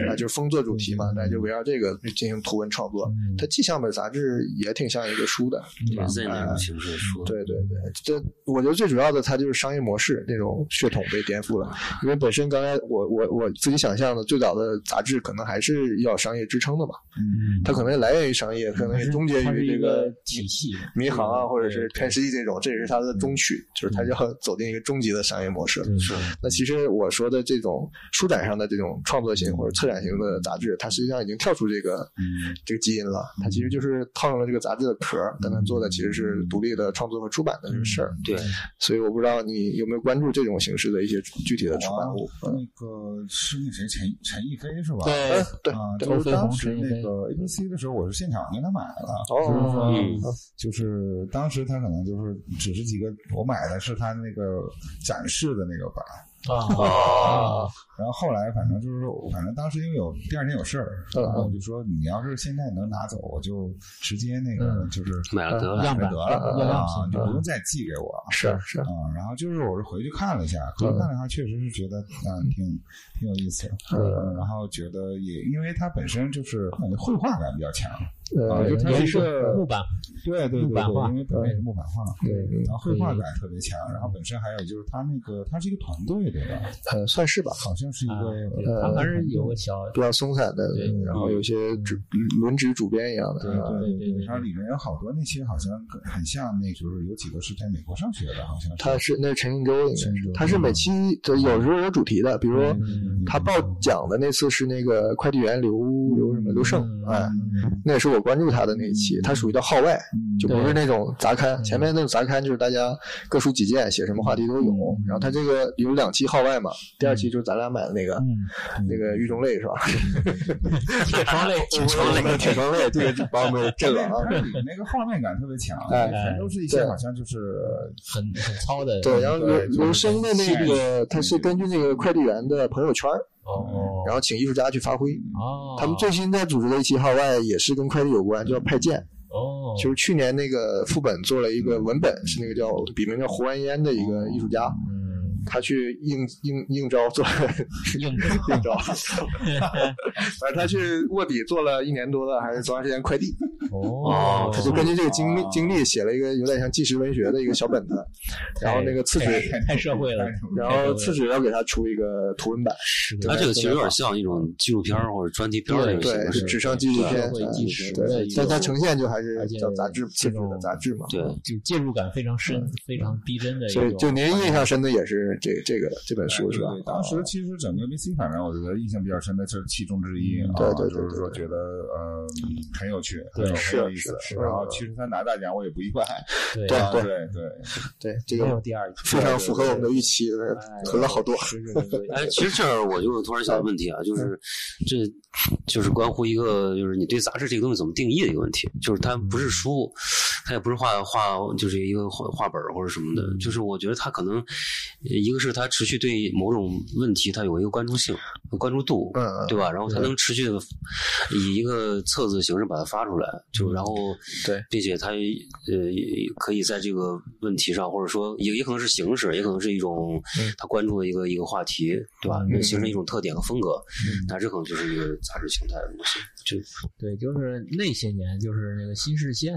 S1: 啊，就是风做主题嘛，那就围绕这个进行图文创作。它气象本杂志也挺像一个书的，对吧
S3: 对？Z 那
S1: 哎
S3: 种形式说，
S1: 对对对，这我觉得最主要的，它就是商业模式那种血统被颠覆了。因为本身刚才我我我自己想象的，最早的杂志可能还是要商业支撑的嘛，
S2: 嗯，
S1: 它可能也来源于商业，可能也终结
S2: 它是
S1: 于
S2: 一
S1: 这
S2: 个体系，
S1: 民航啊，或者是
S2: 对
S1: 看世纪这种，这也是它的终
S6: 嗯
S1: 曲，就是它要走进一个终极的商业模式。
S2: 是
S1: 那其实我说的这种书展上的这种创作型或者策展型的杂志，它实际上已经跳出这个
S6: 嗯
S1: 这个基因了，它其实就是套用了这个杂志的壳儿，但它做的其实是
S6: 嗯
S1: 独立的创作和出版的这个事儿。
S3: 对，
S1: 所以我不知道你有没有关注这种形式的一些具体的出版物。
S6: 那个是那谁陈陈逸飞是吧？
S1: 嗯，对
S6: 啊，
S1: 对
S6: 就是
S2: 欧飞鸿
S6: 当时
S2: 陈逸飞
S6: 那个 ABC 的时候，我是现场给他买的。
S1: 哦，
S3: 嗯
S6: 就是当时他可能就是只是几个，我买的是他那个展示的那个版，
S1: 哦
S2: 啊，
S6: 然后后来反正就是说，反正当时因为有第二天有事儿，
S1: 嗯
S6: 然后我就说你要是现在能拿走，我就直接那个
S2: 嗯
S6: 就是
S3: 买了得了
S2: 样
S6: 买
S2: 板
S6: 得了
S2: 样样
S6: 啊，
S2: 品
S6: 你就不用再寄给我。
S1: 是是
S6: 啊、，然后就是我是回去看了一下，回去看了一下，确实是觉得嗯、挺挺有意思，嗯，然后觉得也因为它本身就是感觉绘画感比较强，啊
S1: 呃，
S6: 就它
S2: 原
S6: 是一个
S2: 木板，
S6: 对对对
S2: 木板
S6: 对
S2: 画
S6: 因为本身也是木板画，
S1: 嗯，
S6: 然后绘画感特别强，然后本身还有就是它那个它是一个团队对吧？
S1: 呃，算是吧，
S6: 好像是一
S2: 啊对
S6: 个
S1: 嗯
S2: 它还是有个小
S1: 比较松散的嗯
S2: 对，
S1: 然后有些主嗯轮值主编一样的。
S6: 对
S1: 啊
S6: 对
S2: 对对
S6: 它里面有好多那些好像很像那，就是有几个是在美国上学的，好像是。
S1: 他是那是陈信洲，应该
S6: 陈信
S1: 是
S6: 洲，
S1: 他是每期就有时候有主题的，比如说
S6: 嗯嗯嗯嗯
S1: 他报奖的那次是那个快递员刘刘什么刘胜，哎，那也是我关注他的那一
S6: 嗯
S1: 期，他属于到号外，就不是那种杂刊，前面那种杂刊就是大家各抒己见，写什么话题都有，
S6: 嗯
S1: 然后他这个有两期号外嘛，第二期就是咱俩买的那
S2: 嗯
S1: 个
S6: 嗯
S1: 那个狱中泪是吧？
S2: 铁窗
S1: 嗯
S2: 类，铁窗类，
S1: 铁窗泪，这个把我们震 了啊！
S6: 它里面那个画面感特别强，
S1: 哎
S6: 全都是一
S1: 对
S6: 些好像就是
S2: 很很糙的，
S1: 对，然后刘
S6: 对就是嗯
S1: 刘生的那个
S6: 现
S1: 他是根据那个快递员的朋友圈儿，
S2: 哦，
S1: 然后请艺术家去发挥。
S2: 哦，
S1: 嗯他们最新在组织的一期号外也是跟快递有关，叫派件。
S2: 哦，
S1: 就是去年那个副本做了一个文本，是那个叫笔名叫胡安烟的一个艺术家，
S2: 嗯，
S1: 他去应应应招做
S2: 硬
S1: 应招，反正他去卧底做了一年多了，还是多长时间快递，
S2: 哦，
S1: 他就根据这个经历经历写了一个有点像纪实文学的一个小本子，然后那个次
S2: 太
S1: 纸，
S2: 太社会了，
S1: 然后次纸要给他出一个图文版，
S3: 它这个其实有点像一种纪录片儿或者专题片儿那种
S1: 对
S3: 形，式，
S1: 纸上纪录片
S2: 社会，纪实
S1: 对
S2: 的一，
S1: 但
S2: 种
S1: 它呈现就还
S2: 而
S1: 是
S2: 且
S1: 叫杂志次
S2: 这
S1: 纸
S2: 种
S1: 的杂志嘛，
S3: 对，
S2: 就介入感非常深、非常逼真的一
S1: 嗯所以
S2: 种。
S1: 就您印象深的也是这这个这本书
S6: 对
S1: 是吧
S6: 哎
S1: 啊
S6: 对，？当时其实整个 VC，反正我觉得印象比较深的就是其中之一啊，
S1: 嗯对对对
S6: 就是
S1: 对
S6: 说
S1: 对
S6: 觉得呃很有趣，
S2: 对
S6: 很有
S1: 是
S6: 很有意思
S1: 是是。
S6: 然后其实他拿大奖我也不意外，
S2: 对
S1: 对
S6: 啊对对，
S1: 对这
S2: 没有
S1: 个
S2: 第二季，
S1: 嗯非常符合我们的预期，囤了好多。
S3: 哎，其实这儿我就是突然想个问题啊，
S1: 嗯
S3: 就是这就是关乎一个就是你对杂志这个东西怎么定义的一个问题，就是它不是书，它也不是画画，就是一个画画本儿或者什么的，
S1: 嗯
S3: 就是我觉得它可能一个是它持续对某种问题它有一个关注性、关注度，
S1: 嗯嗯
S3: 对吧？然后它能持续的以一个册子形式把它发出来，
S1: 嗯
S3: 就然后
S1: 对，
S3: 并且它呃也可以在这个问题上，或者说也也可能是形式，也可能是一种他关注的一个一个话题，对吧？
S1: 嗯
S3: 形成一种特点和风格，杂志可能就是一个杂志形态的东西。就
S2: 对，就是那些年，就是那个新视线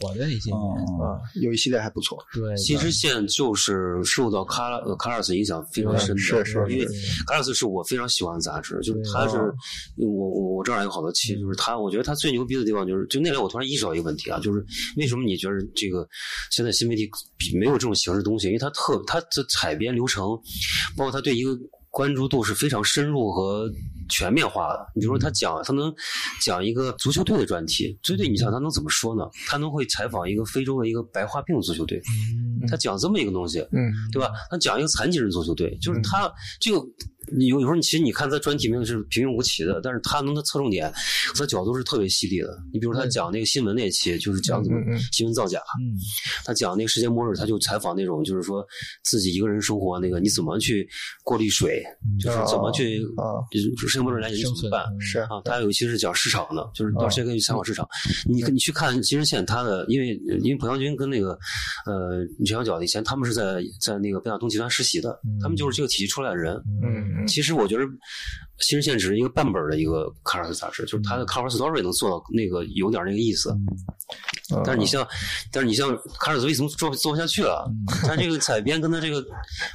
S2: 火的那些年，
S6: 嗯，
S1: 啊，有一系列还不错。
S2: 对，
S3: 新视线就是受到卡呃卡尔斯影响非常深的，
S1: 嗯是是
S3: 因为
S2: 是
S3: 卡尔斯是我非常喜欢的杂志，就是
S2: 对
S3: 他是
S1: 哦
S3: 我我我这儿有好多期，就是他，我觉得他最牛逼的地方就是，就那年我突然意识到一个问题啊，就是为什么你觉得这个现在新媒体比没有这种形式东西？因为它特它的采编流程，包括它对一个关注度是非常深入和全面化的。你比如说他讲，他能讲一个足球队的专题，足球队你想他能怎么说呢？他能会采访一个非洲的一个白化病足球
S2: 嗯
S3: 队，他讲这么一个东西，
S1: 嗯
S3: 对吧？他讲一个残疾人足球队，就是他这个。你有有时候，你其实你看他专题名是平庸无奇的，但是他能的侧重点，他角度是特别犀利的。你比如他讲那个新闻那期，就是讲怎么
S1: 嗯嗯嗯嗯
S3: 新闻造假，
S2: 嗯
S3: 他讲那个世界末日，他就采访那种就是说自己一个人生活那个你怎么去过滤水，就是
S1: 嗯
S3: 怎么去
S1: 啊，
S3: 就是世界末日来你
S2: 生
S3: 怎么
S2: 存
S3: 办。
S2: 嗯
S1: 是
S3: 啊，他有一期是讲市场的，就是
S1: 哦
S3: 到时间可以去采访市场。
S1: 嗯
S3: 你你去看金日线，他的因为因为朴相军跟那个呃陈小脚以前他们是在在那个北大东集团实习的，他们就是这个体系出来的人。
S1: 嗯
S3: 其实我觉得新日线只是一个半本儿的一个 cover 杂志，就是它的 cover story 能做到那个有点那个意思。
S1: 嗯，嗯
S3: 但是你像，但是你像卡尔斯为什么做做不下去了？他这个采编跟 他这个，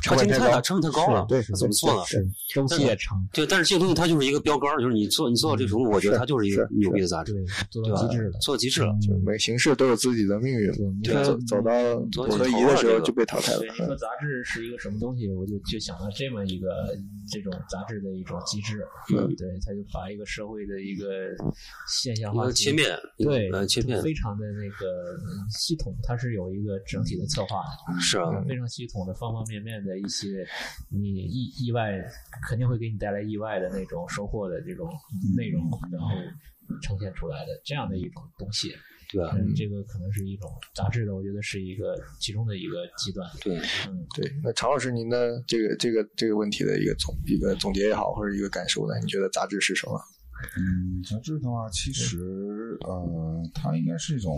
S3: 他竞争太大，成本太高了，
S1: 对，
S3: 怎么做呢？
S2: 啊
S1: 是
S2: 周期也长，
S3: 对，但是这个东西它就是一个标杆儿，就是你做你做到这个程度，我觉得它就是一个
S1: 嗯是
S3: 牛逼的杂志
S2: 对，，做
S3: 对
S2: 到
S3: 吧
S2: 极致了？。
S3: 做到极致了。
S1: 就每个形式都有自己的命运，
S2: 对
S1: 走走到
S3: 走
S1: 不
S3: 到
S1: 合
S3: 尽头
S1: 宜的
S3: 了
S1: 时
S3: 这
S1: 候
S3: 个
S1: 就被淘汰了
S2: 对，。你说杂志是一个什么东西，我就就想到这么一个这种杂志的一种机制，
S3: 嗯
S2: 对，它就把一个社会的一个现象
S3: 一
S2: 化
S3: 个切面，
S2: 对，
S3: 呃，切片
S2: 非常的那个嗯系统，它是有一个整体的策划的，
S3: 是啊，
S6: 嗯
S2: 非常嗯系统的方方面面的一些你意意外肯定会给你带来意外的那种收获的这种
S6: 嗯
S2: 内容，然后呈现出来的这样的一种东西，
S3: 对啊吧？
S2: 嗯，这个可能是一种杂志的，我觉得是一个其中的一个极端，
S3: 对，
S2: 嗯，
S1: 对，那常老师，您的这个这个这个问题的一个总一个总结也好，或者一个感受呢？你觉得杂志是什么？
S6: 嗯，杂志的话，其实呃，它应该是一种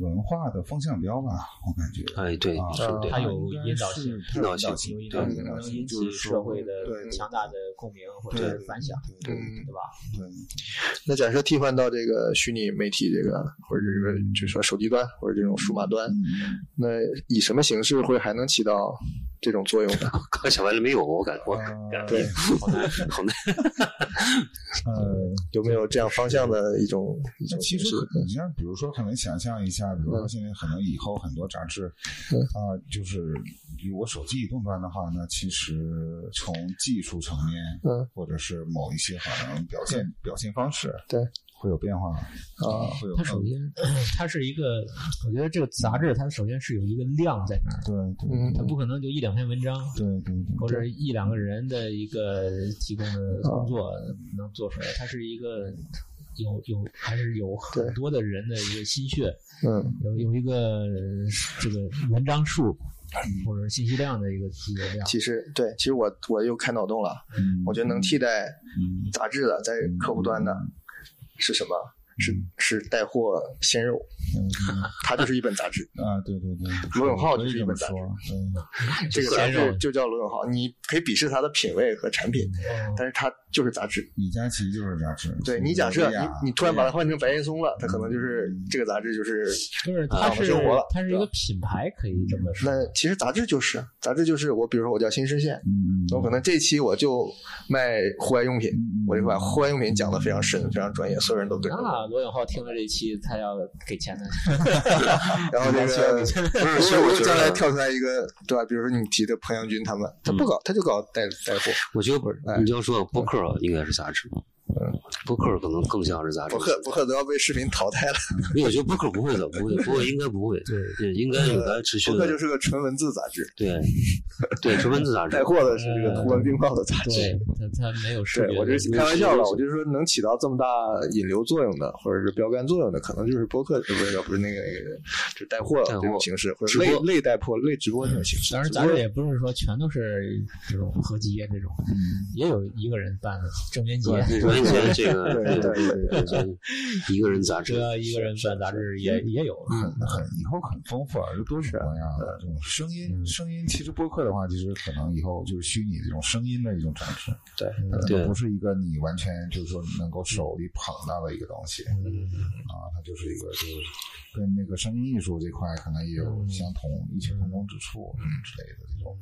S6: 文化的风向标吧，我感觉。
S3: 哎，对，
S6: 啊
S3: 是对
S2: 它有
S6: 应该
S2: 引导性
S6: 是它
S3: 引导
S6: 有
S3: 性
S2: 有
S6: 引
S2: 引
S6: 导
S2: 导
S6: 性，
S2: 性
S6: 对
S2: 能引
S6: 就
S2: 起
S6: 是说
S2: 社会的
S6: 对
S2: 强大的共鸣或者是反响，
S6: 对
S1: 嗯
S2: 对吧？
S6: 对，
S1: 那假设替换到这个虚拟媒体这个，或者这个就是说手机端或者这种数码端，
S6: 嗯
S1: 那以什么形式会还能起到这种作用 呢？
S3: 刚想完了没有？我感我
S6: 呃
S3: 感觉好难，好难。
S6: 呃，
S1: 有没有这样方向的一种一
S6: 那
S1: 种
S6: 其
S1: 形
S6: 实
S1: 式？
S6: 你像比如说，可能想象一下，比如说现在可能以后很多杂志
S1: 嗯
S6: 啊、就是如果手机移动端的话呢，其实从技术层面，
S1: 嗯，
S6: 或者是某一些可能表现表现方式，
S1: 对，
S6: 会有变化
S1: 啊，
S6: 会有
S2: 它首先， 它是一个，我觉得这个杂志它首先是有一个量在那儿，
S6: 对对
S1: 嗯
S2: 它不可能就一两篇文章
S6: 对对对，
S2: 或者一两个人的一个提供的
S1: 啊
S2: 工作能做出来，它是一个有有还是有很多的人的一个心血，
S1: 嗯
S2: 有有一个呃这个文章数或者信息量的一个一个量，
S1: 嗯其实对，其实我我又开脑洞了，
S6: 嗯
S1: 我觉得能替代杂志的在客户端的是什么？是
S2: 嗯
S1: 是带货鲜肉，它就是一本杂志。
S6: 啊，对对对，
S1: 罗永浩
S6: 可
S1: 就
S6: 以
S1: 是一
S6: 这么
S1: 本杂
S6: 说
S1: 志，，
S6: 嗯，
S1: 这个杂
S2: 啊鲜
S1: 志
S2: 肉
S1: 就叫罗永浩，你可以鄙视他的品味和产品，
S2: 嗯
S1: 但是他就是杂志。
S6: 李佳琦就是杂志，
S1: 对你假设
S6: 薇
S2: 啊
S6: 娅
S1: 你你突然把它换成白岩松了，它可能就是这个杂志就是。
S2: 就是
S1: 啊
S2: 它
S1: 我
S2: 是
S1: 生活了
S2: 它是一个品牌，可以这么说。
S1: 那其实杂志就是杂志就是我，比如说我叫新视线，
S6: 嗯，
S1: 那我可能这期我就卖户外用品，我
S6: 嗯
S1: 就把户外用品讲得非常深、非常专业，所有人都对
S3: 啊
S1: 我。
S2: 那啊罗永浩听了这期，他要给钱 的。
S1: 然后这个。
S3: 不是，其实
S1: 如
S3: 我
S1: 果
S3: 觉
S1: 将来
S3: 得，
S1: 跳出来一个，对吧？比如说你提的彭阳军他们，他不搞，他就搞带带货。
S3: 我觉
S1: 哎
S3: 得你就要说播客应该是杂志，播客可能更像是杂志
S1: 博。客博客都要被视频淘汰了，
S3: 没有，我觉得播客不会的，不会，不会，应该不会。对，应该有它持续
S1: 博
S3: 的
S1: 客。就是个纯文字杂志，
S3: 对，对，纯文字杂志
S1: 带。货的是
S3: 嗯
S1: 这个图文并茂的杂志。
S2: 对，他他没有视
S1: 对
S2: 觉，
S1: 我这是
S3: 没
S1: 开
S3: 有
S1: 玩
S3: 实
S1: 笑
S3: 用
S1: 了，
S3: 性
S1: 我就是说能起到这么大引流作用的，或者是标杆作用的，可能就是播客，不是不是那个那个，就是带货
S3: 带
S1: 这
S3: 货
S1: 种形式，或者
S3: 直
S1: 类
S3: 播
S1: 类带货、类直播这种形式。
S2: 当然，
S1: 直
S2: 咱
S1: 播
S2: 这也不是说全都是这种合集啊，这种
S1: 嗯
S2: 也有一个人办的郑渊洁，
S3: 对，完全这 个
S1: 对对对 对对，
S3: 一个人杂志
S2: 这，一个人办杂志也
S1: 嗯
S2: 也有，
S6: 很很以后很丰富啊，有多种多样的这
S1: 嗯
S6: 种声音，声音其实播客的话，其实可能以后就是虚拟这种声音的一种尝试，
S1: 对
S6: 它可能
S3: 对
S6: 不是一个你完全就是说能够手里捧到的一个东西
S1: 嗯
S6: 啊，它就是一个就是跟那个声音艺术这块可能也
S1: 嗯
S6: 有相同异曲同工之处之类的这种，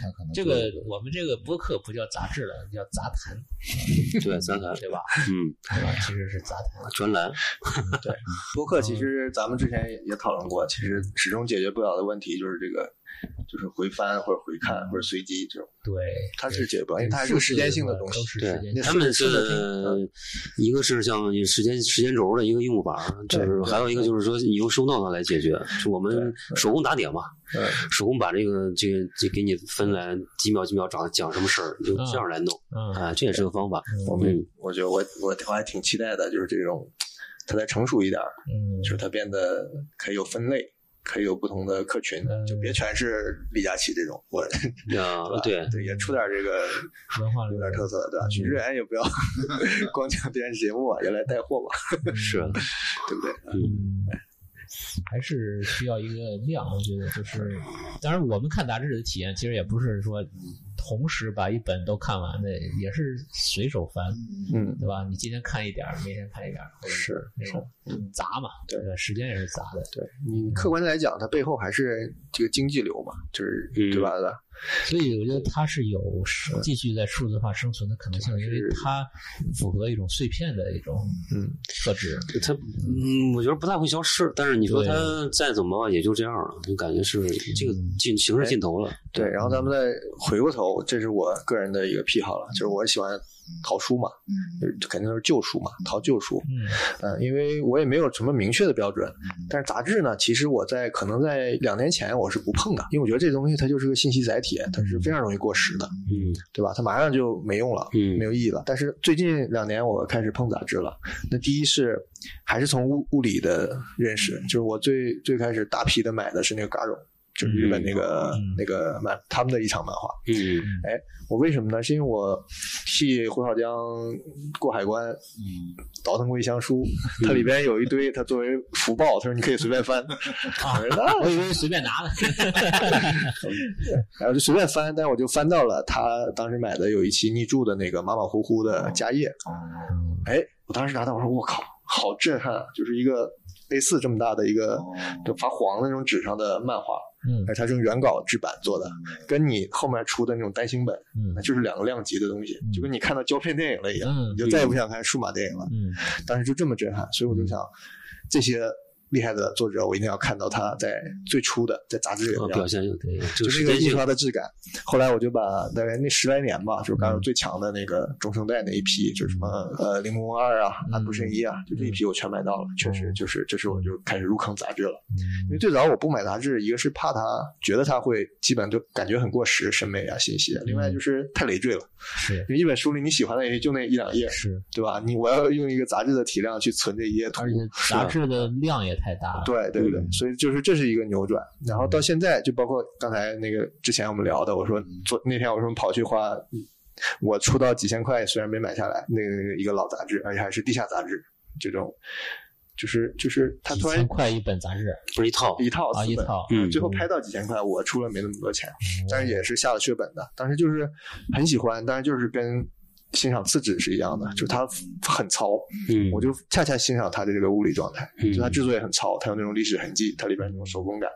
S6: 它可能
S2: 这个我们这个播客不叫杂志了，叫杂谈，
S3: 对，咱谈，
S2: 对吧？
S3: 嗯，
S2: 对吧？其实是杂谈，
S3: 专栏，
S2: 嗯
S1: 播客其实咱们之前也也讨论过，其实始终解决不了的问题就是这个就是回翻或者回看或者随机这种，
S2: 对，
S1: 它是解决不了，因为它是
S2: 是
S1: 个时间性的东西
S2: 都。是
S3: 对
S2: 时间性
S3: 他们
S1: 是的是的
S3: 是一个是像时间时间轴的一个用法，就
S1: 对
S3: 是
S1: 对
S3: 还有一个就是说你用收纳它来解决，是我们手工打点嘛，
S1: 嗯，
S3: 手工把这个这个这给你分来几秒几秒讲讲什么事儿，你就这样来弄
S2: 嗯，
S3: 啊，这也是个方法。
S1: 我们我觉得我我我还挺期待的，就是这种它再成熟一点儿，
S2: 嗯
S1: 就是它变得可以有分类，可以有不同的客群，
S2: 嗯
S1: 就别全是李佳琦这种，我
S3: 啊
S1: 对吧，
S3: 对，
S1: 对，也出点这个
S2: 文化
S1: 有点特色的，对吧？
S2: 嗯
S1: 去日本也不要 光讲电视节目啊，也来带货嘛， 啊
S3: 是，
S1: 对不对？
S2: 嗯，还是需要一个量，我觉得就是，当然我们看杂志的体验其实也不是说同时把一本都看完的，也是随手翻，
S1: 嗯，
S2: 对吧？你今天看一点儿，明天看一点儿，或者
S1: 是
S2: 那种嗯杂嘛，
S1: 对
S2: 吧，时间也是杂的，
S1: 对你客观的来讲，它背后还是这个经济流嘛，就是
S3: 嗯
S1: 对吧？对吧
S2: 所以我觉得它是有
S1: 嗯
S2: 继续在数字化生存的可能性，因为它符合一种碎片的一种
S1: 嗯
S2: 特质，
S3: 它嗯，我觉得不大会消失，但是你说
S2: 对
S3: 它再怎么也就这样了，就感觉是这个
S2: 嗯
S3: 尽
S1: 哎
S3: 形式尽头了。
S1: 对，然后咱们再回过头，这是我个人的一个癖好了，就是我喜欢淘书嘛，
S6: 嗯
S1: 就肯定都是旧书嘛，淘旧书。
S2: 嗯
S1: 嗯，因为我也没有什么明确的标
S6: 嗯
S1: 准，但是杂志呢，其实我在可能在两年前我是不碰的，因为我觉得这东西它就是个信息载体，它是非常容易过时的，
S3: 嗯
S1: 对吧？它马上就没用了，
S3: 嗯
S1: 没有意义了。但是最近两年我开始碰杂志了，那第一是还是从物物理的认识，就是我最最开始大批的买的是那个 Garo。就是日本那个、
S2: 嗯
S1: 那个漫他们的一场漫画，
S3: 嗯
S1: 我为什么呢？是因为我替胡小江过海关，
S6: 嗯
S1: 倒腾过一箱书，
S2: 嗯
S1: 它里边有一堆，它作为福报，他说你可以随便翻，
S2: 啊
S1: 我说那
S2: 我以为随便拿 的，
S1: 然后就随便翻，但是我就翻到了他当时买的有一期逆著的那个马马虎虎的家业，
S2: 哦嗯
S1: 哎，我当时拿到我说我靠，好震撼，啊！就是一个 A 四这么大的一个
S2: 哦
S1: 就发黄的那种纸上的漫画，
S2: 嗯
S1: 而它是用原稿制版做的，跟你后面出的那种单行本，
S2: 嗯
S1: 那就是两个量级的东西，
S2: 嗯
S1: 就跟你看到胶片电影了一样，
S2: 嗯
S1: 你就再也不想看数码电影了。
S2: 嗯
S1: 当时就这么震撼，所以我就想，这些厉害的作者，我一定要看到他在最初的在杂志里的
S3: 啊
S1: 样
S3: 表
S1: 子。
S3: 现对
S1: 就
S3: 这
S1: 是
S3: 个时
S1: 那个
S3: 间
S1: 印
S3: 性
S1: 刷的质感，后来我就把大概那十来年吧，就是刚有最强的那个中生代那一批，就是什么呃铃木二啊、
S2: 嗯
S1: 安部慎一啊，就这一批我全买到了。确实，就是这是我就开始入坑杂志了。
S2: 嗯
S1: 因为最早我不买杂志，一个是怕它觉得它会基本就感觉很过时审美啊信息，另外就是太累赘了。
S2: 是
S1: 因为一本书里你喜欢的也就那一两页，
S2: 是，
S1: 对吧？你我要用一个杂志的体量去存这一页图
S2: 而，且杂志的量也太大了，
S1: 啊对对对，
S3: 嗯
S1: 所以就是这是一个扭转。然后
S2: 嗯
S1: 到现在，就包括刚才那个之前我们聊的，我说昨那天我说跑去花，我出到几千块，虽然没买下来，那个那个一个老杂志，而且还是地下杂志，这种就是就是他
S2: 几
S1: 突
S2: 千
S1: 然
S2: 块一本杂志
S3: 不是一套。
S1: 一套
S2: 啊
S1: 四
S2: 一
S1: 本。
S2: 套，嗯
S3: 嗯
S1: 最后拍到几千块，我出了没那么多钱，但是也是下了血本的。当时就是很喜欢，但是就是跟欣赏次纸是一样的，就它很糙，
S3: 嗯，
S1: 我就恰恰欣赏它的这个物理状态，
S3: 嗯
S1: 就它制作也很糙，它有那种历史痕迹，它里边那种手工感，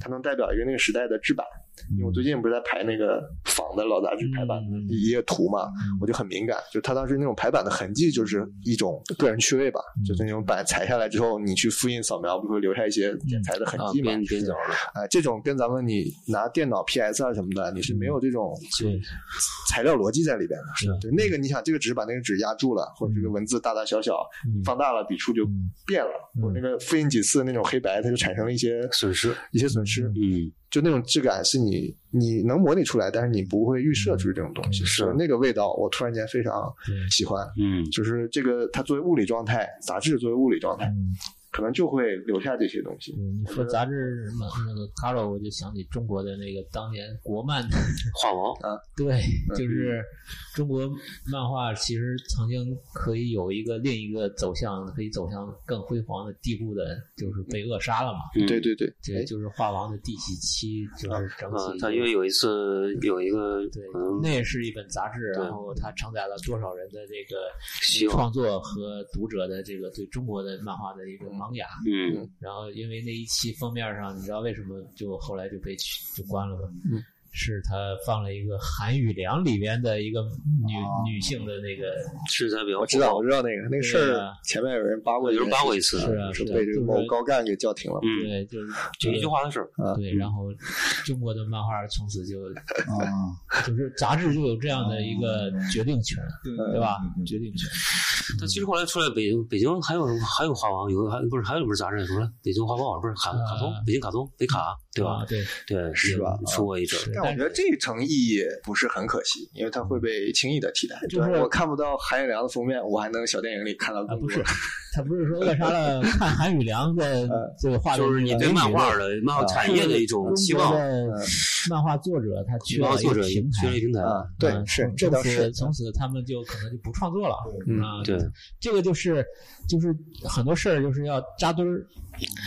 S1: 它能代表一个那个时代的制版。因为我最近不是在排那个仿的老杂志排版
S2: 嗯
S1: 一页图嘛，我就很敏感，就它当时那种排版的痕迹就是一种个人趣味吧，就是那种版裁下来之后，你去复印扫描，不会留下一些剪裁的痕
S3: 啊
S1: 迹嘛
S3: 边？边角了，
S1: 啊、这种跟咱们你拿电脑 PS 啊什么的，你是没有这种
S2: 对，
S1: 材料逻辑在里边的。
S2: 是
S1: 对，那个你想，这个纸把那个纸压住了，或者这个文字大大小小，
S2: 嗯
S1: 放大了笔触就
S2: 嗯
S1: 变了，
S2: 嗯
S1: 或者那个复印几次那种黑白，它就产生了一些
S3: 损失。
S1: 一些损失。
S3: 嗯
S1: 就那种质感是你你能模拟出来，但是你不会预
S2: 嗯
S1: 设出这种东西。
S3: 是
S1: 就那个味道，我突然间非常
S2: 对
S1: 喜欢。
S3: 嗯
S1: 就是这个，它作为物理状态，杂志作为物理状态，
S2: 嗯。
S1: 可能就会留下这些东西
S2: 对。嗯你说杂志嘛，那个 Caro，我就想起中国的那个当年国漫，
S3: 画王，
S2: 对，
S3: 嗯
S2: 就是中国漫画其实曾经可以有一个另一个走向，可以走向更辉煌的地步的，就是被扼杀了嘛。
S3: 嗯
S1: 对对对，哎
S2: 这就是画王的第几期，就是整
S3: 啊
S2: 体，
S3: 他因为有一次有一个
S2: 对
S3: 可能，
S2: 那也是一本杂志，
S3: 对
S2: 然后它承载了多少人的这个
S3: 希望
S2: 创作和读者的这个对中国的漫画的一个萌芽。
S3: 嗯
S2: 然后因为那一期封面上，你知道为什么就后来就被取就关了吗？
S1: 嗯
S2: 是他放了一个韩语良里边的一个女、女性的那个，
S3: 身材比较
S1: 我知道，我知道那个那个事
S2: 对
S1: 儿
S2: 啊，
S1: 前面有人扒过
S3: 我
S1: 一
S3: 有
S1: 个
S3: 人
S1: 人，
S3: 扒过一次，
S2: 是啊
S1: 是
S2: 的
S1: 被这个
S2: 就是
S1: 某高干给叫停了。
S3: 嗯，
S2: 对，就是
S3: 就一句话的事儿，
S2: 对，然后中国的漫画从此就
S6: 啊，
S2: 就是杂志就有这样的一个
S3: 哦
S2: 决定权，
S6: 对
S2: 对吧？
S3: 嗯
S6: 对
S2: 决定权，
S3: 但其实后来出来北京，北京还有还有画王，有还不是还有一本杂志什么北京画报，不是卡卡通
S2: 啊，
S3: 北京卡通，北卡，对吧
S2: 啊？对，
S3: 对，
S1: 是吧
S3: 出过一阵儿，
S2: 是
S1: 但我觉得这一层意义不是很可惜，因为它会被轻易的替代。
S2: 就是
S1: 对我看不到韩永良的封面，我还能小电影里看到
S2: 啊，
S1: 更
S2: 不
S1: 多。
S2: 是，他不是说扼杀了看韩宇良的这个画的那
S3: 就
S2: 个
S3: 是
S2: 美
S3: 你
S2: 女的，
S3: 对漫画的漫画产业的一种
S2: 嗯
S3: 期望，
S2: 中国的漫画作者他缺
S3: 漫画
S2: 了一
S3: 作
S2: 个
S3: 者
S2: 平
S3: 缺了
S2: 台
S3: 一，平台，
S1: 啊，对，
S2: 嗯
S1: 是
S2: 从
S1: 这倒
S2: 从
S1: 是
S2: 此，从此他们就可能就不创作了。
S1: 嗯
S2: 啊，
S3: 对，
S2: 这个就是就是很多事儿就是要扎堆儿，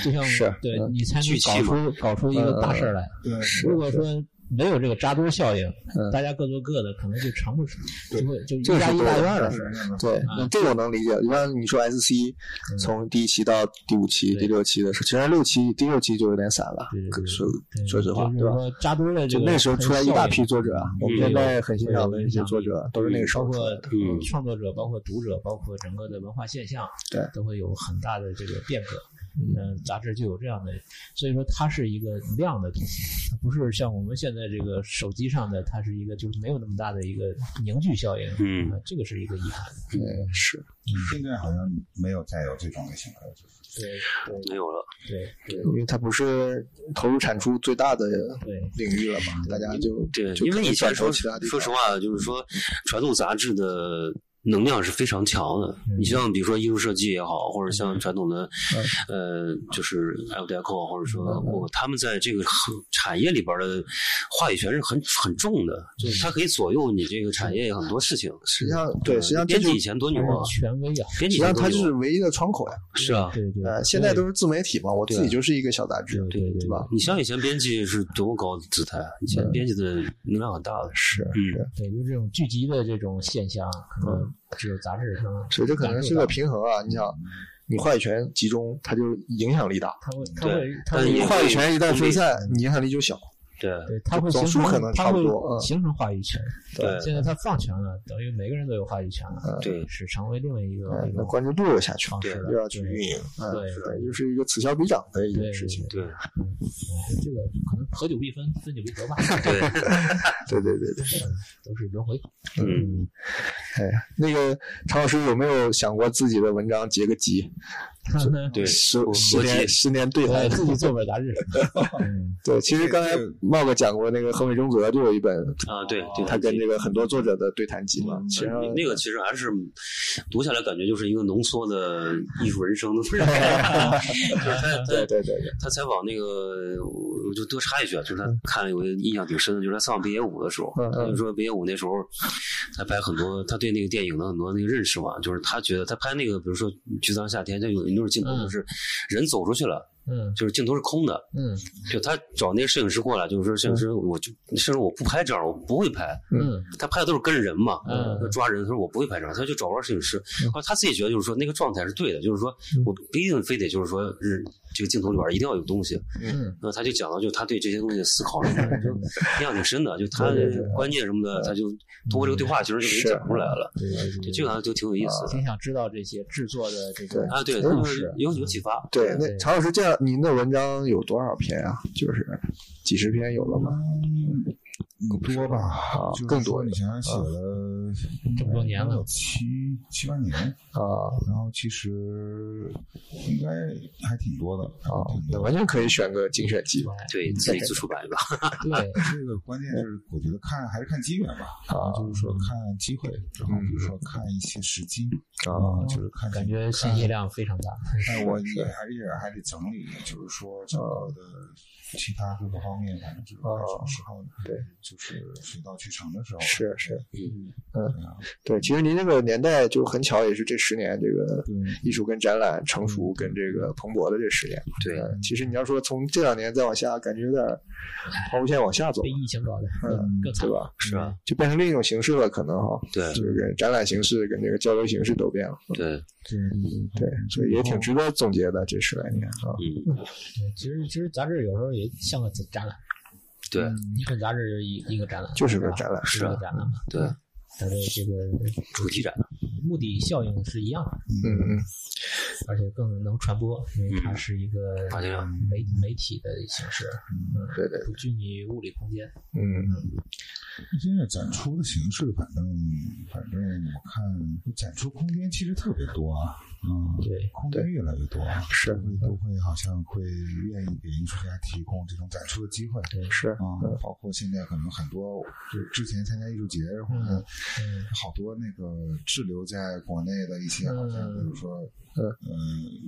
S2: 就像
S1: 是
S2: 对
S1: 嗯
S2: 你才能
S3: 聚气
S2: 搞出搞出一个大事儿来。
S6: 对
S1: 是
S2: 如果说没有这个扎堆儿效应
S1: 嗯，
S2: 大家各做各的，可能就成不就会就
S1: 这
S2: 一
S1: 是
S2: 加一
S1: 多
S2: 大
S1: 的
S2: 于二了
S1: 嗯。
S6: 对
S1: 对，那这个我能理解。你像你说 SC，从第一期到第五期、
S2: 嗯对
S1: 第六期的时候，其实六期、第六期就有点散了
S2: 对对。对
S1: 说
S2: 对
S1: 说实话，
S2: 就是
S1: 对吧？
S2: 说扎堆儿的这
S1: 就
S2: 个
S1: 那时候出来一大批作者啊，我们
S3: 嗯
S1: 现在很欣赏的一些作者都是那个时
S2: 包
S1: 候出
S2: 括
S1: 来的。
S3: 嗯
S2: 创作者、包括读者、包括整个的文化现象，
S1: 对
S2: 都会有很大的这个变革。
S1: 嗯
S2: 嗯，杂志就有这样的，所以说它是一个量的东西，它不是像我们现在这个手机上的，它是一个就是没有那么大的一个凝聚效应。
S3: 嗯
S2: 呃这个是一个遗憾。
S1: 嗯，是
S6: 现在好像没有再有这种类型的，
S2: 对
S3: 没有了。
S2: 对
S1: 因为它不是投入产出最大的
S2: 对
S1: 领域了嘛，大家就
S3: 对，
S1: 就
S3: 因为
S1: 可以
S3: 以前
S1: 转投
S3: 说
S1: 其他地
S3: 说
S1: 方
S3: 实话，就是说传统杂志的能量是非常强的。
S2: 嗯
S3: 你像比如说艺术设计也好，或者像
S1: 嗯
S3: 传统的、呃，就是 L d e c o 或者说
S1: 嗯
S3: 我、他们在这个产业里边的话语权是很很重的，就是它可以左右你这个产业很多事情。
S1: 嗯实际上对，
S3: 嗯
S1: 实际上这
S3: 编
S1: 就
S3: 辑
S1: 实
S3: 以前多牛啊
S2: 它！是权威啊，
S3: 编辑
S1: 际
S3: 以前
S1: 上
S3: 多
S1: 它就
S3: 牛
S1: 是
S3: 啊
S1: 唯一的窗口呀。
S3: 是啊。
S2: 对对。
S1: 呃，现在都是自媒体嘛，我自己就是一个小杂志，
S2: 对对对
S1: 对吧？
S3: 你像以前编辑是多么高的姿态，啊以前编辑的能量很大的。
S1: 嗯是
S3: 嗯
S1: 是，
S2: 对，就这种聚集的这种现象，可能只有杂志上，
S1: 所以这可能嗯是个平衡啊。你想，你话语权集中，它就影响力大；
S2: 它会它
S3: 对
S2: 会它
S3: 但
S2: 会
S3: 也
S1: 你
S3: 会
S1: 话语权一旦分散，你影响力就小。
S3: 对
S2: 对，它会
S1: 总数
S2: 形成，
S1: 可能差
S2: 它
S1: 不
S2: 会
S1: 多嗯
S2: 形成话语权。
S3: 对
S2: 现在它放权了，等于每个人都有话语权了，
S3: 对
S2: 是成为另外一个
S1: 嗯
S2: 一
S1: 那
S2: 个
S1: 关注度又下去了
S2: 方，式了。
S1: 又要去
S2: 对
S1: 运营，嗯
S2: 对
S1: 对，就是一个此消彼长的一
S2: 对
S1: 个事情。
S3: 对
S2: 哎这个可能合久必分，分久必合吧，
S3: 对，
S1: 对对对对，
S2: 都是轮回。
S3: 嗯。
S1: 哎，那个常老师有没有想过自己的文章结个集？
S3: 对
S1: 十
S3: 我
S1: 十
S3: 我
S1: 年
S3: 结
S1: 十年对
S2: 我
S1: 谈。
S2: 自己做 本杂志，嗯
S1: 对，其实刚才
S6: 这个
S1: 茂哥讲过，那个横尾中则就有一本，
S3: 啊，对对，
S1: 他跟
S3: 这
S1: 哦这嗯个很多作者的对谈集嘛。其实上
S3: 那个其实还是读下来感觉就是一个浓缩的艺术人生 的就是他
S1: 对
S3: 他
S1: 对对对，
S3: 他采访那个，我就多插一句，啊，就是他看了有个印象挺深的，就是他采访北野武的时候，
S1: 嗯嗯嗯
S3: 他就说北野武那时候他拍很多，他对那个电影的很多那个认识嘛，就是他觉得他拍那个，比如说《菊藏夏天》，就有一种镜头
S2: 嗯
S3: 就是人走出去了，
S2: 嗯
S3: 就是镜头是空的，
S2: 嗯
S3: 就他找那个摄影师过来，就是说摄影师，
S1: 嗯
S3: 我就甚至我不拍这样，我不会拍，
S2: 嗯
S3: 他拍的都是跟人嘛，
S2: 嗯
S3: 要抓人。他说我不会拍照，他就找不着摄影师。然后他自己觉得就是说那个状态是对的，就是说我不一定非得就是说是这个镜头里边一定要有东西。
S2: 嗯，
S3: 那他就讲到就他对这些东西的思考什么的，就印象挺深的。就他的观念什么的，他就通过这个对话其实就给你讲出来了。
S2: 对对对
S3: 就这个还都挺有意思的
S2: 挺想知道这些制作的这个
S3: 啊，对，
S2: 故
S3: 就是
S2: 事。
S3: 有有启发。
S1: 对，那
S2: 对
S1: 常老师这样，您的文章有多少篇啊？就是几十篇有了吗？
S6: 嗯，多吧
S1: 啊，
S6: 就是
S1: 更多
S6: 说你想想写了
S2: 这么多年了
S6: 有七七八年，
S1: 啊
S6: 然后其实应该还挺多的
S1: 啊
S6: 还挺，
S1: 那
S6: 多的
S1: 完全可以选个精选集吧
S3: 对自己自出版吧，
S2: 对，
S6: 这个关键是，我觉得看还是看机缘吧，
S1: 啊
S6: 就是说看机会，然后比如说看一些时机，
S1: 啊
S6: 嗯，就是看
S2: 感觉信息量非常大。
S1: 嗯
S6: 哎，我也还是还得整理，就是说整个的其他各个方面，反正就是
S1: 哦
S6: 看什么时候呢？
S1: 对，
S6: 就是水到渠成的时候。
S1: 是是，
S6: 对
S1: 嗯
S6: 啊，
S1: 对，其实您那个年代就很巧，也是这十年这个
S6: 对，
S1: 艺术跟展览成熟跟这个蓬勃的这十年。
S3: 对
S1: 呃，其实你要说从这两年再往下，感觉有点儿抛物线往下走
S2: 被，疫情搞的
S1: 嗯
S2: 更更惨
S1: 对，吧？嗯
S3: 是吧？
S1: 就变成另一种形式了，可能哈，
S3: 对
S1: 这个展览形式跟这个交流形式都变了。
S3: 对，
S1: 对，所以也挺值得总结的这十来年啊。
S3: 嗯，
S2: 对，其实其实杂志有时候也像个展览，
S3: 对
S2: 嗯一份杂志就是一一个展览，
S1: 就是个
S2: 吧嗯
S1: 展览
S2: 是
S3: 是啊
S2: 个展览嘛。
S3: 对，
S2: 它的这个
S3: 主题展，
S2: 目的效应是一样的，
S1: 嗯嗯。
S2: 而且更能传播，因为它
S3: 嗯
S2: 是一个
S3: 发行量
S2: 媒媒体的形式，嗯，
S1: 对对
S2: 不拘泥物理空间。
S1: 嗯
S6: 现在展出的形式，反正反正我看展出空间其实特别多啊，嗯，
S2: 对
S6: 空间越来越多，啊
S1: 是
S6: 都会都会好像会愿意给艺术家提供这种展出的机会，对，
S1: 是
S6: 啊，包括现在可能很多，就是之前参加艺术节或者
S2: 嗯
S6: 好多那个滞留在国内的一些，好像
S2: 嗯
S6: 比如说，嗯，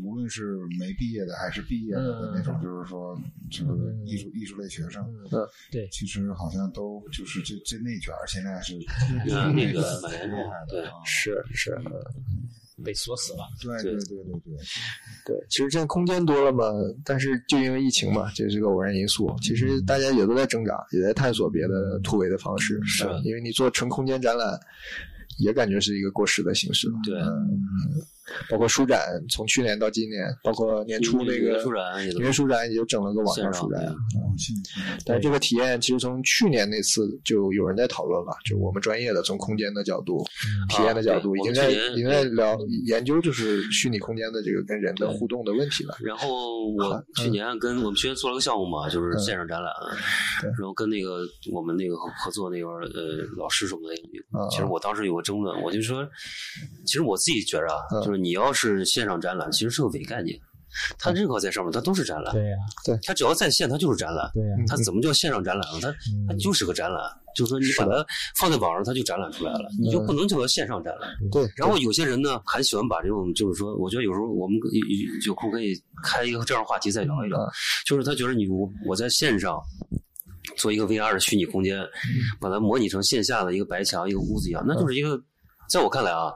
S6: 无论是没毕业的还是毕业的
S2: 嗯
S6: 那种，就是说，就是艺术艺术类学生，
S2: 嗯，对，
S6: 其实好像都就是这这内卷，现在是
S3: 嗯那个蛮严重
S6: 厉
S3: 的
S6: 害
S3: 对
S6: 的啊，
S1: 是是，嗯
S2: 被锁死了。
S6: 对对对对对，
S1: 对，其实现在空间多了嘛，但是就因为疫情嘛，这是个偶然因素。其实大家也都在挣扎，也在探索别的突围的方式。
S3: 是
S1: 嗯因为你做纯空间展览，也感觉是一个过时的形式了。
S3: 对
S1: 嗯，包括书展，从去年到今年，包括年初那个
S3: 书展也都
S1: 纽约书展，也就整了个网
S3: 线
S1: 上
S3: 上
S1: 书展。啊
S3: 对
S2: 嗯
S6: 哦，现在
S1: 但这个体验其实从去年那次就有人在讨论了，就我们专业的从空间的角度、体验的角度，
S3: 啊对
S1: 已经在
S3: 我们去年
S1: 已经在聊研究就是虚拟空间的这个跟人的互动的问题了。
S3: 然后我去年跟我们学院做了个项目嘛，就是线上展览，啊然后跟那个我们那个合合作那边儿呃老师什么的
S1: 啊，
S3: 其实我当时有个争论，我就说，其实我自己觉着啊，
S1: 嗯
S3: 就是你要是线上展览，其实是个伪概念，它任何在上面它都是展览，
S2: 对呀，
S3: 它只要在线它就是展览，
S2: 对呀，
S3: 它怎么叫线上展览呢？啊它它就是个展览，就是说你把它放在网上，它就展览出来了，你就不能叫它线上展览。
S1: 对，
S3: 然后有些人呢，还喜欢把这种，就是说，我觉得有时候我们可以有空可以开一个这样的话题再聊一聊，
S2: 嗯
S3: 就是他觉得你我我在线上。做一个 VR 的虚拟空间，
S2: 嗯
S3: 把它模拟成线下的一个白墙、一个屋子一样，那就是一
S2: 嗯
S3: 个，在我看来啊，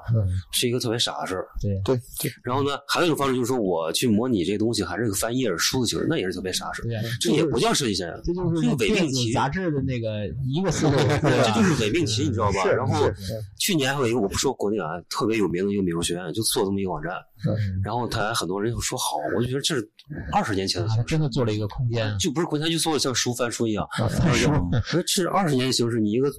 S3: 是一个特别傻的事儿。
S2: 对
S1: 对对
S3: 然后呢，还有一种方式就是说，我去模拟这个东西，还是个翻页儿书的形式，那也是特别傻的事儿
S2: 对呀，
S3: 这也不叫设计线上，
S2: 这就是
S3: 这个伪命
S2: 电子
S3: 题，
S2: 杂志的那个一个思路，
S3: 对，
S2: 对
S3: 这
S2: 吧？
S3: 就是伪命题，你知道吧？
S1: 啊是
S3: 然后
S1: 是
S3: 去年还有一个，我不说国内啊，特别有名的一个美术学院，就做这么一个网站，
S2: 嗯
S3: 然后他很多人就说好，我就觉得 这是嗯二十年前的
S2: 啊
S3: 形
S2: 他
S3: 式，
S2: 真的做了一个空
S1: 嗯
S2: 间，
S3: 就不是国家就做的像书翻书一样，说这是二十年的形式，你一个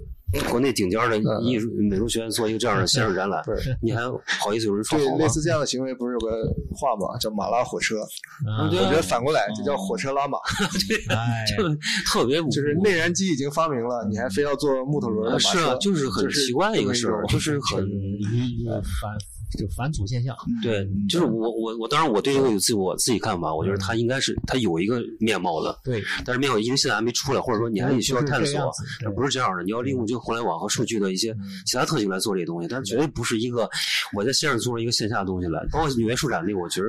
S3: 国内顶尖的艺术美术学院做一个这样的线上展览
S1: 嗯对，
S3: 你还好意思有人说
S1: 对
S3: 好吗
S1: 类？似这样的行为，不是有个话嘛，叫马拉火车？
S2: 啊
S3: 嗯
S1: 我觉得反过来，这叫火车拉马，
S2: 哎，
S3: 就特别无
S1: 就是内燃机已经发明了，你还非要做木头轮的
S3: 啊
S1: 马
S3: 是啊
S1: 车，，
S3: 就是很奇怪的一个事儿，
S1: 就
S3: 就是是很嗯
S2: 一个反就反祖现象，
S3: 对，就是
S1: 嗯
S3: 我我我，当然我对这个有自己我自己看法，我觉得它应该是它有一个面貌的，
S2: 对，
S3: 但是面貌因为现在还没出来，或者说你还得需要探
S2: 不是这
S3: 索
S2: 样子，对
S3: 不是这样的，你要利用这个互联网和数据的一些其他特性来做这些东西，但是绝对不是一个我在线上做了一个线下的东西来，包括纽约书展那个，我觉得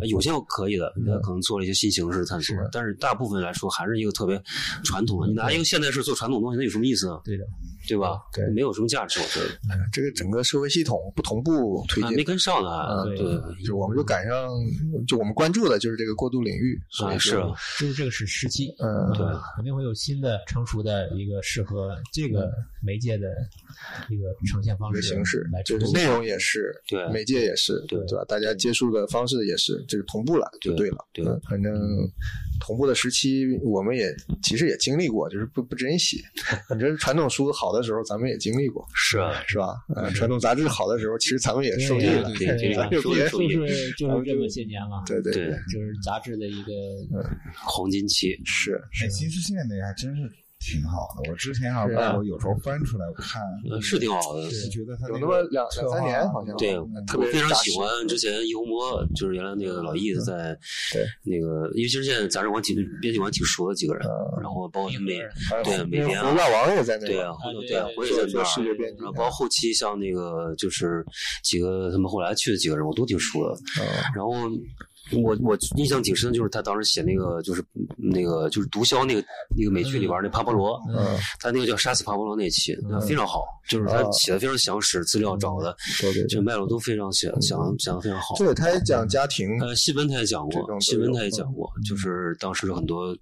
S3: 呃有些可以的，它可能做了一些新形式的探索，但是大部分来说还是一个特别传统的，你拿一个现代式做传统东西，那有什么意思呢？
S2: 对的，
S3: 对吧？
S1: 对
S3: 没有什么价值，我觉得
S1: 这个整个社会系统不同步推
S3: 还
S1: 进
S3: 没。跟上呢，还
S1: 啊
S3: 对，
S1: 就我们就赶上，就我们关注的就是这个过渡领域，所以
S3: 啊
S1: 说
S3: 是啊。
S2: 就是这个时时期，
S1: 嗯
S3: 对
S2: 啊，肯定会有新的成熟的一个适合这个媒介的一个呈现方
S1: 嗯一个
S2: 式
S3: 啊
S1: 形式
S2: 来，出
S1: 就
S2: 现
S1: 是内容也是，
S3: 对
S1: 媒介也是，
S3: 对
S1: 吧？大家接触的方式也是，这个同步了就
S3: 对
S1: 对了。
S3: 对
S1: 嗯反正同步的时期，我们也其实也经历过，就是不不珍惜。 你这传统书好的时候，咱们也经历过，
S3: 是啊，
S1: 是吧？呃，传统杂志好的时候，其实咱们也受益
S2: 对
S1: 了。
S3: 对对
S1: 咱就
S3: 受益
S1: 别
S3: 受益
S2: 就是就是这么些年了，
S1: 嗯对嗯对
S3: 对，
S2: 就是杂志的一个
S3: 黄金期
S1: 是
S6: 哎，其实现在还真是挺好的。我之前啊，我有时候翻出来看，
S3: 呃是挺好的，
S6: 就觉得他
S1: 有那么两两三年好像
S3: 对，
S1: 嗯特
S3: 我
S1: 别
S3: 非常
S1: 扎
S3: 喜
S1: 实嗯
S3: 欢之前一红魔，就是原来那个老易子在
S1: 对
S3: 那个，因为其实现在杂志我挺编辑我还挺熟的几个人，
S1: 嗯
S3: 然后包括美
S1: 哎
S3: 对每天
S1: 胡大王也在那
S3: 对啊，
S1: 个，
S3: 胡总
S2: 对
S3: 对啊，
S2: 对
S3: 我也
S1: 做
S3: 在这
S1: 做
S3: 儿。
S1: 视觉编辑
S3: 然，后包括后期像那个就是几个他们后来去的几个人，我都挺熟的。
S1: 啊
S3: 然后我我印象挺深，就是他当时写那个就是那个就是毒枭那个那个美剧里边那帕波罗，
S1: 嗯，
S3: 他那个叫杀死帕波罗那期，那非常好，就是他写的非常详实，资料找的
S1: 对对对
S3: 这
S1: 嗯
S3: 个脉络都非常写讲讲的非常好。
S1: 对，他也讲家庭，
S3: 呃，新闻他也讲
S1: 这种都有嗯
S3: 过，新闻他也讲过，就是当时很多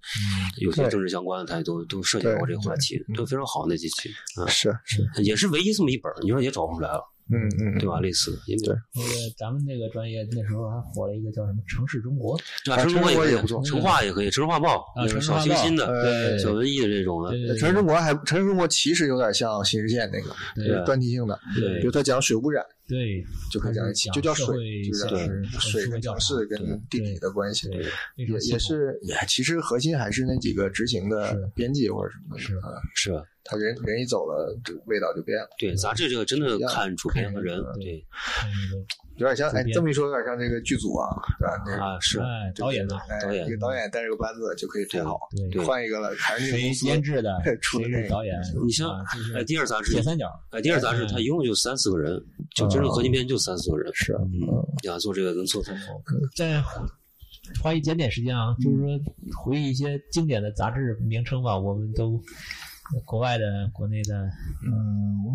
S3: 有些
S1: 对
S3: 政治相关的，他也都都涉及
S1: 对
S3: 过这个话题，都非常好那几期，嗯，
S1: 是是，
S3: 也是唯一这么一本儿，你说也找不出来了，
S1: 嗯嗯，
S3: 对吧？类似的，因为
S1: 对
S2: 那个咱们那个专业那时候还火了一个叫什么“城市中国
S3: 对
S1: 啊
S3: 吧？
S1: 城
S3: 城
S1: 市
S3: 也
S1: 化
S3: 可以
S1: 也不错，嗯
S3: 城化也可以，城市画报
S2: 啊
S3: 那种
S2: 城市画
S3: 小清
S2: 报
S3: 新的、
S1: 呃
S3: 小文艺的这种的，”，
S2: 对
S1: 城市中国还城市中国其实有点像新世界那个，
S2: 对啊
S1: 就是专题性的，比
S3: 对
S1: 如他讲水污染，
S2: 对，
S1: 就可以讲一期，就叫
S2: 社
S1: 水，
S2: 会
S1: 就
S2: 现
S1: 是
S2: 实和
S1: 水
S2: 社会
S1: 跟
S2: 调
S1: 城
S2: 查
S1: 市跟地理的关系，
S2: 对
S1: 也
S2: 非常系
S1: 也
S2: 统
S1: 是也其实核心还是那几个执行的
S2: 是
S1: 编辑或者什么的，
S2: 是
S1: 啊
S3: 是吧？
S1: 他人人一走了，这味道就变了，
S3: 对，杂志这个真的看主编和人，
S1: 嗯
S3: 对
S2: 看那个
S1: 有点像
S2: 主
S1: 哎，
S2: 编
S1: 这么一说有点像这个剧组啊，对吧？那个
S3: 啊，是
S2: 哎
S1: 就
S2: 导演呢，
S1: 哎
S3: 导演
S1: 一个导演带着个班子就可以拍好，
S2: 对
S3: 对
S1: 换一个了，还是那个
S2: 谁
S1: 公司，
S2: 监制的
S1: 出的
S2: 谁
S1: 那
S2: 是
S1: 个
S2: 导演，
S3: 你像
S2: 啊
S1: 嗯
S2: 这
S3: 哎，
S2: 是
S3: 第二杂志
S2: 铁三角，
S3: 哎，第二杂志它一共就三四个人，就真正核心编就三四个人，
S1: 嗯是啊
S3: 嗯，啊，做这个能做得很好，
S2: 再花一点点时间啊，
S1: 嗯
S2: 就是说回忆一些经典的杂志名称吧，我们都国外的、国内的，
S6: 嗯，我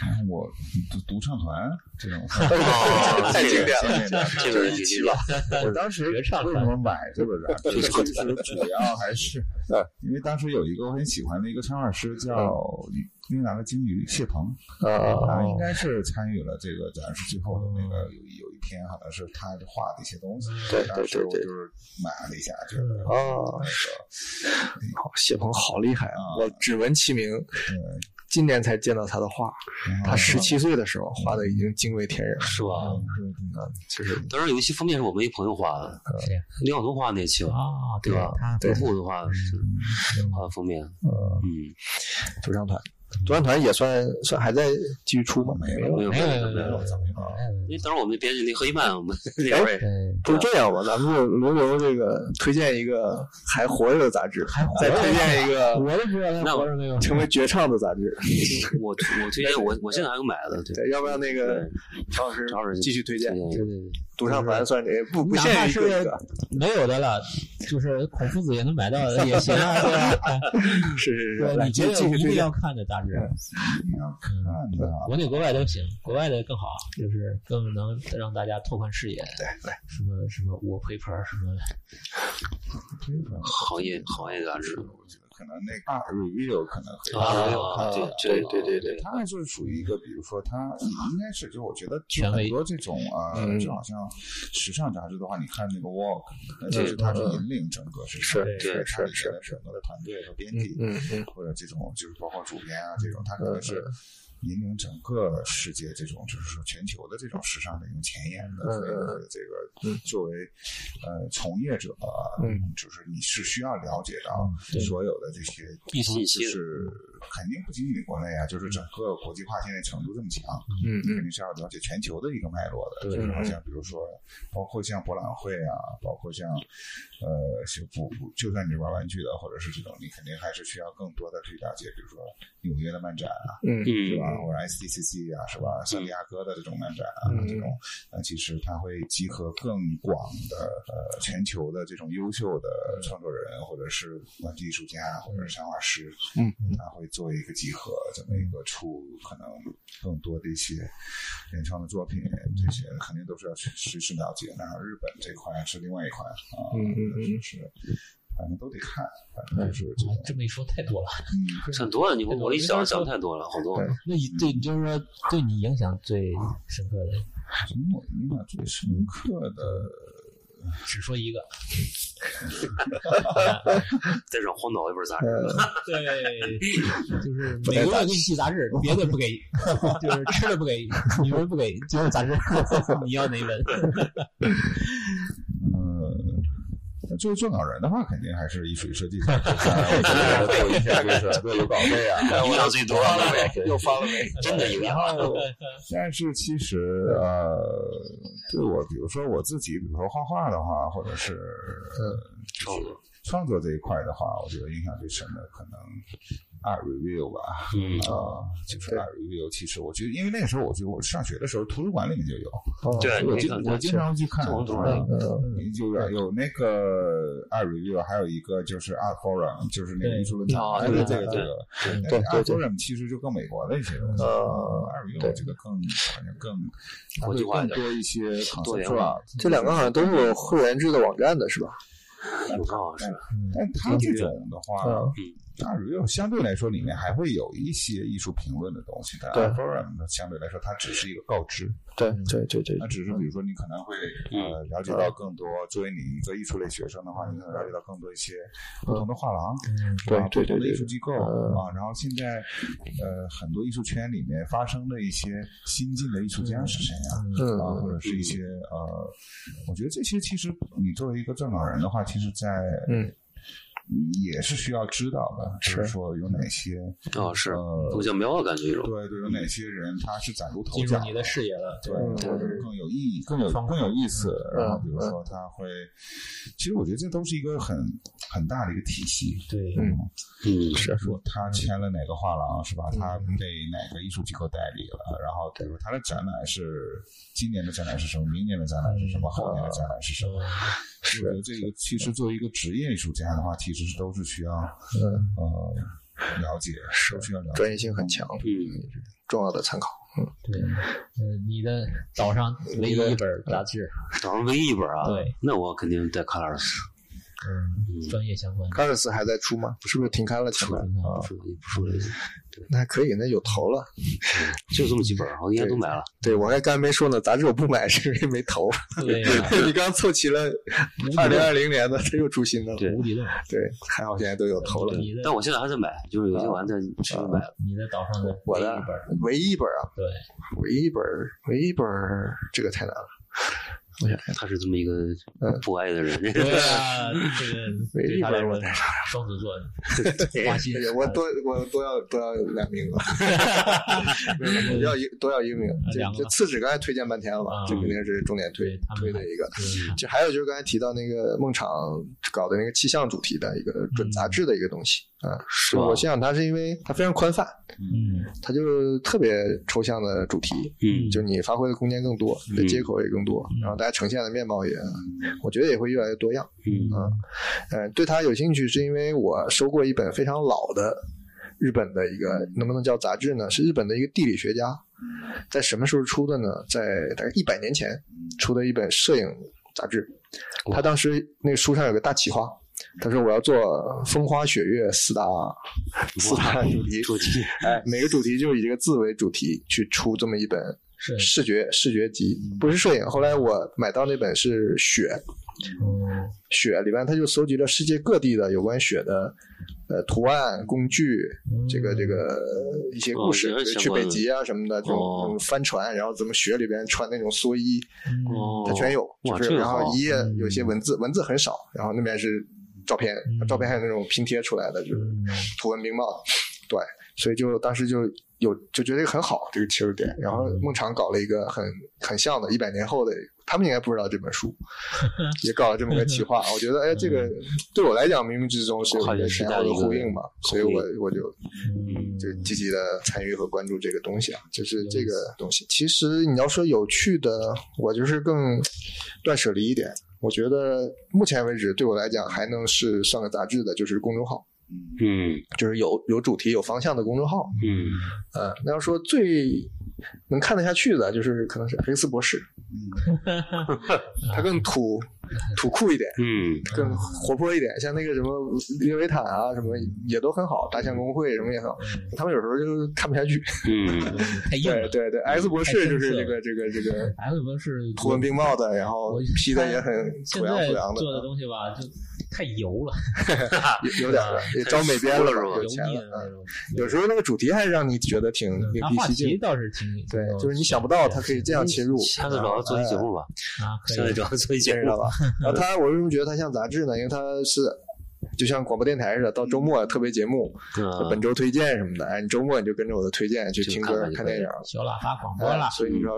S6: 好像我独独唱团这种
S3: 哦
S1: 太经典 了，
S3: 这个人挺厉害，
S6: 我当时为什么买这本
S1: 啊
S6: 杂 志，就是主要还是因为当时有一个我很喜欢的一个插画师叫
S1: 嗯
S6: 越南的鲸鱼谢鹏，
S1: 啊哦
S6: 他应该是参与了这个杂志最后的那个有有一篇，好像是他画的一些东西。
S1: 对
S6: 当
S1: 对
S6: 时
S1: 对
S6: 我
S1: 对
S6: 就是买了一下，就是那个
S1: 哦， 好谢鹏好厉害啊！
S6: 啊
S1: 我只闻其名，今年才见到他的画。
S6: 然后
S1: 他十七岁的时候画的已经惊为天人了。 啊
S3: 是吧？
S6: 对对
S1: 就
S6: 对
S1: 是
S3: 当时有一期封面是我们一朋友画的，
S2: 谁呀？
S3: 李晓东画的那期吧，
S2: 啊，
S3: 对吧
S2: 他？
S1: 对
S3: 裤子画的是画的封面，嗯，
S1: 独唱团，独唱团也算算还在继续出吗？
S6: 没有
S3: 没有
S2: 没
S3: 没
S2: 有
S3: 有
S2: 没
S3: 没
S2: 有
S3: 有，
S1: 哦
S3: 因为当时我们编辑那何一曼，我们两
S2: 对，
S3: 位
S1: 不是哎这样吧？咱们就轮流这个推荐一个还活着的杂志，
S2: 还活
S1: 再
S2: 着
S1: 推荐一个
S2: 我都不知道
S3: 那
S2: 他
S3: 我
S2: 活着没有。
S1: 成为绝唱的杂志。
S3: 我我推荐我我现在还有买的，对
S1: 对，要不然那个
S3: 对
S1: 曹老师
S3: 曹老师
S1: 继续推荐
S3: 推荐一个
S2: 对对对，
S1: 独唱团，算这不不
S2: 哪
S1: 限
S2: 怕
S1: 于一
S2: 是
S1: 个一个，
S2: 没有的了，就是孔夫子也能买到的也行 啊，对吧？
S1: 是是是，
S2: 对，
S1: 来
S2: 你
S1: 继续
S2: 觉得
S1: 继
S2: 一
S1: 续推荐
S2: 定
S1: 嗯
S2: 要。看的杂志，嗯
S6: 你要看的啊，
S2: 国内国外都行，国外的更好，就是更能让大家拓宽视野。
S1: 对对，
S2: 什么什么我陪盆儿什么，
S6: 这个
S3: 行业行业杂志，
S6: 我觉得可能那个 r e v i e w 可能可以
S3: 啊
S1: 啊
S3: 对
S1: 对对对对
S6: 他还就是属于一个，比如说他嗯应该是，就我觉得就
S2: 权威
S6: 很多这种啊，
S1: 嗯
S6: 就好像时尚杂志的话，你看那个 Walk，那就是他是引领整个市场，
S1: 嗯是
S6: 对
S1: 是
S6: 他
S1: 是
S6: 的整个的团队和编
S1: 嗯
S6: 辑，
S1: 嗯嗯，
S6: 或者这种就是包括主编啊这种，他可能是引领整个世界这种就是说全球的这种时尚的一种前沿的
S1: 嗯
S6: 所以
S1: 嗯
S6: 这个作为呃从业者，
S1: 嗯，
S6: 就是你是需要了解到
S2: 对
S6: 所有的这些
S3: 必信息
S6: 就
S3: 的
S6: 是肯定不仅仅国内啊，就是整个国际化现在程度这么强，
S1: 嗯嗯
S6: 肯定是要了解全球的一个脉络的。
S2: 对
S6: 就是好像比如说，包括像博览会啊，包括像呃，就不不，就算你玩玩具的，或者是这种，你肯定还是需要更多的去了解，比如说纽约的漫展啊，
S1: 嗯
S6: 对
S3: 嗯
S6: 吧？或者 SDCC 啊，是吧？圣地亚哥的这种漫展啊，
S1: 嗯
S6: 这种，那其实它会集合更广的呃全球的这种优秀的创作人，或者是玩具艺术家，或者是插画师，
S1: 嗯嗯，
S6: 它会做一个集合，这么一个出可能更多的一些原创的作品，这些肯定都是要去实时了解。然后日本这块是另外一块啊，
S1: 嗯嗯嗯
S6: 就是反正都得看，反正就是这种，
S2: 这么一说太多了。
S6: 嗯，
S3: 很多了，你我我一想想太多了，好多。
S2: 那你对，就是说对你影响最深刻的，
S6: 给我印象最深刻的。
S2: 只说一个。
S3: 再让荒岛一本杂志，
S1: 呃
S2: 对，就是
S1: 不
S2: 美
S1: 带
S2: 国
S1: 杂
S2: 人给你寄杂志，别的不 给，就是吃的不给，女人不给，就是杂志， 你要哪一本？
S6: 嗯，就是撰稿人的话，肯定还是艺术与设计上。我做一下这个对有稿费啊，
S3: 影响最多
S1: 发了没？又发了没？
S3: 真的影响。
S6: 但是其实呃，对我，比如说我自己，比如说画画的话，或者是
S3: 创作，
S6: 创作这一块的话，我觉得影响最深的可能 art review 吧。
S3: 嗯，
S6: 啊，就是 art review，其实我觉得，因为那个时候我觉得我上学的时候，图书馆里面就有，
S3: 对，
S6: 我
S3: 你
S6: 经
S3: 看
S6: 我经常去看，
S3: 这种图书
S6: 啊
S3: 馆
S6: 就有有那个 art review，还有一个就是 art forum，就是那个艺术论坛
S3: 哦，
S6: 哎
S3: 对
S6: 这个
S3: 对
S6: 这个
S3: 对
S6: 那
S1: 对
S6: 个
S1: 对
S6: art
S1: 对
S6: forum 其实就更美国的一些东西
S1: 呃
S6: ，art review
S1: 对
S6: 我觉得更好像更它
S3: 国际
S6: 会
S3: 化一
S6: 更
S3: 点
S6: 多一些
S3: 多元
S6: concept
S3: 化
S6: art，
S1: 这两个好像都是有会员制的网站的是吧？
S2: 嗯
S3: 有道是吧？
S6: 但他这种的话
S1: 嗯，
S6: 那 real 相对来说里面还会有一些艺术评论的东西，但
S1: 对
S6: forum 相对来说它只是一个告知，
S1: 对对对对
S6: 那只是比如说你可能会
S1: 嗯
S6: 呃了解到更多，作为你一个艺术类学生的话，你可能了解到更多一些不同的画廊，
S1: 对
S6: 啊
S1: 嗯对
S6: 不同的
S1: 对对
S6: 艺术机构
S1: 嗯
S6: 啊，然后现在呃很多艺术圈里面发生的一些新进的艺术家是谁啊？
S1: 嗯
S6: 啊，或者是一些呃，我觉得这些其实你作为一个撰稿人的话，其实在
S1: 嗯
S6: 也是需要知道的，就是
S1: 是
S6: 说有哪些
S3: 哦，是
S6: 呃
S3: 不讲喵啊，感觉一种。
S6: 对对，有哪些人他是崭露头
S2: 进入
S6: 角
S2: 你的视野了，
S6: 对，
S1: 嗯
S6: 或者是更有意义、更有
S2: 方法
S6: 更有意思。然后
S1: 嗯
S6: 比如说他会，其实我觉得这都是一个很很大的一个体系。
S2: 对，
S1: 嗯
S3: 嗯，
S1: 是
S6: 说他签了哪个画廊是吧？他
S1: 嗯
S6: 被哪个艺术机构代理了？然后比如他的展览是今年的展览是什么？明年的展览是什么？
S1: 嗯
S6: 后年的展览是什么？所以我觉得这个其实作为一个职业艺术家的话，其实是都是需要
S1: 嗯，
S6: 呃了解，
S1: 是
S6: 都需要了解。
S1: 专业性很强，
S3: 嗯，
S1: 重要的参考。
S2: 对，呃，你的岛上唯一一本杂志，
S3: 岛上唯一一本啊，
S2: 对，
S3: 那我肯定带卡尔斯，
S2: 嗯专业相关的，
S1: 卡尔斯还在出吗？是不是停刊了？出来
S2: 停刊了
S1: 啊
S3: 不，说也不说了，
S1: 那还可以，那有头了。
S3: 就这么几本，我应该都买了。
S1: 对我还刚才没说呢，杂志我不买 是因为没头。
S2: 对，
S1: 你刚凑齐了二零二零年的，这又出新的了。
S3: 对
S2: 无底洞，
S1: 对，还好现在都有头了。
S2: 你的
S3: 但我现在还在买，就是有些我还在持续买了。
S2: 你的岛上的
S1: 我
S2: 唯一
S1: 的
S2: 一本儿，
S1: 唯一一本啊，
S2: 对，
S1: 唯一一本，唯一一本，这个太难了。
S3: 他是这么一个不爱的人，
S2: 对啊，这个
S1: 唯一
S2: 对
S1: 一
S2: 他来
S1: 本
S2: 说
S1: 我带，
S2: 双子座花心，
S1: 我多我多要多要两名额，我要一多要一名。
S3: 呃
S1: 这
S2: 两个
S1: 这次纸刚才推荐半天了嘛，
S2: 啊
S1: 这
S3: 嗯
S1: 肯定是重点推
S2: 对他们
S1: 推的一个。
S2: 对
S1: 就还有就是刚才提到那个梦场搞的那个气象主题的一个准杂志的一个东西啊，
S3: 嗯是吧
S1: 我？欣赏它是因为它非常宽泛，
S2: 嗯，
S1: 它就是特别抽象的主题，
S3: 嗯
S1: 就你发挥的空间更多，你的
S3: 嗯
S1: 接口也更多，然后大家呈现的面貌也，我觉得也会越来越多样。
S3: 嗯
S1: 嗯，呃，对它有兴趣是因为我收过一本非常老的日本的一个，能不能叫杂志呢？是日本的一个地理学家，在什么时候出的呢？在大概一百年前出的一本摄影杂志。他当时那个书上有个大企划，他说我要做风花雪月四大四大主题，
S3: 主题
S1: 哎，每个主题就是以这个字为主题去出这么一本
S2: 是
S1: 视觉视觉集，不是摄影。后来我买到那本是雪，雪里面他就搜集了世界各地的有关雪的呃图案、工具，这
S2: 嗯
S1: 个这个呃一些故事，
S3: 哦也是
S1: 比如
S3: 相
S1: 去
S3: 关
S1: 北
S3: 的
S1: 极啊什么的，这种
S3: 哦
S1: 这种帆船，然后怎么雪里边穿那种蓑衣，
S2: 嗯
S3: 哦，
S1: 它全有，
S3: 哇
S1: 就是
S3: 这个
S1: 然后
S3: 好
S1: 一页有些文字，文字很少，然后那边是照片，照片还有那种拼贴出来的，
S2: 嗯
S1: 就是图文并茂，对，所以就当时就有就觉得很好这个切入点，然后
S3: 嗯
S1: 孟尝搞了一个很很像的，一百年后的，他们应该不知道这本 书，也搞了这么个企划，我觉得哎，这个对我来讲冥冥之中是有
S3: 嗯跨
S1: 一
S3: 越
S1: 个
S3: 时
S1: 前
S3: 代
S1: 后
S3: 的
S1: 的
S3: 一个
S1: 呼应嘛，所以我我就
S2: 嗯
S1: 就积极的参与和关注这个东西啊，就是这个东西。其实你要说有趣的，我就是更断舍离一点。我觉得目前为止对我来讲还能是算个杂志的，就是公众号，
S3: 嗯
S1: 就是有有主题、有方向的公众号。
S3: 嗯
S1: 呃，那要说最能看得下去的，就是可能是菲斯博 士，他更土土酷一点，
S3: 嗯
S1: 更活泼一点。像那个什么列维坦啊，什么也都很好，大象公会什么也很好。他们有时候就看不下去。
S3: 嗯，
S2: 太硬
S1: 对
S2: 了。
S1: 对对，X 博士就是这个这个这个
S2: X 博士
S1: 图文并茂的，然后
S2: 我
S1: 批的也很
S2: 现
S1: 土洋
S2: 在
S1: 土洋的，啊
S2: 做的东西吧，就太油了，
S1: 有有点
S2: 啊
S1: 儿也招美编了吧，
S3: 太
S1: 有
S2: 油
S1: 钱
S2: 腻
S1: 了
S2: 的。那
S1: 嗯
S2: 种。
S1: 有时候那个主题还让你觉得挺另
S2: 他
S1: 辟
S2: 嗯话
S1: 蹊
S2: 题
S1: 径，
S2: 倒是挺
S1: 对，就是你想不到它可以这样切入，
S3: 下次找他做一节目吧，
S2: 啊，可
S3: 下次
S2: 以
S3: 找他做一节
S1: 知
S3: 目
S1: 道。 吧？然后它我为什么觉得它像杂志呢？因为它是。就像广播电台似的，到周末特别节目，
S3: 啊
S1: 本周推荐什么的，哎，你周末你就跟着我的推荐去
S3: 就
S1: 听
S3: 看
S1: 歌
S3: 看、就
S1: 看
S3: 可以
S1: 电影，
S2: 小喇叭广播
S1: 哎
S2: 啦，
S1: 所以你
S3: 嗯
S1: 说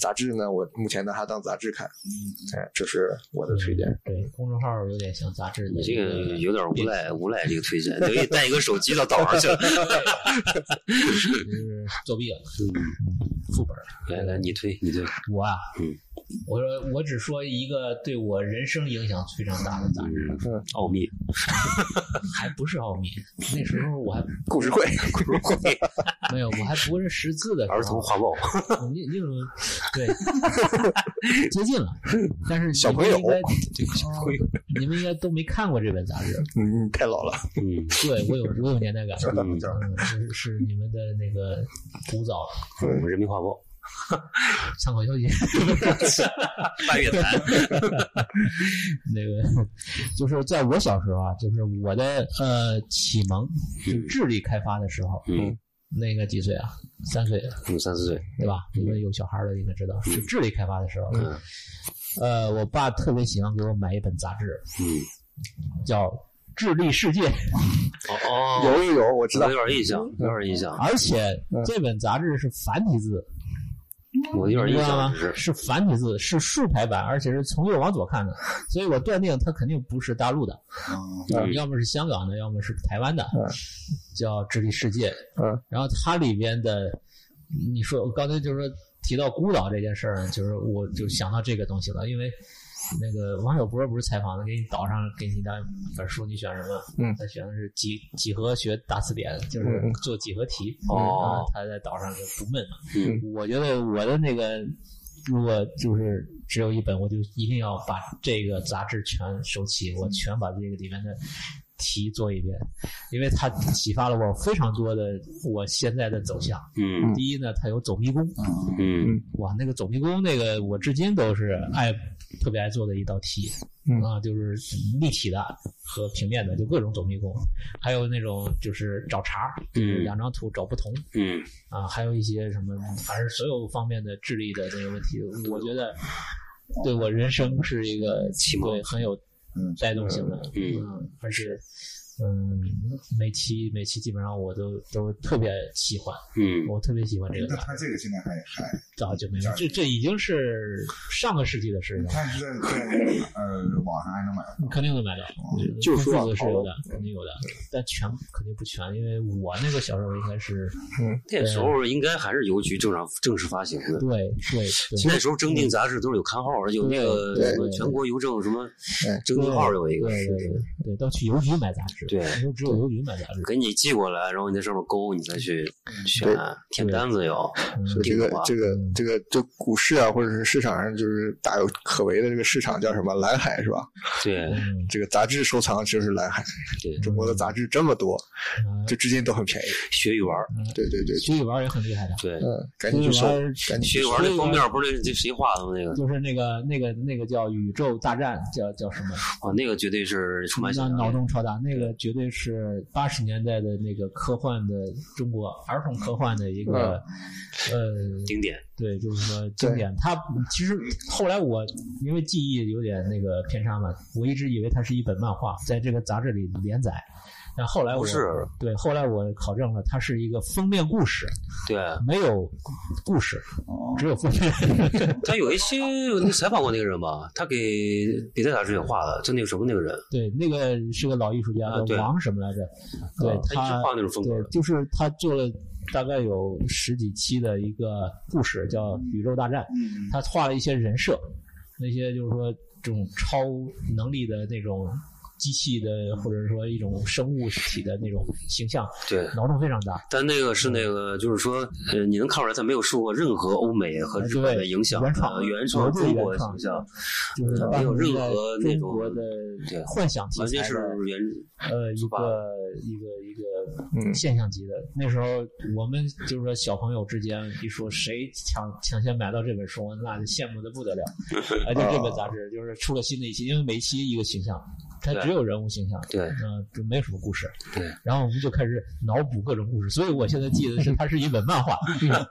S1: 杂志呢，我目前拿它当杂志看，哎，这是我的推荐。
S3: 嗯
S2: 对，公众号有点像杂志的
S3: 你这
S2: 一
S3: 个
S2: 个，
S3: 有点无赖，无赖这个推荐，你可以带一个手机到岛上去。
S2: 就是作弊了，副本儿。
S3: 来来，你推，你推。
S2: 我啊，
S3: 嗯
S2: 我说我只说一个对我人生影响非常大的杂志，
S3: 嗯，奥秘
S2: 还不是奥秘。那时候 我还
S1: 故事 会，
S2: 没有，我还不是识字的时候
S3: 儿童画报，
S2: 你你怎么 对接近了？但是你们
S1: 小朋友
S2: 应该对小朋友，你们应该都没看过这本杂志。
S1: 嗯，太老了，
S3: 嗯，
S2: 对我有我有年代感，
S3: 嗯
S2: 嗯是是你们的那个古早
S3: 我们人民画报，
S2: 参考消息。
S3: 半月谈，
S2: 那个就是在我小时候啊，就是我的呃启蒙，就
S3: 嗯
S2: 智力开发的时候，
S3: 嗯，
S2: 那个几岁啊？三岁
S3: 嗯，三四岁，
S2: 对吧？你们有小孩儿的应该知道，是智力开发的时候。
S3: 嗯
S2: 呃，我爸特别喜欢给我买一本杂志，
S3: 嗯，
S2: 叫《智力世界》，
S3: 哦哦，
S1: 有有有，我知
S3: 我
S1: 道
S3: 有点印象，有点印象，
S2: 而且
S3: 嗯
S2: 这本杂志是繁体字，
S3: 我有
S2: 你知
S3: 点印
S2: 道
S3: 象
S2: 吗
S3: 只？是，
S2: 是繁体字，是竖排版，而且是从右往左看 的，所以我断定它肯定不是大陆的，
S3: 嗯
S2: 要么是香港的，要么是台湾的， 叫《智力世界》。
S1: 嗯，
S2: 然后它里边的，你说我刚才就是说提到孤岛这件事儿，就是我就想到这个东西了，因为那个王小波不是采访的，给你岛上给你一本书，你选什么？
S1: 嗯
S2: 他选的是几几何学大词典，就是
S1: 嗯嗯
S2: 做几何题。
S3: 哦
S2: 啊他在岛上就不闷嘛。
S3: 嗯
S2: 我觉得我的那个如果就是只有一本，我就一定要把这个杂志全收齐，我全把这个里面的题做一遍，因为它启发了我非常多的我现在的走向。
S3: 嗯
S2: 第一呢，它有走迷宫，
S3: 嗯
S2: 哇，那个走迷宫那个我至今都是爱特别爱做的一道题，
S1: 嗯
S2: 啊，就是立体的和平面的，就各种走迷宫，还有那种就是找茬儿，
S3: 嗯
S2: 两张图找不同，
S3: 嗯
S2: 啊，还有一些什么，反正所有方面的智力的那个问题，我觉得对我人生是一个
S3: 启蒙
S2: 对很有
S6: 嗯
S2: 带动性的，
S3: 嗯
S2: 嗯，而且嗯，每期每期基本上我都都特别喜欢，
S3: 嗯
S2: 我特别喜欢这
S6: 那
S2: 个，
S6: 他这个现在还还
S2: 早就没了，这这已经是上个世纪的事情了，
S6: 他是在在呃网上还能买得到，
S2: 肯定能买到，
S3: 嗯
S1: 就是说啊
S2: 数字是
S1: 淘
S2: 有
S1: 宝
S2: 的，肯定有的，但全肯定不全，因为我那个小时候应该是
S3: 那时候应该还是邮局正常正式发行的。
S2: 对对对，
S3: 那时候征订杂志都是有刊号的，有那个
S1: 对
S3: 什么
S2: 对
S3: 全国邮政什么
S1: 对
S3: 征订号有一个，
S2: 对
S3: 是
S2: 对对
S3: 是
S2: 对，都去邮局买杂志，
S3: 对
S2: 那时候只有邮局买杂志。
S3: 给你寄过来，然后你在上面勾，你再去选
S1: 对
S3: 填单子要。
S1: 所以这
S3: 定
S1: 个
S3: 化
S1: 这个这个这股市啊，或者是市场上就是大有可为的这个市场叫什么蓝海是吧？
S3: 对
S2: 嗯，
S1: 这个杂志收藏就是蓝海，
S3: 对，
S1: 中国的杂志这么多，
S2: 啊
S1: 就至今都很便宜。
S3: 学语文儿，
S1: 对对对，
S2: 徐语文也很厉害的，
S3: 对，
S1: 嗯，赶紧去
S2: 这
S1: 收
S2: 玩意儿，嗯
S1: 赶紧
S3: 学
S1: 去
S3: 语文
S1: 收
S3: 儿。那封面不是这谁画的吗？那个
S2: 就是那个那个那个叫《宇宙大战》，叫叫什么？
S3: 哦，那个绝对是充满想
S2: 那嗯
S3: 象
S2: 脑
S3: 力。
S2: 洞超大，那个绝对是八十年代的那个科幻的中国儿童科幻的一个，
S3: 嗯
S2: 呃，
S3: 经典，
S2: 对，就是说经典。它其实后来我因为记忆有点那个偏差嘛，我一直以为它是一本漫画，在这个杂志里连载。但后来我
S3: 不是
S2: 对，后来我考证了，它是一个封面故事，
S3: 对，
S2: 没有故事，
S3: 哦
S2: 只有封面。
S3: 他有一些你采访过那个人吧，他给别的杂志也画的，就那个什么那个人，
S2: 对，那个是个老艺术家，
S3: 啊对
S2: 叫王什么来着？对
S3: 啊他一直画那种风格
S2: 对，
S3: 的。
S2: 就是他做了大概有十几期的一个故事，叫《宇宙大战》，他画了一些人设，那些就是说这种超能力的那种。机器的，或者说一种生物体的那种形象，
S3: 对，
S2: 脑洞非常大，
S3: 但那个是那个，就是说，呃，你能看出来他没有受过任何欧美和日本的影响，
S2: 对原创
S3: 呃原创
S2: 绝对
S3: 中国
S2: 原
S3: 的
S2: 创
S3: 形象，
S2: 就是
S3: 呃
S2: 把
S3: 没有任
S2: 在
S3: 何那
S2: 中
S3: 种
S2: 国的
S3: 对
S2: 幻想题
S3: 完全
S2: 材
S3: 是
S2: 的
S3: 原
S2: 呃，一
S3: 吧
S2: 个一个一个
S1: 嗯
S2: 现象级的。那时候我们就是说小朋友之间一说谁抢抢先买到这本书，那就羡慕的不得 了。而且这
S3: 哦
S2: 本杂志就是出了新的一期，因为每期一个形象，它
S3: 对
S2: 只有人物形象，
S3: 对
S2: 嗯、就没有什么故事。
S3: 对，
S2: 然后我们就开始脑补各种故事，所以我现在记得是它是一本 漫画，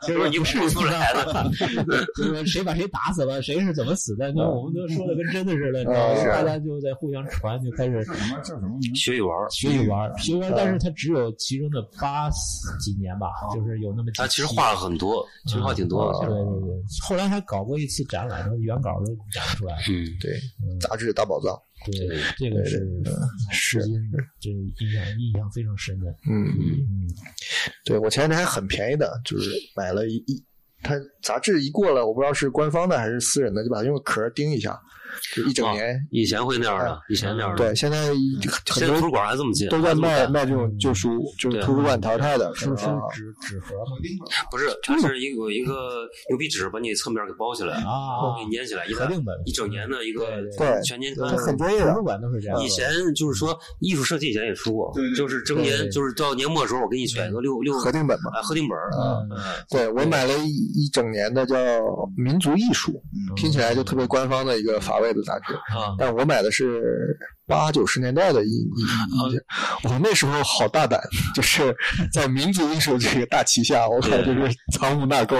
S3: 就是你嗯不出来的。
S2: 就是谁把谁打死了，谁是怎么死的，那我们都说的跟真的似的，你知道吗？
S1: 是
S2: 大家就在互相传，就开始
S6: 叫什么叫什么名字？
S3: 学语文儿，
S2: 学语玩儿，学语玩儿，但是它只有其中的八几年吧，就是有那么几期。
S3: 他其实画了很多，
S2: 嗯
S3: 其实画挺多
S2: 对
S3: 的。
S2: 对对，后来还搞过一次展览，都原稿都展不出来。
S3: 嗯，
S1: 对，杂志大宝藏。
S2: 对，这个是至今这印象印象非常深的。
S1: 嗯，
S2: 嗯，
S1: 对我前两天还很便宜的，就是买了一一它杂志一过了，我不知道是官方的还是私人的，就把它用壳钉一下，就一整年。
S3: 以前会那样
S2: 嗯
S3: 的，以前那样的。
S1: 对，现在很
S3: 现在图
S1: 多
S3: 书馆还这么进，
S1: 都在卖卖这种旧书，就是
S3: 对
S1: 图书馆淘汰的。
S2: 是是
S1: 啊
S2: 纸纸盒
S3: 不是，它是一个一个牛皮纸把你侧面给包起来，然后
S2: 啊
S3: 给你粘起来，一
S2: 合
S3: 大
S2: 定本，
S3: 一整年的一个
S2: 对
S1: 对
S3: 全年
S1: 对
S3: 刊
S1: 它。很专业
S2: 图
S1: 的
S2: 书馆都是这样的。
S3: 以前就是说，艺术设计以前也出过，就是整
S2: 对
S3: 年，就是到年末的时候，我给你选一个六六
S1: 核定本嘛。
S3: 啊，合订本儿，
S2: 嗯，
S1: 对，我买了一一整年的叫《民族艺术》，
S2: 嗯
S1: 听起来就特别官方的一个乏味的杂志。
S3: 啊，
S1: 但我买的是八九十年代的一一
S3: 嗯
S1: 一，我那时候好大胆， 就是在民族艺术这个大旗下，我靠，
S3: 对
S1: 就是藏污纳垢。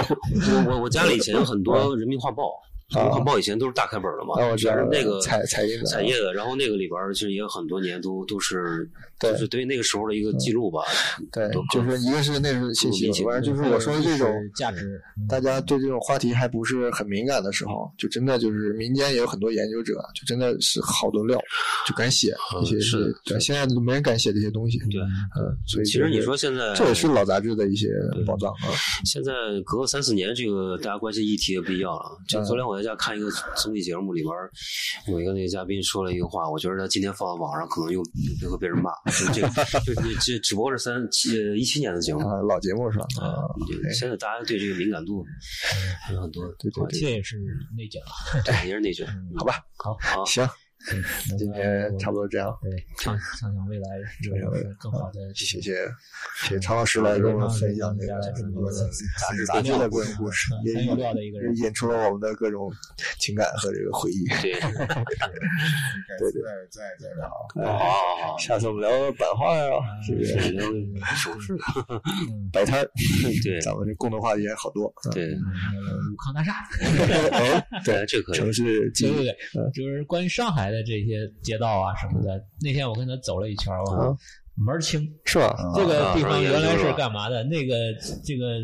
S3: 我我我家里以前有很多人民画报，人民画报以前都是大开本儿的嘛
S1: 嗯啊，，我知道
S3: 全是
S1: 了
S3: 那个
S1: 彩彩印的
S3: 彩页的，然后那个里边儿其实也有很多年都都是，
S1: 对嗯
S3: 就是对于那个时候的一个记录吧，
S1: 对
S3: 多，
S1: 就是一个是那种信息
S3: 多理，解
S1: 反正就是我说的这种。
S2: 价值，嗯
S1: 大家对这种话题还不是很敏感的时候，就真的就是民间也有很多研究者，就真的是好多料，就敢写
S3: 嗯
S1: 一些。
S3: 是的
S1: 对，现在就没人敢写这些东西。
S3: 对
S1: 嗯，所以
S3: 其
S1: 就
S3: 实你
S1: 是
S3: 说现在
S1: 这也是老杂志的一些宝藏啊。
S3: 现在隔个三四年，这个大家关心议题也不一样了。啊就
S1: 嗯
S3: 昨天我在家看一个综艺节目，里面有一个那个嘉宾说了一个话，我觉得他今天放到网上可能又又会被人骂。就这个， 就这这只不过是三七一七年的节目，
S1: 啊，老节目是吧？啊，
S3: 对现在大家对这个敏感度有很多，
S1: 对对
S2: 这也是内卷。
S3: 对，也是内卷。
S1: 好吧，
S2: 好，
S3: 好，
S1: 行，
S2: 嗯
S1: 今天差不。多这样。
S2: 对，畅畅想未来有更好的
S1: 嗯谢谢谢谢常老师来跟我们分享这个中国的杂志的各种故事，也
S2: 很有料的一个人
S1: 也引出了我们的各种情感和这个回忆。
S3: 对，
S6: 对对，再再再聊。
S3: 好好 好，
S1: 下次我们聊版画呀、
S2: 啊
S1: 这个
S3: 是聊首饰，
S1: 摆摊儿，
S3: 对
S1: 咱们这共同话题还好多。啊，
S3: 对，
S2: 嗯武康大厦。
S1: 哎
S3: 对，这可以
S1: 城。市记
S2: 对对
S1: 忆，
S2: 对，就是关于上海的这些街道啊什么的。那天我跟他走了一圈，我靠
S1: 嗯
S2: 门儿清。
S1: 是吧？啊
S2: 这个地方原来是干嘛的？那个这个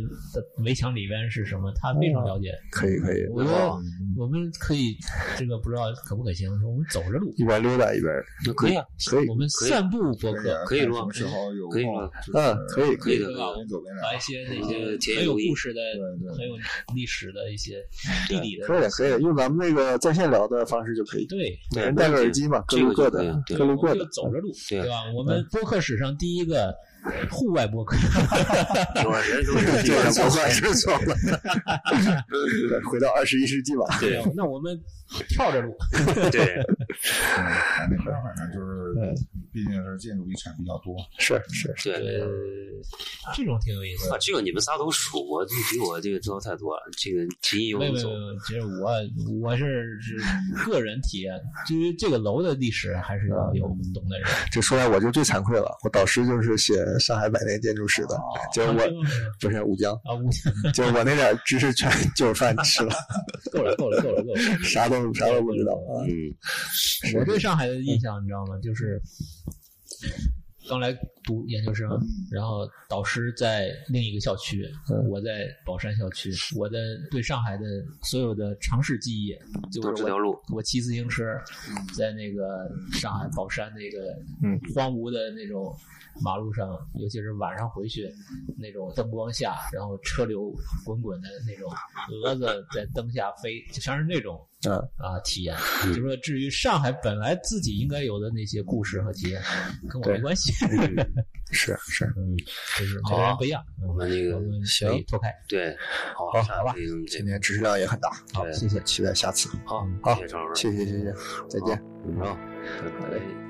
S2: 围墙里边是什么？他非常了解。
S1: 可以可以，
S2: 我觉得我们可以，这个不知道可不可行，我们走着录，
S1: 一边溜达一边
S3: 可以啊，
S1: 可以，
S2: 我们散步播客，
S3: 可以录
S6: 什么时候有
S3: 可以
S6: 空
S3: 录
S6: 就是
S1: 嗯，可以
S3: 可以的
S6: 边走边聊
S2: 把一。些那些
S3: 嗯
S2: 很有故事的
S6: 对、对
S2: 很有历史的一些地理的，
S1: 可以的可以的，用咱们这个在线聊的方式就可以，
S2: 对，
S1: 每人戴个耳机嘛，各录各的
S3: 这个就可以，对
S1: 各录
S2: 我
S1: 各
S2: 们
S1: 的
S2: 就。走着录，
S3: 对
S2: 对吧？我们播客史上第一个户外播客，
S3: 有人都是
S1: 这个不算是错了，回到二十一世纪吧。
S3: 对
S2: 那我们跳着录，
S3: 对。
S6: 嗯那边儿反正就是，毕竟是建筑遗产比较多，
S1: 是是是，
S3: 对，
S2: 呃，这种挺有意思
S3: 啊，
S2: 的。
S3: 这个你们仨都熟，我就比我这个知道太多了。这个秦一有
S2: 没有没有
S3: 走
S2: 没，有，其实我我是是个人体验，对于这个楼的历史还是要有懂的人。
S1: 这说来我就最惭愧了。我导师就是写上海百年建筑史的，结果我不是武江，
S2: 啊，无
S1: 结果我那点知识全就是饭吃了，
S2: 够了够了够了够了。
S1: 啥都啥都不知道啊。
S3: 嗯，
S2: 我对上海的印象，你知道吗？就是刚来读研究生，然后导师在另一个校区，我在宝山校区，我的对上海的所有的尝试记忆，就
S3: 都
S2: 是
S3: 这
S2: 我
S3: 条路，
S2: 我骑自行车在那个上海宝山那个
S1: 嗯
S2: 荒芜的那种马路上，尤其是晚上回去，那种灯光下，然后车流滚滚的那种蛾子在灯下飞，就全是那种
S1: 嗯
S2: 啊体验。就说至于上海本来自己应该有的那些故事和体验，跟我没
S1: 对
S2: 关系，
S1: 是是，
S2: 嗯，就是每个人不一样。嗯
S3: 我们 那
S2: 我
S3: 个
S2: 们
S1: 嗯行
S2: 可以脱开，
S3: 对，好，
S1: 好
S3: 好吧，
S1: 今天知识量也很大，
S2: 好，
S3: 对
S2: 谢谢。
S1: 期待下次。
S3: 好，
S1: 好
S3: 谢谢张老师，
S1: 谢谢谢谢，再见。
S3: 好，嗯，好拜拜。